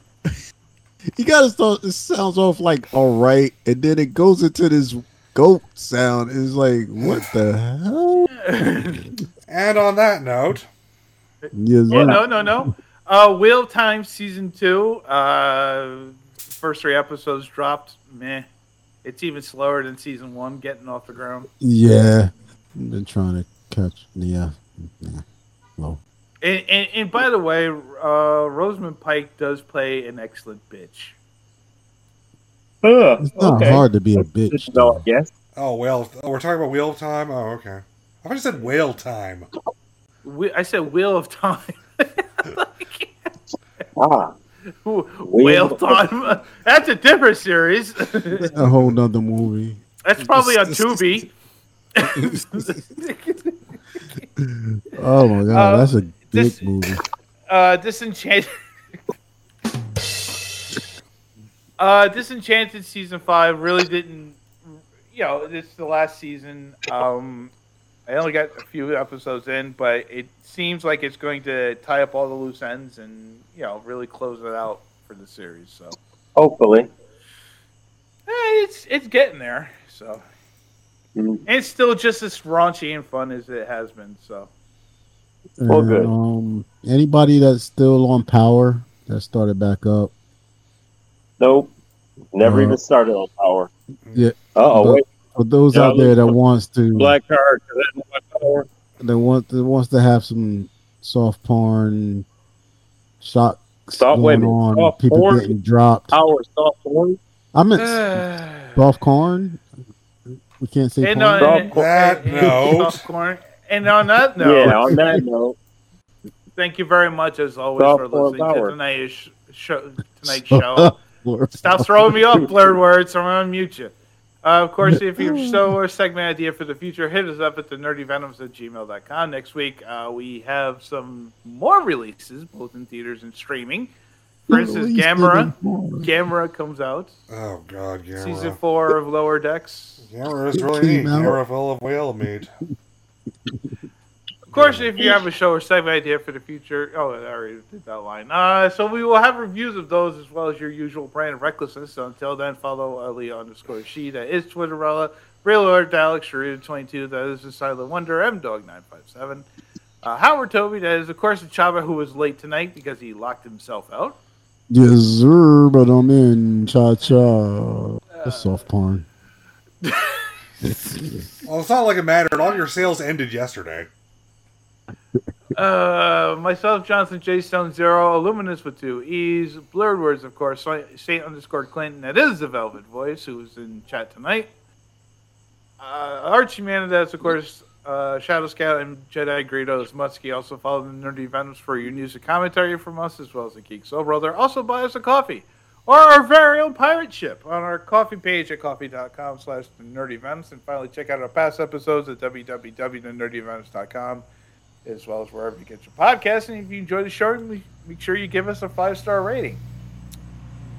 Speaker 10: [laughs] he gotta start. It sounds off like all right, and then it goes into this goat sound. It's like what the hell?
Speaker 6: [laughs]
Speaker 1: And on that note,
Speaker 10: Yes,
Speaker 6: Oh,
Speaker 10: sir.
Speaker 6: no, no, no. Uh, Wheel of Time season two. Uh, first three episodes dropped. Meh. It's even slower than season one, getting off the ground.
Speaker 10: Yeah, I've been trying to catch. Yeah, yeah. Well,
Speaker 6: And, and, and by the way, uh, Rosamund Pike does play an excellent bitch.
Speaker 10: it's not
Speaker 6: okay.
Speaker 10: hard to be a bitch.
Speaker 7: yes.
Speaker 1: Oh well, oh, we're talking about wheel time. Oh okay. I thought you said whale time.
Speaker 6: We, I said Wheel of Time. [laughs]
Speaker 7: ah,
Speaker 6: Wheel of [laughs] Time. That's a different series. [laughs]
Speaker 10: A whole nother movie. [laughs]
Speaker 6: That's probably [laughs] on Tubi.
Speaker 10: Oh my god,
Speaker 6: Uh,
Speaker 10: that's a big
Speaker 6: this-
Speaker 10: movie.
Speaker 6: uh, Disenchanted. [laughs] uh, Disenchanted season five really didn't. You know, this is the last season. Um, I only got a few episodes in, but it seems like it's going to tie up all the loose ends and you know really close it out for the series. So
Speaker 7: hopefully.
Speaker 6: eh, it's it's getting there. So
Speaker 7: Mm.
Speaker 6: it's still just as raunchy and fun as it has been. So
Speaker 7: [laughs] All good.
Speaker 10: Um, anybody that's still on power that started back up.
Speaker 7: Nope. Never
Speaker 10: Uh,
Speaker 7: even started on power.
Speaker 10: Yeah. Uh-huh.
Speaker 7: Uh-oh,
Speaker 10: But
Speaker 7: wait.
Speaker 10: For those
Speaker 7: Yeah,
Speaker 10: out there that wants to
Speaker 7: Black card. 'cause that's not my power.
Speaker 10: that want that wants to have some soft porn shock
Speaker 7: Soft
Speaker 10: going
Speaker 7: women.
Speaker 10: on,
Speaker 7: Soft
Speaker 10: people
Speaker 7: porn.
Speaker 10: getting dropped.
Speaker 7: Power soft porn.
Speaker 10: I meant
Speaker 6: Uh,
Speaker 10: [sighs] s- soft corn. We can't say
Speaker 6: and on
Speaker 10: porn.
Speaker 6: [laughs] and- and- soft corn. And on that note,
Speaker 10: Yeah, on that
Speaker 7: note.
Speaker 6: Thank you very much, as always,
Speaker 7: Soft
Speaker 6: for
Speaker 7: porn
Speaker 6: listening
Speaker 7: power.
Speaker 6: to tonight's sh- show.
Speaker 10: [laughs]
Speaker 6: Tonight's show.
Speaker 10: Soft porn.
Speaker 6: Stop throwing me
Speaker 10: [laughs]
Speaker 6: off blurred words. or I'm gonna unmute you. Uh, of course, if you're so or segment idea for the future, hit us up at the nerdyvenoms at gmail.com. Next week, uh, we have some more releases, both in theaters and streaming. For instance,
Speaker 1: Released
Speaker 6: Gamera.
Speaker 1: even
Speaker 6: Gamera comes out.
Speaker 1: Oh God, Gamera.
Speaker 6: Season four of Lower Decks.
Speaker 1: Gamera is really neat.
Speaker 10: Came out.
Speaker 1: Gamera full of whale meat.
Speaker 6: Of course, if you have a show or segment idea for the future, oh, I already did that line. Uh, so we will have reviews of those as well as your usual brand of recklessness. So until then, follow Ali underscore she. That is Twitterella, Real Lord Alex Sharuda twenty two. That is the Silent Wonder M Dog nine five seven. Uh, Howard Toby. That is of course the Chava who was late tonight because he locked himself out.
Speaker 10: Yes, sir, but I'm in cha cha. soft porn.
Speaker 1: Well, it's not like it mattered. All your sales ended yesterday.
Speaker 6: Uh, myself, Johnson J Stone Zero, Illuminus with two E's, Blurred Words, of course, Saint underscore Clinton. That is the Velvet Voice, who was in chat tonight. Uh, Archie Man, that's of course uh, Shadow Scout and Jedi Greedos Mutsky. Also follow the Nerdy Venoms for your news and commentary from us, as well as the Geek Soul Brother. Also buy us a coffee or our very own pirate ship on our coffee page at coffee.com slash the nerdy venoms and finally check out our past episodes at www.nerdyvenoms.com as well as wherever you get your podcast and if you enjoy the show make sure you give us a five star rating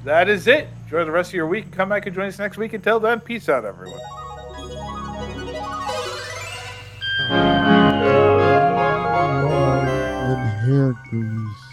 Speaker 6: that is it enjoy the rest of your week come back and join us next week until then peace out everyone Uh,
Speaker 10: And hair grease.